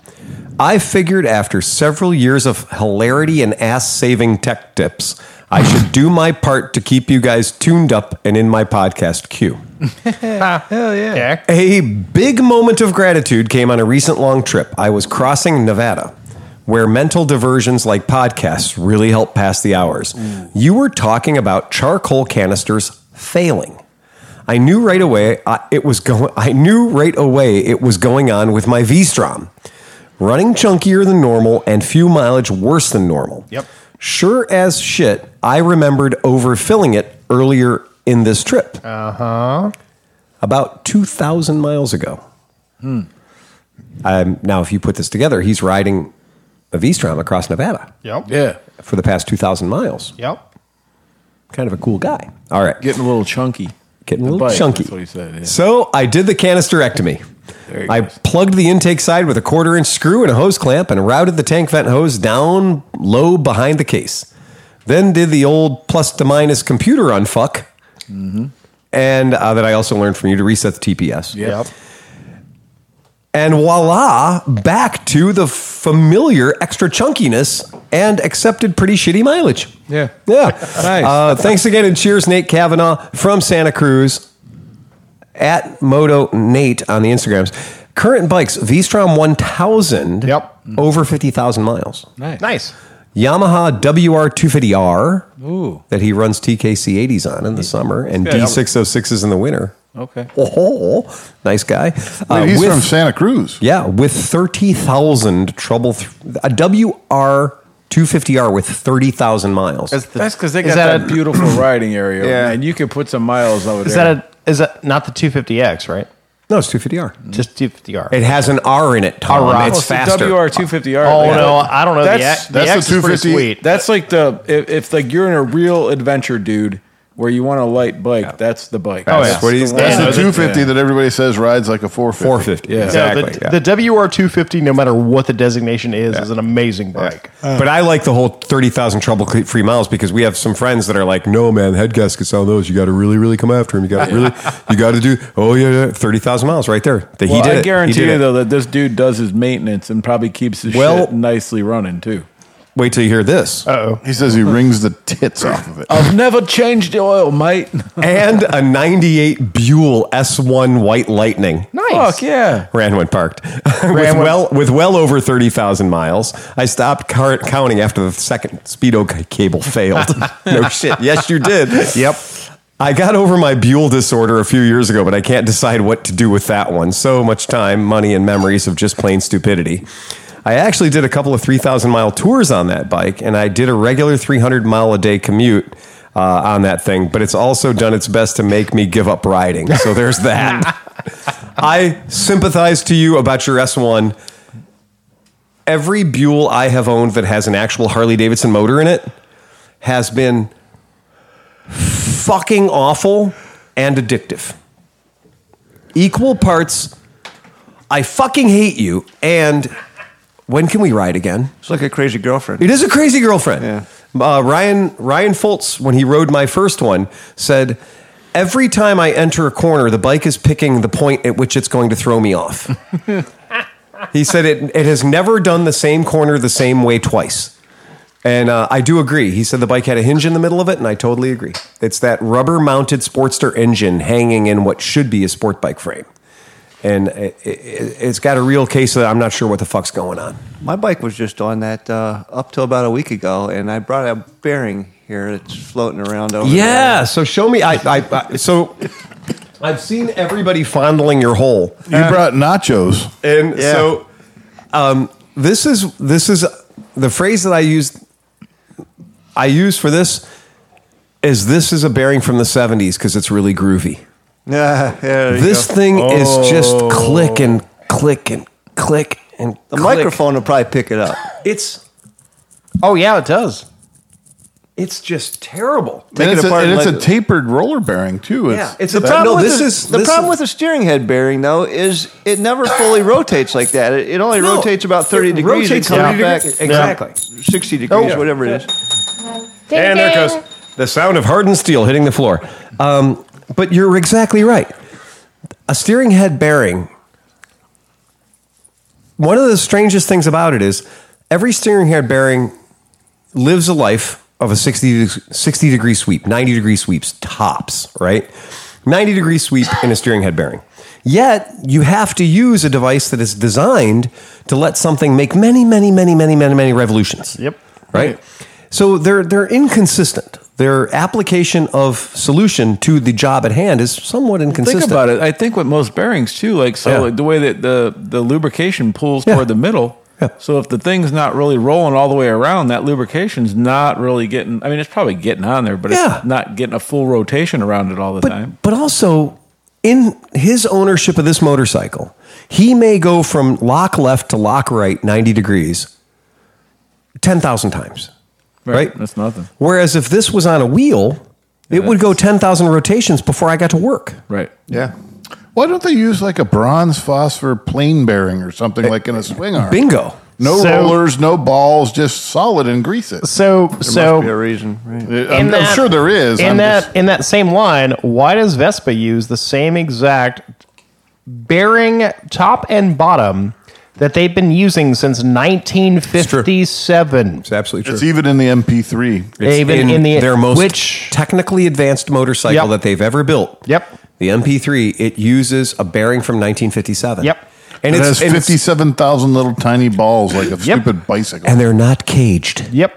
I figured after several years of hilarity and ass saving tech tips, I should do my part to keep you guys tuned up and in my podcast queue.
Yeah.
A big moment of gratitude came on a recent long trip. I was crossing Nevada, where mental diversions like podcasts really help pass the hours. You were talking about charcoal canisters failing. I knew right away I, it was going. I knew right away it was going on with my V-Strom, running chunkier than normal and few mileage worse than normal.
Yep.
Sure as shit, I remembered overfilling it earlier in this trip
Uh-huh.
about 2,000 miles ago.
Hmm.
Um, now, if you put this together, he's riding a V-Strom across Nevada
Yep.
Yeah.
for the past 2,000 miles.
Yep.
Kind of a cool guy. All right.
Getting a little chunky.
Getting a
The
little
bike,
chunky.
That's what he said. Yeah.
So I did the canisterectomy.
There he
I
goes.
plugged the intake side with a quarter inch screw and a hose clamp and routed the tank vent hose down low behind the case. Then did the old plus to minus computer unfuck.
Mm-hmm.
And uh, that I also learned from you to reset the TPS.
Yep.
And voila, back to the familiar extra chunkiness and accepted pretty shitty mileage.
Yeah.
Yeah.
Nice.
Uh, thanks again and cheers, Nate Kavanaugh from Santa Cruz at Moto Nate on the Instagrams. Current bikes, V-Strom 1000,
Yep.
over 50,000 miles.
Nice.
Yamaha WR250R
Ooh.
that he runs TKC 80s on in the summer and D606s in the winter.
Okay.
Oh, nice guy. Uh,
Wait, he's
with-
from Santa Cruz.
yeah, with 30,000 trouble, th- a WR250R with 30,000 miles.
Is the-
That's because they
is
got
that
that, <clears throat>
a-
beautiful riding area,
Yeah.
and you can put some miles over
Is
there.
that a is that not the 250X, right?
No, it's 250R.
Just 250R.
It has an R in it, Tom.
All right.
It's
Oh,
It's a
faster.
WR250R.
oh
Like,
no, I don't know.
That's-
the,
that's
X,
the
the X is pretty
250.
sweet.
That's like the if, if like you're in a real adventure dude where you want a light bike, that's the bike.
Oh,
That's
yeah.
what he's
That's
Yeah,
the
no, that-
250 that everybody says rides like a 450.
450.
Yeah.
No,
Exactly. yeah.
the, the WR250, no matter what the designation is, is an amazing bike.
Oh.
but I like the whole 30,000 trouble cl- free miles because we have some friends that are like, no, man, head gaskets on those. You got to really, really come after him. You got
<laughs>
to really, you got to do, oh, yeah, yeah 30,000 miles right there. That
Well,
he did
I
it.
guarantee
he did
you
it.
though that this dude does his maintenance and probably keeps his
Well-
shit nicely running too.
Wait till you hear this.
Oh.
He says he rings the tits off of it.
I've never changed the oil, mate.
and a 98 Buell S1 White Lightning.
Fuck yeah.
<laughs> Ran when parked with well with well over thirty thousand miles. I stopped car- counting after the second speedo c- cable failed. <laughs> no shit. Yes, you did. Yep. I got over my Buell disorder a few years ago, but I can't decide what to do with that one. So much time, money, and memories of just plain stupidity. I actually did a couple of 3,000 mile tours on that bike, and I did a regular 300 mile a day commute uh, on that thing, but it's also done its best to make me give up riding. So there's <laughs> that. I sympathize to you about your S1. Every Buell I have owned that has an actual Harley Davidson motor in it has been fucking awful and addictive. Equal parts, I fucking hate you, and when can we ride again?
It's like a crazy girlfriend.
It is a crazy girlfriend.
Yeah.
Uh, Ryan Ryan Foltz, when he rode my first one, said, "Every time I enter a corner, the bike is picking the point at which it's going to throw me off." he said it it has never done the same corner the same way twice. And uh, I do agree. He said the bike had a hinge in the middle of it, and I totally agree. It's that rubber-mounted Sportster engine hanging in what should be a sport bike frame, and uh, it, it, it's got a real case that I'm not sure what the fuck's going on.
My bike was just on that uh, up till about a week ago, and I brought a bearing here. It's floating around over
Yeah. So show me. I, I, I so I've seen everybody fondling your hole,
You brought nachos.
and
Yeah.
so um, this is this is the phrase that I used. I use for this is this is a bearing from the '70s because it's really groovy.
there. Yeah, yeah. there you
This
go. Oh.
thing is just click and click and click and
the
click.
microphone will probably pick it up.
It's
Oh yeah, it does.
it's just terrible.
Take
and
it
it's, a,
apart.
and
and
it's
let
a
it-
tapered roller bearing too. It's,
Yeah, it's a that-
the problem
no,
with
this
the,
is-
the
this
problem
is-
with the steering head bearing though is it
<coughs>
never fully rotates like that. It, it only
No,
rotates about thirty
it
degrees.
rotates
and comes
30
back
degrees. Oh, Exactly.
sixty degrees, whatever it is.
And
uh,
there it goes. The sound of hardened steel hitting the floor. Um, but you're exactly right. A steering head bearing. One of the strangest things about it is every steering head bearing lives a life of a 60, de- 60 degree sweep, 90 degree sweeps tops, right? 90 degree sweep in a steering head bearing. Yet you have to use a device that is designed to let something make many, many, many, many, many, many revolutions.
Yep.
Right? So they're they're inconsistent. Their application of solution to the job at hand is somewhat inconsistent.
Think about it. I think with most bearings too, like so
Yeah.
like the way that the the lubrication pulls
Yeah.
toward the middle.
Yeah.
So if the thing's not really rolling all the way around, that lubrication's not really getting I mean it's probably getting on there, but
Yeah.
it's not getting a full rotation around it all the time.
But, but also, in his ownership of this motorcycle, he may go from lock left to lock right 90 degrees 10,000 times. Right?
That's nothing.
Whereas if this was on a wheel, it would go 10,000 rotations before I got to work.
Right.
Yeah.
Why don't they use like a bronze phosphor plane bearing or something like in a swing arm?
Bingo.
No
So-
rollers, no balls, just solid and grease it.
So so
Must be a reason. Right.
I'm, I'm sure there is.
In
I'm
that
just-
in that same line, why does Vespa use the same exact bearing top and bottom that they've been using since 1957.
It's absolutely true.
It's even in the MP3.
It's
even in the-
their most
which-
technically advanced motorcycle
Yep.
that they've ever built.
Yep.
The MP3 it uses a bearing from 1957.
Yep.
And
It
it's,
has
and it's-
57,000 little tiny balls like a stupid bicycle.
and they're not caged.
Yep.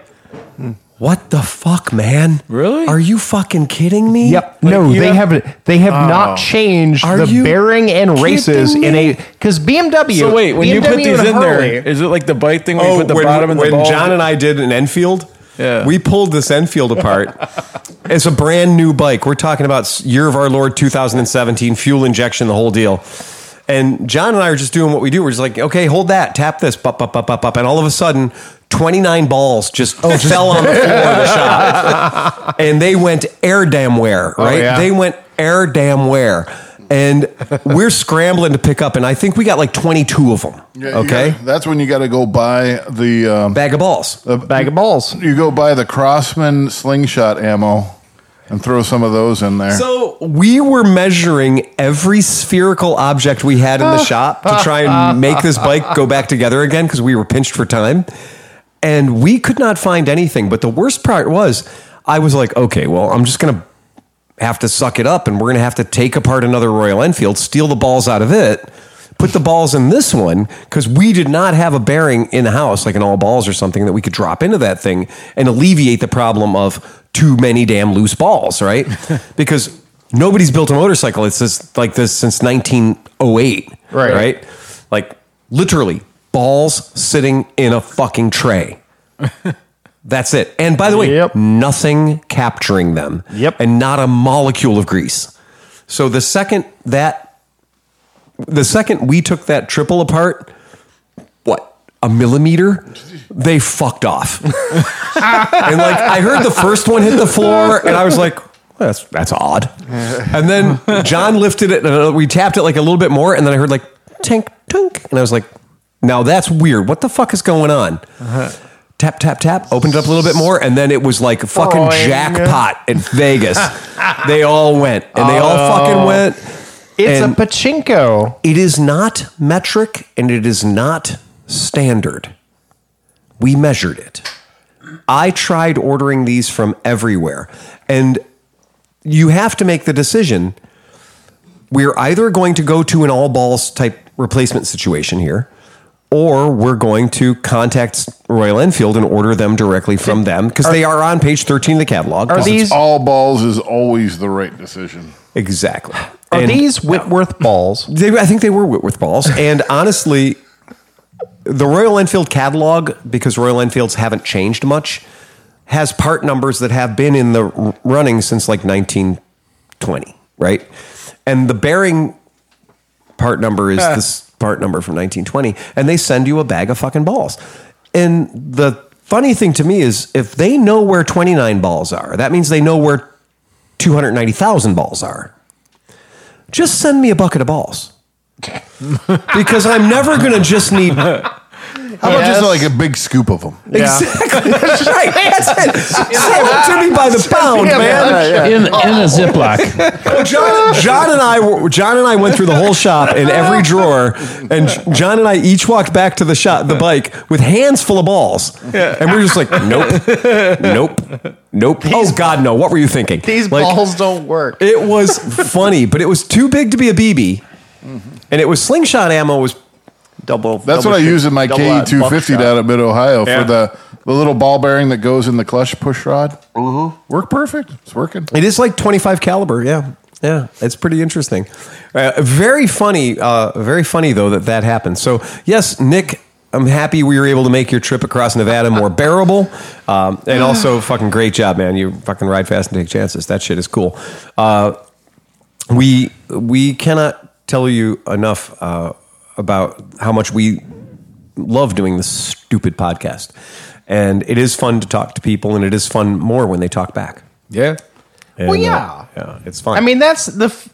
What the fuck, man?
Really?
Are you fucking kidding me?
Yep. no, they have they have not changed
Are
the
you
bearing and
kidding
races in a because BMW.
So wait, when you put
BMW
these
and
in there,
Harley-
is it like the bike thing where you put the
Oh, when,
bottom and the
when
ball?
John and I did an Enfield,
Yeah.
we pulled this Enfield
<laughs>
apart. it's a brand new bike. We're talking about s- year of our Lord 2017, fuel injection, the whole deal. And John and I are just doing what we do. We're just like, okay, hold that, tap this, up, up, up, up, up, and all of a sudden. 29 balls just,
Oh,
fell on
<laughs>
the floor of the shop. And they went air damware,
Oh,
right?
yeah.
They went air damware. And we're scrambling to pick up, and I think we got like 22 of them.
Yeah, you
okay?
gotta- that's when you got to go buy the. Um,
Bag of balls.
bag of balls.
you go buy the Crossman slingshot ammo and throw some of those in there.
So we were measuring every spherical object we had in the shop to try and make this bike go back together again because we were pinched for time. And we could not find anything. But the worst part was, I was like, okay, well, I'm just going to have to suck it up and we're going to have to take apart another Royal Enfield, steal the balls out of it, put the balls in this one because we did not have a bearing in the house, like an all balls or something that we could drop into that thing and alleviate the problem of too many damn loose balls,
<laughs>
right? because nobody's built a motorcycle it's just like this since 1908,
Right.
Right? Like literally balls sitting in a fucking
<laughs>
tray. That's it. And by the way,
Yep.
nothing capturing them.
Yep.
And not a molecule of grease. So the second that the second we took that triple apart, what, a millimeter? They fucked off. <laughs> and like I heard the first one hit the floor and I was like, "Well, that's that's odd. And then John lifted it and uh, we tapped it like a little bit more and then I heard like tink tink and I was like, "Now that's weird. What the fuck is going on?" tap tap tap opened it up a little bit more and then it was like a fucking
Boing.
jackpot in vegas they all went and they all fucking went
It's
And-
a pachinko.
it is not metric and it is not standard we measured it i tried ordering these from everywhere and you have to make the decision we're either going to go to an all balls type replacement situation here, or we're going to contact Royal Enfield and order them directly from them because they are on page 13 of the catalog.
Are these
All balls is always the right decision.
Exactly.
are
And-
these Whitworth balls?
They, I think they were Whitworth balls. And honestly, the Royal Enfield catalog, because Royal Enfields haven't changed much, has part numbers that have been in the r- running since like 1920, right? And the bearing part number is this part number from 1920. And they send you a bag of fucking balls. And the funny thing to me is if they know where 29 balls are, that means they know where 290,000 balls are just send me a bucket of balls. because I'm never going to just need.
<laughs>
How about just like a big scoop of them?
Exactly. That's right. That's it. Sell it to me by the pound, man.
in, in a Ziploc.
John, John and I, were- John and I went through the whole shop in every drawer, and John and I each walked back to the shop, the bike, with hands full of balls, and we are just like, nope, nope, nope. oh God, no! What were you thinking?
These
Like,
balls don't work.
It was funny, but it was too big to be a BB,
Mm-hmm.
and it was slingshot ammo was
Double.
That's what I use in my
K
K250 down at Mid Ohio for the, the little ball bearing that goes in the clutch push rod. Work perfect. It's working.
It is like 25 caliber. Yeah. Yeah. It's pretty interesting. Uh, very funny. Uh, very funny, though, that that happened. So, yes, Nick, I'm happy we were able to make your trip across Nevada more bearable. Um, and also, fucking great job, man. You fucking ride fast and take chances. That shit is cool. Uh, we, we cannot tell you enough uh, about how much we love doing this stupid podcast. And it is fun to talk to people, and it is fun more when they talk back. uh,
yeah.
Well, yeah.
Yeah, it's fine.
I mean, that's the. F-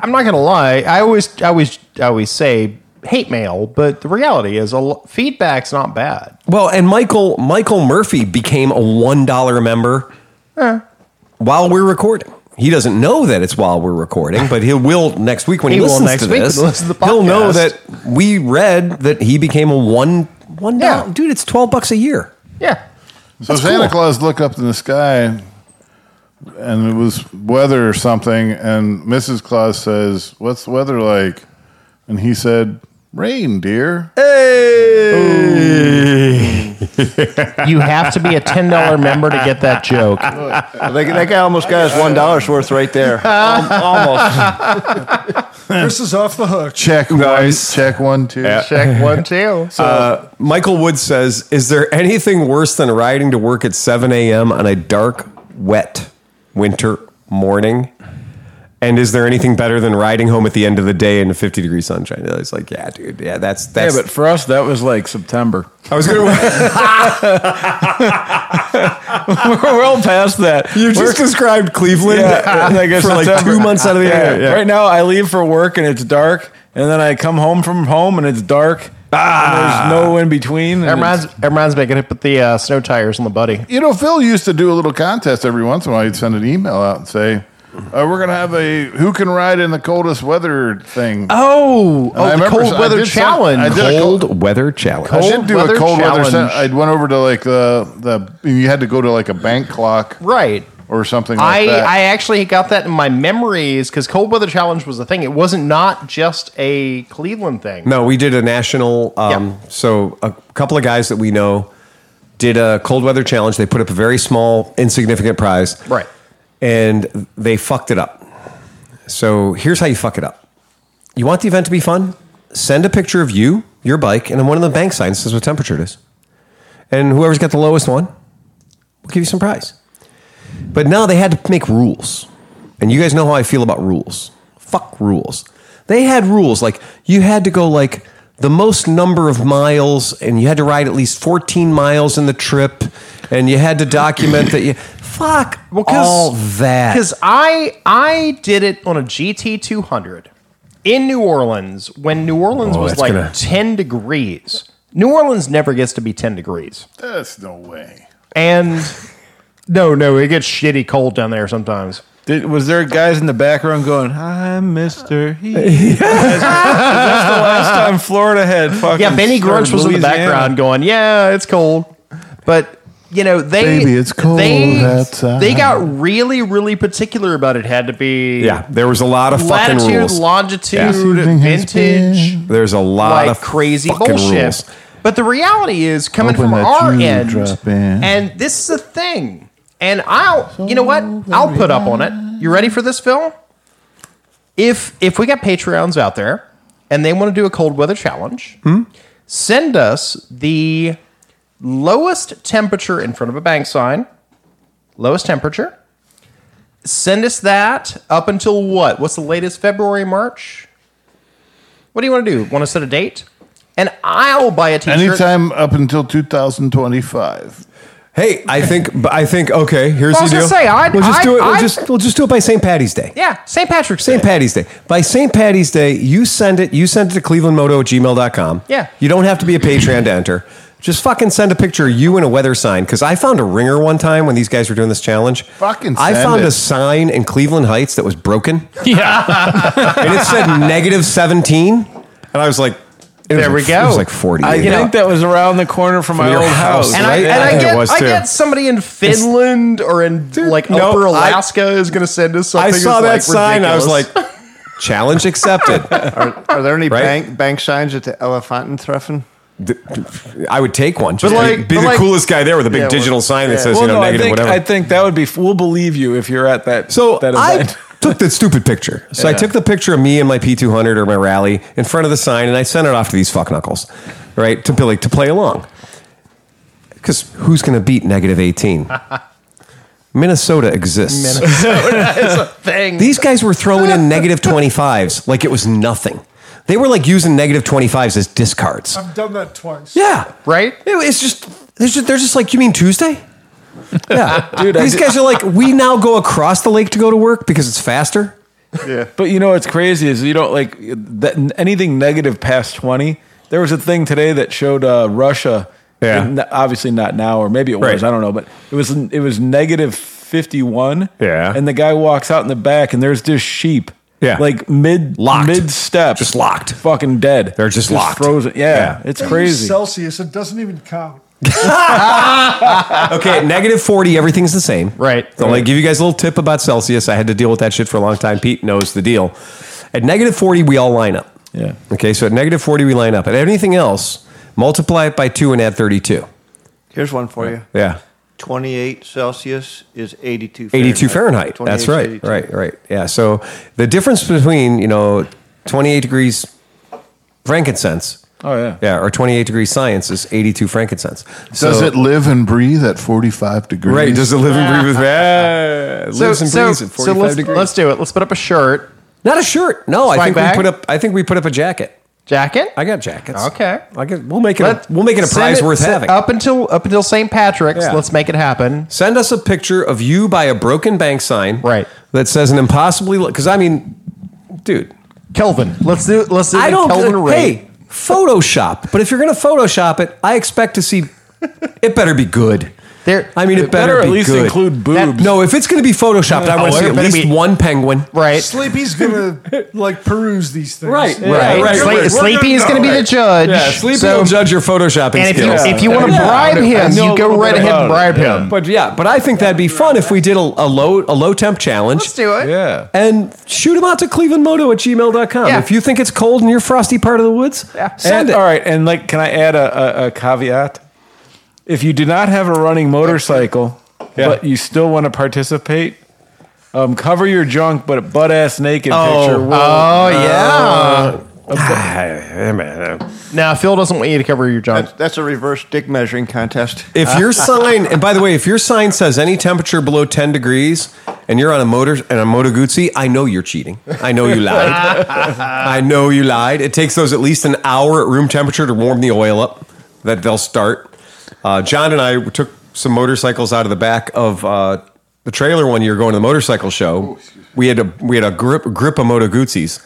I'm not gonna lie. I always, I always, I always say hate mail, but the reality is, a lo- feedback's not bad.
well, and Michael Michael Murphy became a one dollar member while we're recording. He doesn't know that it's while we're recording, but he will next week when he,
He will
listens
next
to
week
this.
when he listens to the
He'll know
podcast.
that we read that he became a one one
Yeah.
dollar dude. It's twelve bucks a year.
Yeah.
So Santa Claus looked up in the sky, and it was weather or something. And Mrs. Claus says, "What's the weather like?" And he said, "Rain, dear."
You have to be a ten dollar member to get that <laughs> joke.
That, that guy almost got his one dollar's worth
<laughs>
right there. Al- almost.
Chris is off the hook.
Check
Nice.
one. Check one, two.
Check
<laughs>
one two.
Michael Wood says, "Is there anything worse than riding to work at seven a.m. on a dark, wet winter morning?" And is there anything better than riding home at the end of the day in 50 degree sunshine? It's like, yeah, dude, yeah, that's
Yeah,
that's.
but for us, that was like September. <laughs>
I was gonna.
We're well past that.
<laughs> You just described
<laughs>
Cleveland <laughs>
yeah, like
for
it's
like
September.
two months out of the year. Yeah.
Right now, I leave for work and it's dark, and then I come home from home and it's dark. Ah, there's no in between. and
That reminds, that reminds me, I gotta put the uh, snow tires on the buddy.
You know, Phil used to do a little contest every once in a while. He'd send an email out and say, uh, "We're going to have a who can ride in the coldest weather thing."
Oh,
I
oh the
remember
cold
some- I
weather
did some-
challenge.
I did a cold-
weather challenge.
I did do a
weather
cold weather. Sen-
challenge.
I went over to like the the you had to go to like a bank clock
right.
or something like
I,
that.
I actually got that in my memories because cold weather challenge was a thing. It wasn't not just a Cleveland thing.
No, we did a national. Um, So a couple of guys that we know did a cold weather challenge. They put up a very small, insignificant prize.
Right.
And they fucked it up. So here's how you fuck it up. You want the event to be fun? Send a picture of you, your bike, and then one of the bank signs says what temperature it is. And whoever's got the lowest one, we'll give you some prize. But now they had to make rules. And you guys know how I feel about rules. Fuck rules. They had rules like you had to go like the most number of miles and you had to ride at least 14 miles in the trip and you had to document that you
<coughs>
fuck
Well, 'cause-
all that.
because I I did it on a GT 200 in New Orleans when New Orleans
Oh,
was
that's
like
gonna-
10 degrees. New Orleans never gets to be 10 degrees,
That's no way.
and no, no, it gets shitty cold down there sometimes.
Did, was there guys in the background going, "I'm Mister <laughs> Heat"? That's the last time Florida had fucking.
Yeah, Benny
or
Grunch was in the
Louisiana.
background going, "Yeah, it's cold," but you know they
Baby, it's cold
they,
outside.
They got really, really particular about it. Had to be
yeah, there was a lot of fucking
latitude,
rules.
longitude,
evening has
vintage.
There's a lot
like
of
crazy
fucking
bullshit.
rules.
But the reality is coming
Hoping
from
that
our
you
end,
drop in.
and this is a thing. And I'll, you know what? I'll put up on it. You ready for this, Phil? If if we got Patreons out there and they want to do a cold weather challenge,
Hmm?
send us the lowest temperature in front of a bank sign. Lowest temperature. Send us that up until what? What's the latest? February, March? What do you want to do? Want to set a date? And I'll buy a t-shirt.
Anytime up until 2025.
Hey, I think but I think okay. Here's
I was
the deal.
gonna say, I-
we'll just
I-
do it. We'll
I-
just we'll just do it by St. Patty's Day.
Yeah, St. Patrick's
St.
Day.
Patty's Day. By St. Patty's Day, you send it. You send it to clevelandmoto at gmail.com.
Yeah.
You don't have to be a Patreon to enter. Just fucking send a picture of you and a weather sign. Because I found a ringer one time when these guys were doing this challenge.
Fucking
I
send
found
it.
a sign in Cleveland Heights that was broken.
Yeah.
<laughs> And it said negative 17. And I was like, it was
There we
like-
go.
It was like 40.
I
you know?
think that was around the corner from, my
your
old
house,
house.
And
right?
I, and
I
I,
think it
get,
was,
I
too.
get somebody in Finland or in like
no,
Upper
I-
Alaska is going to send us something.
I saw that
that's, like,
sign. I was
ridiculous.
like, challenge accepted.
<laughs>
Are, are there any
Right.
bank bank signs at the Elefantentreffen?
I would take one. Just
like-
be, be
but
the
like-
coolest guy there with a big
Yeah,
digital
well,
sign that
yeah.
says,
well,
you know,
no, I
negative
think
whatever.
I think that would be. We'll believe you if you're at that.
So
that
I
event.
<laughs> took the stupid picture. So I took the picture of me and my P200 or my rally in front of the sign, and I sent it off to these fuck knuckles, right, to Billy to play along. Because who's going to beat negative 18? <laughs> Minnesota exists.
thing.
These guys were throwing in negative 25s like it was nothing. They were like using negative 25s as discards.
I've done that twice.
Yeah.
Right?
It- It's just they're, just, they're just like, you mean Tuesday? Yeah.
<laughs> Dude, I
These
did-
guys are like, we now go across the lake to go to work because it's faster.
But you know what's crazy is you don't like that, anything negative past twenty. There was a thing today that showed uh, Russia.
Yeah.
and n- obviously not now, or maybe it was.
Right.
I don't know, but it was it was negative fifty one.
Yeah.
and the guy walks out in the back, and there's just sheep.
Yeah.
Like mid
Locked.
mid step,
Just locked.
fucking dead.
They're just locked.
frozen. Yeah,
Yeah.
it's crazy.
Celsius, it doesn't even count.
Okay, at negative 40, everything's the same.
Right.
So I'm going to give you guys a little tip about Celsius. I had to deal with that shit for a long time. Pete knows the deal. At negative 40, we all line up.
Yeah.
Okay, so at negative 40, we line up. At anything else, multiply it by 2 and add 32.
Here's one for you.
Yeah.
28 Celsius is 82 Fahrenheit.
82 Fahrenheit. That's
28 is
right.
82.
Right, right. Yeah. So the difference between, you know, 28 degrees frankincense.
Oh yeah.
Yeah, or 28 degrees science is 82 frankincense. So,
Does it live and breathe at 45 degrees?
Right, does it live and breathe with yeah, it lives and breathes at 45
let's,
degrees.
let's do it. Let's put up a shirt,
Not a shirt. No, I
Swag
think
bag?
we put up. I think we put up a jacket.
jacket.
I got jackets.
Okay.
I get, we'll make it.
Let-
a, we'll make it a
send
prize worth
send-
having.
Up until up until St. Patrick's,
Yeah.
let's make it happen.
Send us a picture of you by a broken bank sign.
Right.
That says an impossibly. Because I mean, dude,
Kelvin, let's do let's do
I
the
don't.
Kelvin rate.
hey, Photoshop. But if you're gonna Photoshop it, I expect to see. It better be good.
There-
I mean, it, better,
Better at
be
least
good.
include boobs.
No, if it's gonna be photoshopped, I want
Oh,
to see
it
at
better
least
be-
one penguin.
Right.
Sleepy's gonna like peruse these things.
Right.
Right.
right,
Sleep-
right.
Sleepy is going to be the judge.
Yeah, Sleepy
So-
will judge your photoshopping
and if you,
skills.
if you want to
Yeah.
bribe him,
know
you
a
go
little
right
bit
ahead and
about
bribe him.
But yeah, but I think that'd be fun if we did a, a low a low temp challenge.
Let's do it.
Yeah.
And shoot them out to clevelandmoto at gmail.com.
Yeah.
If you think it's cold in your frosty part of the woods, send
And-
it.
All right, and like, can I add a, a, a caveat? If you do not have a running motorcycle, but you still want to participate, um, cover your junk, but a butt ass naked picture. will-
uh,
Oh yeah.
<sighs>
now Phil doesn't want you to cover your junk.
That's, that's a reverse dick measuring contest.
If your sign, and by the way, if your sign says any temperature below 10 degrees and you're on a motor and a Moto Guzzi, I know you're cheating. I know you lied. I know you lied. It takes those at least an hour at room temperature to warm the oil up that they'll start. Uh, John and I took some motorcycles out of the back of uh, the trailer one year going to the motorcycle show. We had a we had a grip grip of Moto Guzzis.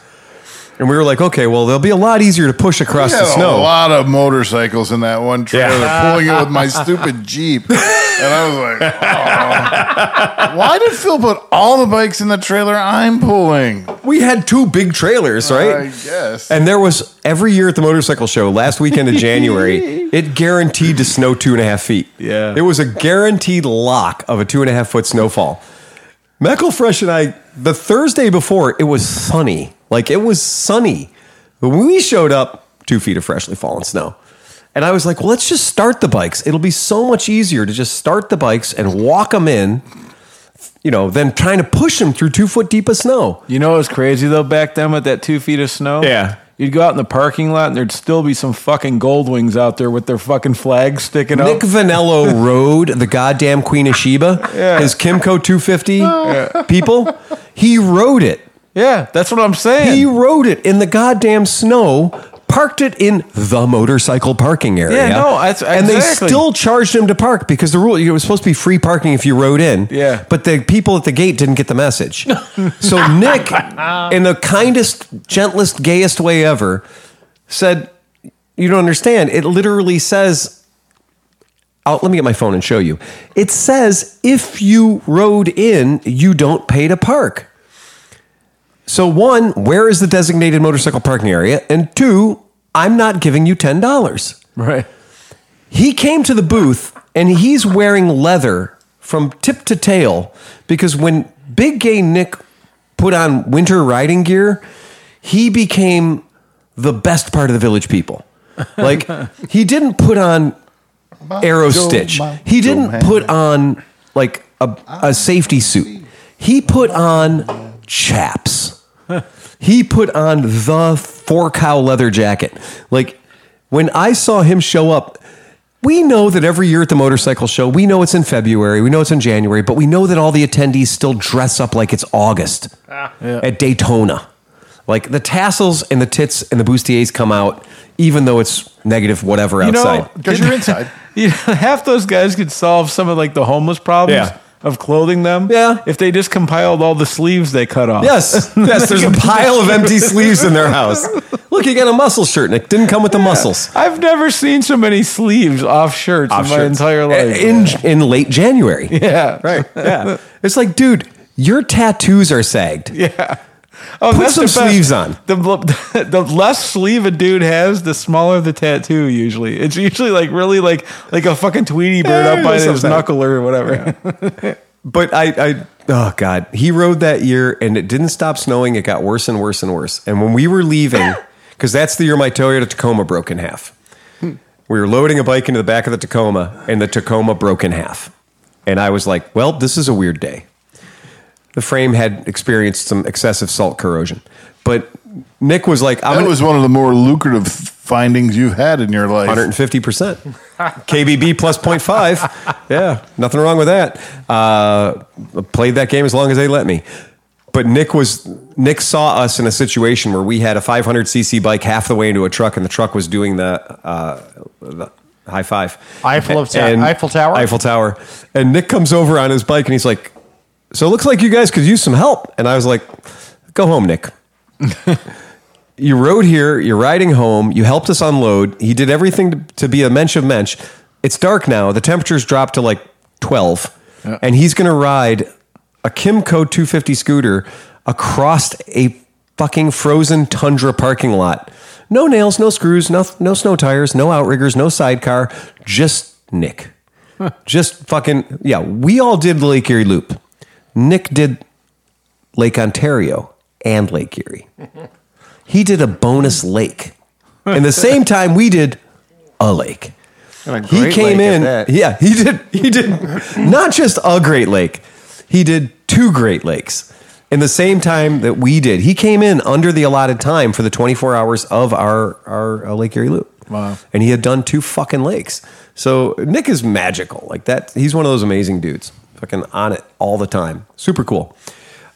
And we were like, okay, well, they'll be a lot easier to push across
Yeah,
the snow.
A lot of motorcycles in that one trailer, <laughs> pulling it with my stupid Jeep. And I was like, "Oh." why did Phil put all the bikes in the trailer I'm pulling?
We had two big trailers, right?
I guess.
And there was every year at the motorcycle show, last
<laughs>
weekend of January, it guaranteed to snow two and a half feet.
Yeah.
It was a guaranteed lock of a two and a half foot snowfall. Meckelfresh and I, the Thursday before, it was sunny. Like it was sunny. But when we showed up, two feet of freshly fallen snow. And I was like, well, let's just start the bikes. It'll be so much easier to just start the bikes and walk them in, you know, than trying to push them through two foot deep of snow.
You know what was crazy though back then with that two feet of snow?
Yeah.
You'd go out in the parking lot and there'd still be some fucking gold wings out there with their fucking flags sticking
Nick
up.
Vanello rode the goddamn Queen of Sheba, his Kimco 250 people. He rode it.
Yeah, that's what I'm saying.
He rode it in the goddamn snow, parked it in the motorcycle parking area.
Yeah, no, that's-
and they
exactly.
still charged him to park because the rule it was supposed to be free parking if you rode in.
Yeah.
but the people at the gate didn't get the message. so
<laughs>
Nick, in the kindest, gentlest, gayest way ever, said, "You don't understand. It literally says." I'll, let me get my phone and show you. It says if you rode in, you don't pay to park. So one, where is the designated motorcycle parking area? And two, I'm not giving you ten dollars.
right.
He came to the booth and he's wearing leather from tip to tail because when Big Gay Nick put on winter riding gear, he became the best part of the village people. Like he didn't put on arrow stitch. He didn't put on like a, a safety suit. He put on chaps. He put on the four cow leather jacket. Like when I saw him show up, we know that every year at the motorcycle show, we know it's in February, we know it's in January, but we know that all the attendees still dress up like it's August at Daytona. Like the tassels and the tits and the bustiers come out, even though it's negative whatever
You
outside.
<laughs> know, because you're inside. You know, half those guys could solve some of like the homeless problems
Yeah.
of clothing them.
Yeah.
If they just compiled all the sleeves they cut off. <laughs>
Yes, yes. There's a pile of empty sleeves in their house. Look, you got a muscle shirt, Nick. Didn't come with the muscles.
I've never seen so many sleeves off shirts in my entire life.
in in late January.
<laughs>
<laughs>
yeah. Right.
Yeah, it's like, dude, your tattoos are sagged. Yeah,
<laughs> Oh,
Put
that's
some
the best.
sleeves on.
The, bl- <laughs> the less sleeve a dude has, the smaller the tattoo. Usually, it's usually like really like like a fucking Tweety bird
Yeah,
up by
that's
his
not bad.
knuckle or whatever.
But I, I, oh God, he rode that year and it didn't stop snowing. It got worse and worse and worse. And when we were leaving, because that's the year my Toyota Tacoma broke in half, we were loading a bike into the back of the Tacoma and the Tacoma broke in half. And I was like, well, this is a weird day. The frame had experienced some excessive salt corrosion. But Nick was like, I'm
That
gonna-
was one of the more lucrative findings you've had in your life.
150%. KBB plus 0.5. Yeah, nothing wrong with that. Uh, played that game as long as they let me. But Nick was Nick saw us in a situation where we had a 500cc bike half the way into a truck, and the truck was doing the, uh, the high five.
Eiffel of Ta-
And-
Eiffel Tower?
Eiffel Tower. And Nick comes over on his bike and he's like, So it looks like you guys could use some help. And I was like, Go home, Nick you rode here, you're riding home, you helped us unload. He did everything to, to be a mensch of mensch. It's dark now. The temperature's dropped to like 12. And he's going to ride a Kimco 250 scooter across a fucking frozen tundra parking lot. No nails, no screws, no, no snow tires, no outriggers, no sidecar, just Nick. Just fucking, yeah, we all did the Lake Erie Loop. Nick did Lake Ontario and Lake Erie he did a bonus lake. And the
<laughs>
same time we did a lake.
And a
He
great
came
lake at
in.
that.
Yeah, he did he
<laughs>
did not just a Great Lake. He did two Great Lakes. In the same time that we did. He came in under the allotted time for the 24 hours of our our uh, Lake Erie loop. Wow. And he had done two fucking lakes. So Nick is magical. Like that he's one of those amazing dudes. Fucking on it all the time. Super cool.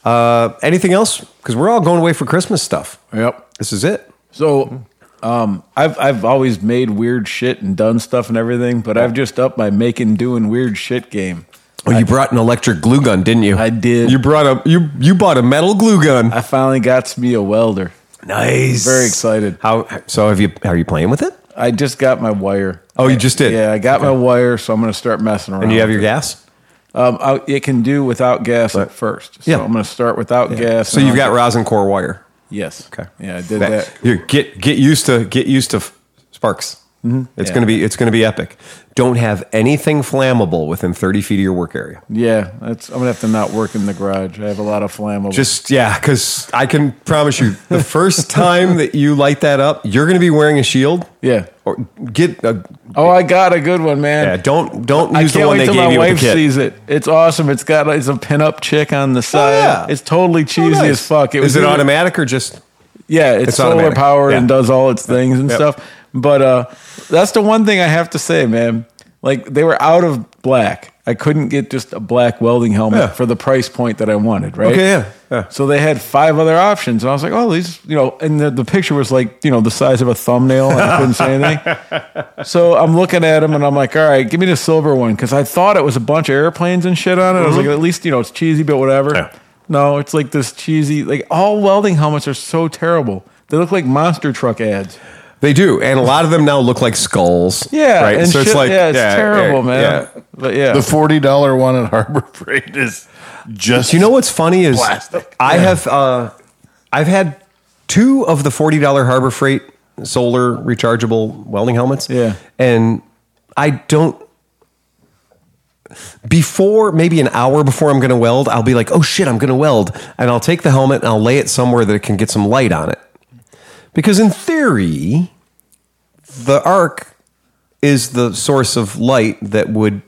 Uh, anything else? Cuz we're all going away for Christmas stuff.
<laughs> Yep.
Oh, This is it.
So, um, I've I've always made weird shit and done stuff and everything, but I've just upped my making doing weird shit game.
Oh, you brought an electric glue gun, didn't you?
I did.
You brought a you you bought a metal glue gun.
I finally got me a welder.
Nice.
Very excited.
How so? Have you are you playing with it?
I just got my wire.
Oh, you just did.
Yeah, I got my wire, so I'm going to start messing around.
And you have
with
your
it.
gas.
Um, I, it can do without gas at first. So
Yeah.
I'm going to start without gas.
So
and
you've
I'll-
got rosin core wire.
Yes.
Okay.
Yeah, I did
That-
that.
Here, get get used to get used to f- sparks. It's
Mm-hmm. Yeah.
gonna be it's gonna be epic. Don't have anything flammable within thirty feet of your work area.
Yeah, that's. I'm gonna have to not work in the garage. I have a lot of flammable.
Just yeah, because I can promise you, the
<laughs>
first time that you light that up, you're gonna be wearing a shield.
yeah.
Or get a
<laughs> Oh, I got a good one, man.
yeah. Don't don't
I
use the
can't
one
wait
they
till
gave
my
you with
wife
the kit. Oh,
sees it. It's awesome. It's got it's a pinup chick on the side.
yeah.
It's totally cheesy
Oh, nice.
as fuck.
Is it
either-
automatic or just?
Yeah, it's,
It's
solar
automatic.
powered
Yeah.
and does all its things and
Yep.
stuff. But uh, that's the one thing I have to say, man. Like they were out of black. I couldn't get just a black welding helmet
Yeah.
for the price point that I wanted. Right?
Okay, yeah, yeah.
So they had five other options, and I was like, "Oh, these, you know." And the, the picture was like, you know, the size of a thumbnail. And I couldn't say anything.
<laughs>
So I'm looking at them, and I'm like, "All right, give me the silver one," because I thought it was a bunch of airplanes and shit on it. I was like, "At least you know it's cheesy, but whatever."
Mm-hmm. Yeah.
No, it's like this cheesy. Like all welding helmets are so terrible. They look like monster truck ads.
They do, and a lot of them now look like skulls.
Yeah,
right.
and shit, yeah, it's terrible,
yeah,
man.
yeah.
But yeah,
The forty dollar one at Harbor <laughs> Freight is just.
Do you know what's funny is
Plastic.
I have uh, I've had two of the forty dollar Harbor Freight solar rechargeable welding helmets.
Yeah.
and I don't. Before maybe an hour before I'm going to weld, I'll be like, "Oh shit, I'm going to weld," and I'll take the helmet and I'll lay it somewhere that it can get some light on it. Because in theory, the arc is the source of light that would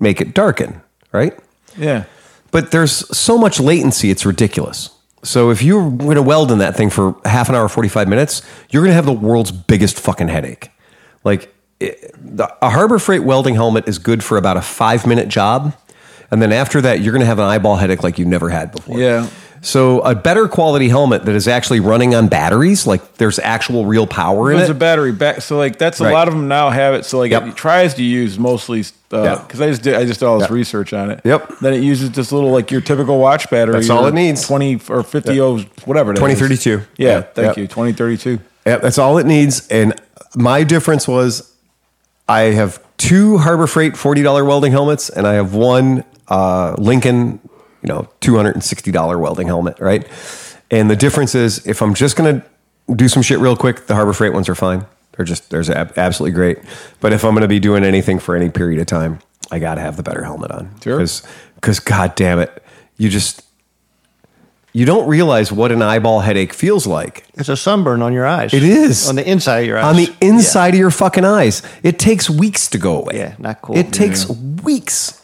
make it darken, right?
yeah.
But there's so much latency, it's ridiculous. So if you're going to weld in that thing for half an hour, 45 minutes, you're going to have the world's biggest fucking headache. Like it, the, a Harbor Freight welding helmet is good for about a five minute job. And then after that, you're going to have an eyeball headache like you've never had before.
Yeah.
So a better quality helmet that is actually running on batteries, like there's actual real power in
There's
it.
a battery back, so like that's a
Right.
lot of them now have it. So like
Yep.
it tries to use mostly because
Yeah.
I just did I just did all this
Yeah.
research on it.
Yep.
Then it uses this little like your typical watch battery.
That's all
your
it needs.
Twenty or fifty ohms, whatever. that is.
2032.
Yeah.
Yeah.
Thank
Yep.
you. Twenty thirty two.
Yep, that's all it needs. And my difference was I have two Harbor Freight $40 welding helmets and I have one uh, Lincoln, you know, $260 welding helmet, right? And the difference is, if I'm just gonna do some shit real quick, the Harbor Freight ones are fine. They're just they're ab- absolutely great. But if I'm gonna be doing anything for any period of time, I gotta have the better helmet on.
Sure.
because god damn it, you just you don't realize what an eyeball headache feels like
It's a sunburn on your eyes.
It is.
On the inside of your eyes.
on the inside of your fucking eyes. It takes weeks to go away.
Yeah, not cool.
It takes weeks.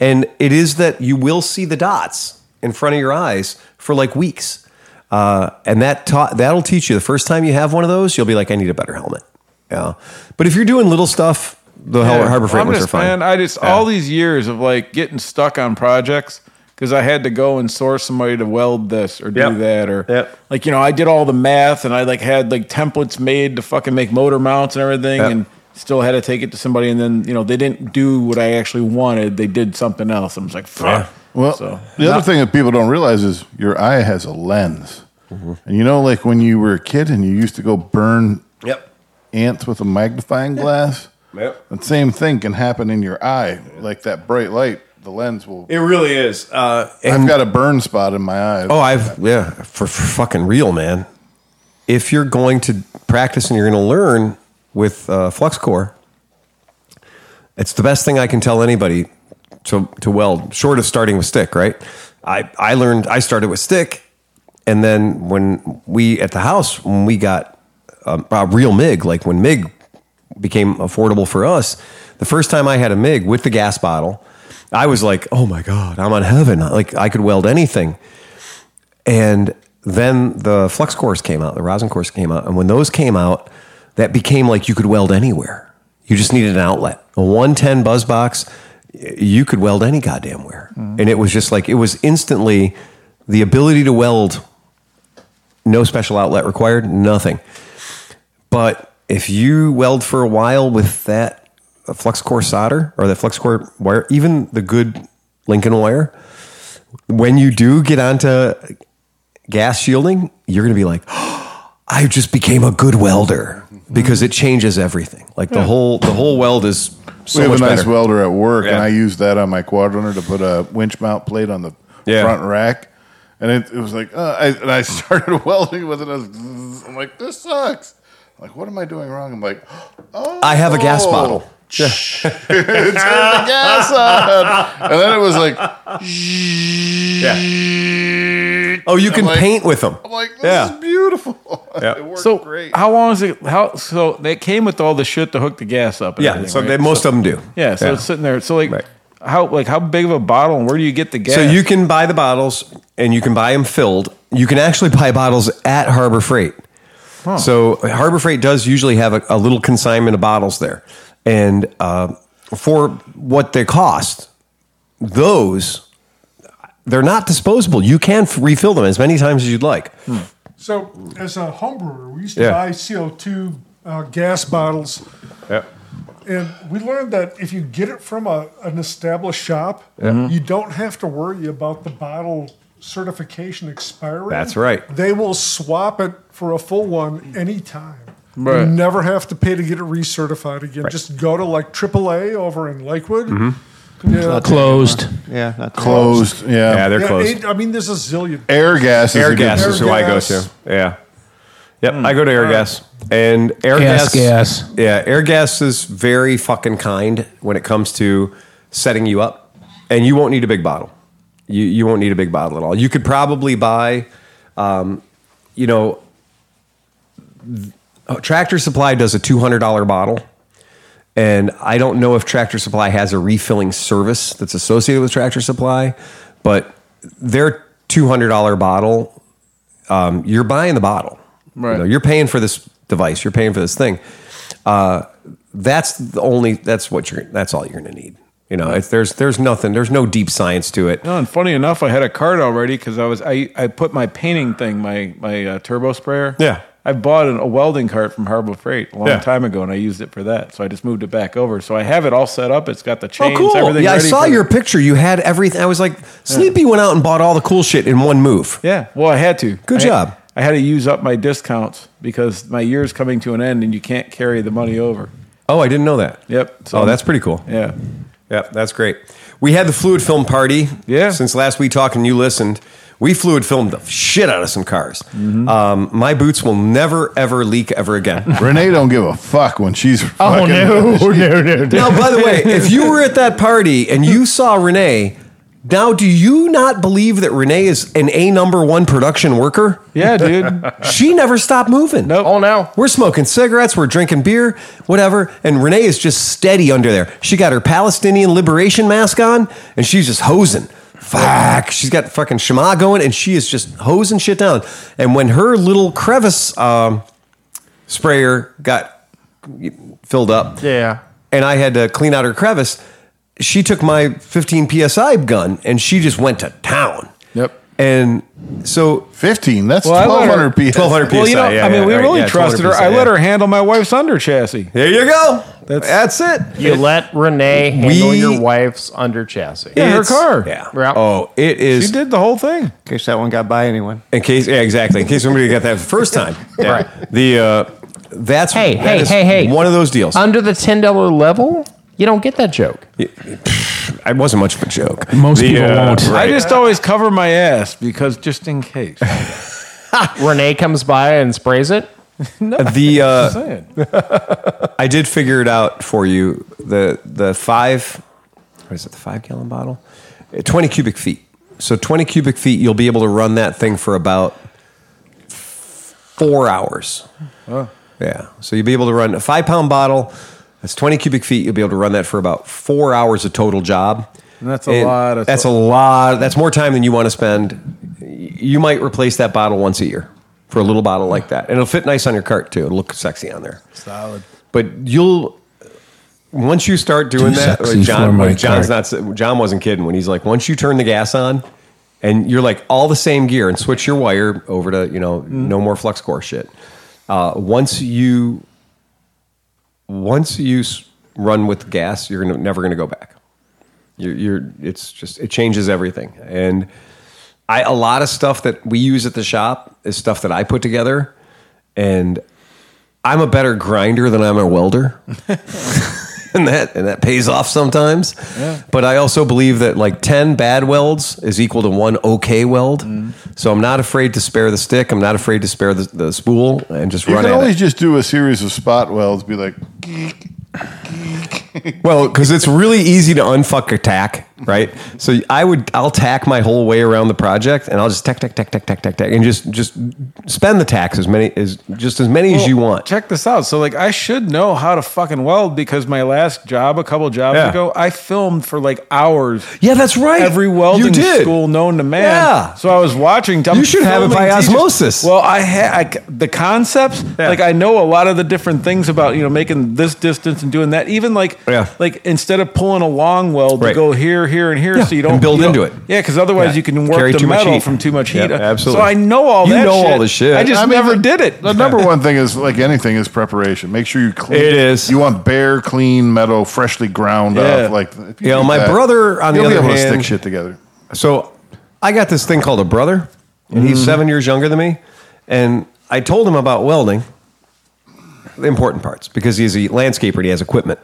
And it is that you will see the dots in front of your eyes for like weeks. Uh, and that ta- that'll teach you the first time you have one of those, you'll be like, I need a better helmet. Yeah. But if you're doing little stuff, the Hel- Harbor Freight
I'm
ones are
just-
fine.
Man, I just all these years of like getting stuck on projects because I had to go and source somebody to weld this or do
Yep.
that or
Yep.
like you know I did all the math and I like had like templates made to fucking make motor mounts and everything
Yep.
and still had to take it to somebody and then you know they didn't do what I actually wanted they did something else I'm just like fuck
Well,
So-
the other thing that people don't realize is your eye has a lens.
Mm-hmm.
And you know, like when you were a kid and you used to go burn
Yep.
ants with a magnifying glass,
Yep.
that same thing can happen in your eye. Like that bright light, the lens will.
It really is. Uh,
I've got a burn spot in my eye.
Oh, I've yeah, for, for fucking real, man. If you're going to practice and you're going to learn with uh, flux core, it's the best thing I can tell anybody to to weld. Short of starting with stick, right? I I learned I started with stick, and then when we at the house when we got um, a real MIG, like when MIG became affordable for us, the first time I had a MIG with the gas bottle, I was like, oh my god, I'm on heaven. Like I could weld anything. And then the flux cores came out, the rosin cores came out. And when those came out, that became like you could weld anywhere. You just needed an outlet. A 110 buzz box, y- you could weld any goddamn where. And it was just like, it was instantly the ability to weld, no special outlet required, nothing. But if you weld for a while with that flux core solder or that flux core wire, even the good Lincoln wire, when you do get onto gas shielding, you're going to be like, <gasps> I just became a good welder because it changes everything. Like the whole the whole weld is so
we have a
much
nice
better.
welder at work, and
Yeah.
I used that on my quadrunner to put a winch mount plate on the
Yeah.
front rack. And it, it was like, uh, I, and I <laughs> started welding with it. I was, zzz, I'm like, this sucks. I'm like, what am I doing wrong? I'm like, oh,
<gasps> I have a gas bottle.
Turn the gas on. And then it was like,
Oh, you can
like-
paint with them.
I'm like, this
Yeah.
is beautiful. <laughs> It worked
so
great.
how long is it how so they came with all the shit to hook the gas up and
Yeah,
everything,
so
right?
they, most of them do.
yeah so it's sitting there so like
Right.
how like how big of a bottle and where do you get the gas
So you can buy the bottles and you can buy them filled. You can actually buy bottles at Harbor Freight. So Harbor Freight does usually have a, a little consignment of bottles there, and uh, for what they cost, those they're not disposable. You can f- refill them as many times as you'd like.
So, as a home brewer, we used to
Yeah.
buy CO2 uh, gas bottles. And we learned that if you get it from a, an established shop,
Mm-hmm.
you don't have to worry about the bottle certification expiring.
That's right.
They will swap it for a full one anytime. You
Right.
never have to pay to get it recertified again. Just go to like AAA over in Lakewood.
Mm-hmm.
Yeah,
Closed.
yeah, not cool.
Closed. Yeah.
they're
Yeah, it- I mean, there's a zillion.
air gas is a
Air
good-
gas is who I go
Airgas.
to. Yeah. Yep, I go to air gas. Hmm. And air
Gas,
gas.
gas.
Yeah, air gas is very fucking kind when it comes to setting you up. And you won't need a big bottle. You you won't need a big bottle at all. You could probably buy um, you know th- oh, Tractor Supply does a $200 bottle. And I don't know if Tractor Supply has a refilling service that's associated with Tractor Supply, but their $200 bottle um, you're buying the bottle. Right. You know, you're paying for this device. You're paying for this thing. Uh, that's the only. That's what you're. That's all you're going to need. You know, it's, there's there's nothing. There's no deep science to it.
No, and funny enough, I had a card already because I was I, I put my painting thing, my my uh, turbo sprayer.
Yeah.
I bought an, a welding cart from Harbor Freight a long
Yeah.
time ago, and I used it for that. So I just moved it back over. So I have it all set up. It's got the chains. Everything
Oh, Yeah, I
ready
saw
for the-
your picture. You had everything. I was like, Sleepy went out and bought all the cool shit in one move.
Yeah. Well, I had to.
Good
I-
job.
I had to use up my discounts because my year's coming to an end, and you can't carry the money over.
Oh, I didn't know that.
Yep.
oh, that's pretty cool.
yeah.
Yep, that's great. We had the fluid film party.
Yeah.
Since last we talked and you listened, We flew and filmed the shit out of some cars.
Mm-hmm.
Um, my boots will never ever leak ever again. <laughs>
Renee don't give a fuck when she's.
Oh no, no, no, no.
<laughs> Now, by the way, if you were at that party and you saw Renee, now do you not believe that Renee is an A number one production worker?
Yeah,
<laughs>
dude.
She never stopped moving. No,
Oh no.
We're smoking cigarettes, we're drinking beer, whatever, and Renee is just steady under there. She got her Palestinian liberation mask on and she's just hosing. Fuck. She's got fucking Shema going and she is just hosing shit down. And when her little crevice um, sprayer got filled up,
Yeah.
and I had to clean out her crevice, she took my 15 psi gun and she just went to town.
Yep.
And so,
Fifteen. That's
I let
twelve
her-
hundred p.
1200
Well, you
PSI,
know,
yeah,
I mean,
yeah,
we
right,
really
yeah,
trusted her.
1200
I let
PSI,
her handle my wife's under chassis.
There you go. That's, it.
You let Renee handle
We-
your wife's under chassis.
In her
It's-
car.
Yeah.
Yeah.
Oh, it is.
She did the whole thing.
In case that one got by anyone.
In case, yeah, exactly. In case somebody got that
<laughs>
first time. Yeah.
Right.
The uh, that's
Hey,
that
hey,
is
hey, hey.
One of those deals.
Under the ten dollar level, you don't get that joke.
it wasn't much of a joke. uh,
Most people won't.
I just always cover my ass because just in case.
Renee comes by and sprays it.
<laughs> The uh,
Saying.
I did figure it out for you. The the five, what is it? The five gallon bottle, Uh, twenty cubic feet. So twenty cubic feet, you'll be able to run that thing for about four hours. Yeah. So you'll be able to run a five pound bottle. That's twenty cubic feet. You'll be able to run that for about four hours of total job.
And that's a lot of-
that's a lot. That's more time than you want to spend. You might replace that bottle once a year for a little bottle like that, and it'll fit nice on your cart too. It'll look sexy on there
Solid.
but you'll once you start doing
Too
that
sexy
like
for
john
my
like john's not john wasn't kidding when he's like once you turn the gas on and you're like all the same gear and switch your wire over to you know no more flux core shit uh, once you once you s- run with gas you're gonna, never gonna go back you're, you're it's just it changes everything and i a lot of stuff that we use at the shop is stuff that i put together and i'm a better grinder than i'm a
<laughs>
welder and that and that pays off sometimes but i also believe that like 10 bad welds is equal to one okay weld
Mm-hmm.
so i'm not afraid to spare the stick i'm not afraid to spare the, the spool and just
You
run
can
at
always
it
just do a series of spot welds. Be like, geek, geek.
Well, because it's really easy to unfuck a tack, right? So I would, I'll tack my whole way around the project, and I'll just tack, tack, tack, tack, tack, tack, tack, and just just spend the tacks as many as just as many as you want.
Check this out. So, like, I should know how to fucking weld because my last job, a couple jobs
Yeah.
ago, I filmed for like hours.
Yeah, that's right.
Every
You
welding
did.
school known to man.
Yeah.
So I was watching. I'm
You should have it
filming
by
teachers.
osmosis.
Well, I had the concepts. Like I know a lot of the different things about you know making this distance and doing that. Even like
Yeah.
like instead of pulling a long weld,
Right.
to go here, here, and here,
Yeah,
so you don't
and build
you don't-
into it.
Yeah, because otherwise
Yeah.
you can work
Carry
the
too much
metal
heat.
from too much
Yeah,
heat.
absolutely.
So I know all
You
that.
know all
shit.
the shit.
I just
I mean,
never
the-
did it.
The number one thing is like anything is preparation. Make sure you clean.
It is.
You want bare, clean metal, freshly ground
Yeah.
up. Like, if
You know,
do
my brother, on the
you'll be
other
able to
hand-
stick shit together.
So I got this thing called a brother, and he's seven years younger than me. And I told him about welding, the important parts, because he's a landscaper and he has equipment.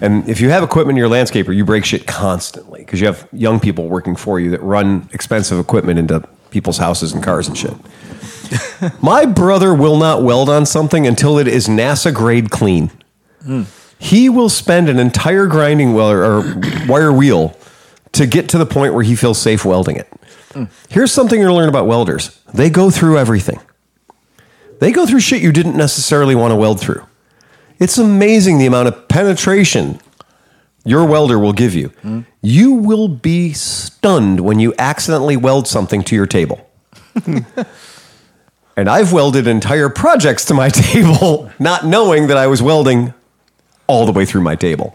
And if you have equipment, you're a landscaper, you break shit constantly because you have young people working for you that run expensive equipment into people's houses and cars and shit. My brother will not weld on something until it is NASA grade clean. He will spend an entire grinding wheel or wire wheel to get to the point where he feels safe welding it. Here's something you're going to learn about welders they go through everything, they go through shit you didn't necessarily want to weld through. It's amazing the amount of penetration your welder will give you. You will be stunned when you accidentally weld something to your table. and I've welded entire projects to my <laughs> table, not knowing that I was welding all the way through my table.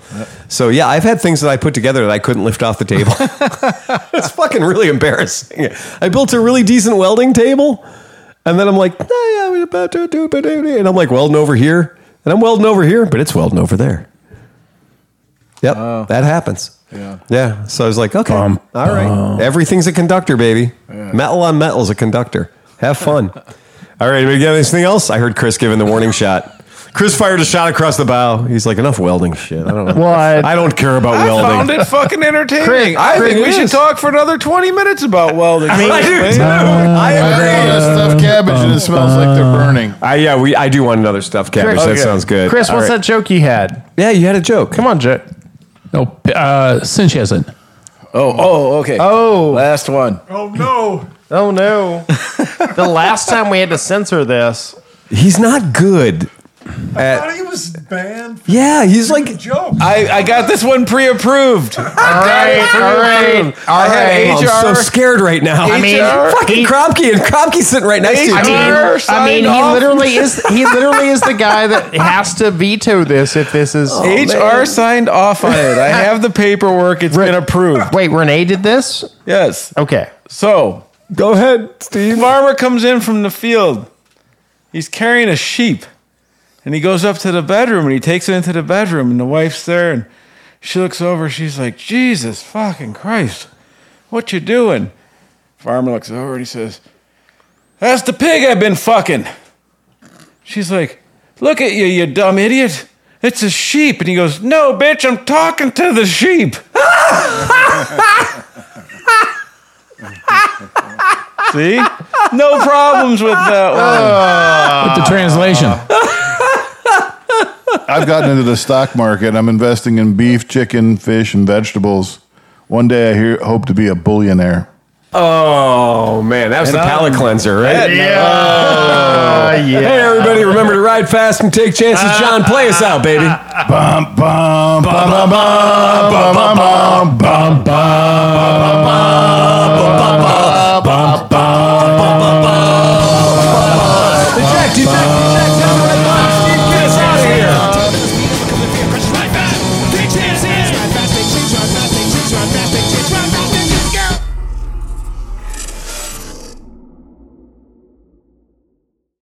So yeah, I've had things that I put together that I couldn't lift off the table. <laughs> it's fucking really embarrassing. I built a really decent welding table, and then I'm like, "Oh, yeah, we're about to do, but do," and I'm like welding over here, and I'm welding over here, but it's welding over there. Yep, that happens. Yeah, yeah. So I was like, okay,
Bum,
all right, everything's a conductor, baby. Metal on metal
<laughs>
is a conductor. Have fun. all right, we got anything else? I heard Chris giving the warning shot. Chris fired a shot across the bow. He's like, enough welding shit. I don't know.
Well, I-
I don't care about
I <laughs>
welding.
found it fucking entertaining. I think we should talk for another 20 minutes about welding. I
I do too. I
I
agree.
got all this stuffed cabbage and it smells like they're burning.
I, yeah, we. I do want another stuffed cabbage. That sounds good.
Chris,
All
what's
right.
that joke you had?
Yeah, you had a joke.
Come on, Joe.
No, uh, Cinch hasn't.
Oh, oh, okay.
Oh.
Last one.
Oh no!
Oh no! the last time we had to censor this,
He's not good.
I thought he was banned. For
Yeah, he's like.
joke.
I, I got this one pre approved.
all right, all right, all
I had
Oh,
right.
HR.
I'm so scared right now. I
mean,
fucking Kromke and Kromke's sitting right next to you.
I
dude.
mean, I mean,
signed
he
off.
literally is. He literally is the guy that has to veto this if this is.
HR signed off on it. I have the paperwork. It's been approved.
Wait, Renee did this?
Yes.
Okay.
So,
go ahead, Steve.
farmer comes in from the field. He's carrying a sheep. And he goes up to the bedroom and he takes it into the bedroom. And the wife's there. And she looks over. She's like, Jesus fucking Christ. What you doing? Farmer looks over and he says, That's the pig I've been fucking. She's like, Look at you, you dumb idiot. It's a sheep. And he goes, No, bitch, I'm talking to the sheep. See? No problems with that one.
With the translation.
I've gotten into the stock market. I'm investing in beef, chicken, fish, and vegetables. One day I hear, hope to be a billionaire.
Oh man, that was the
I'm-
palate cleanser, right? Oh.
Uh,
Hey,
yeah.
everybody, remember to ride fast and take chances. John, play us out, baby.
Bum, bum, bum, bum, bum, bum, bum, bum, bum, bum, bum,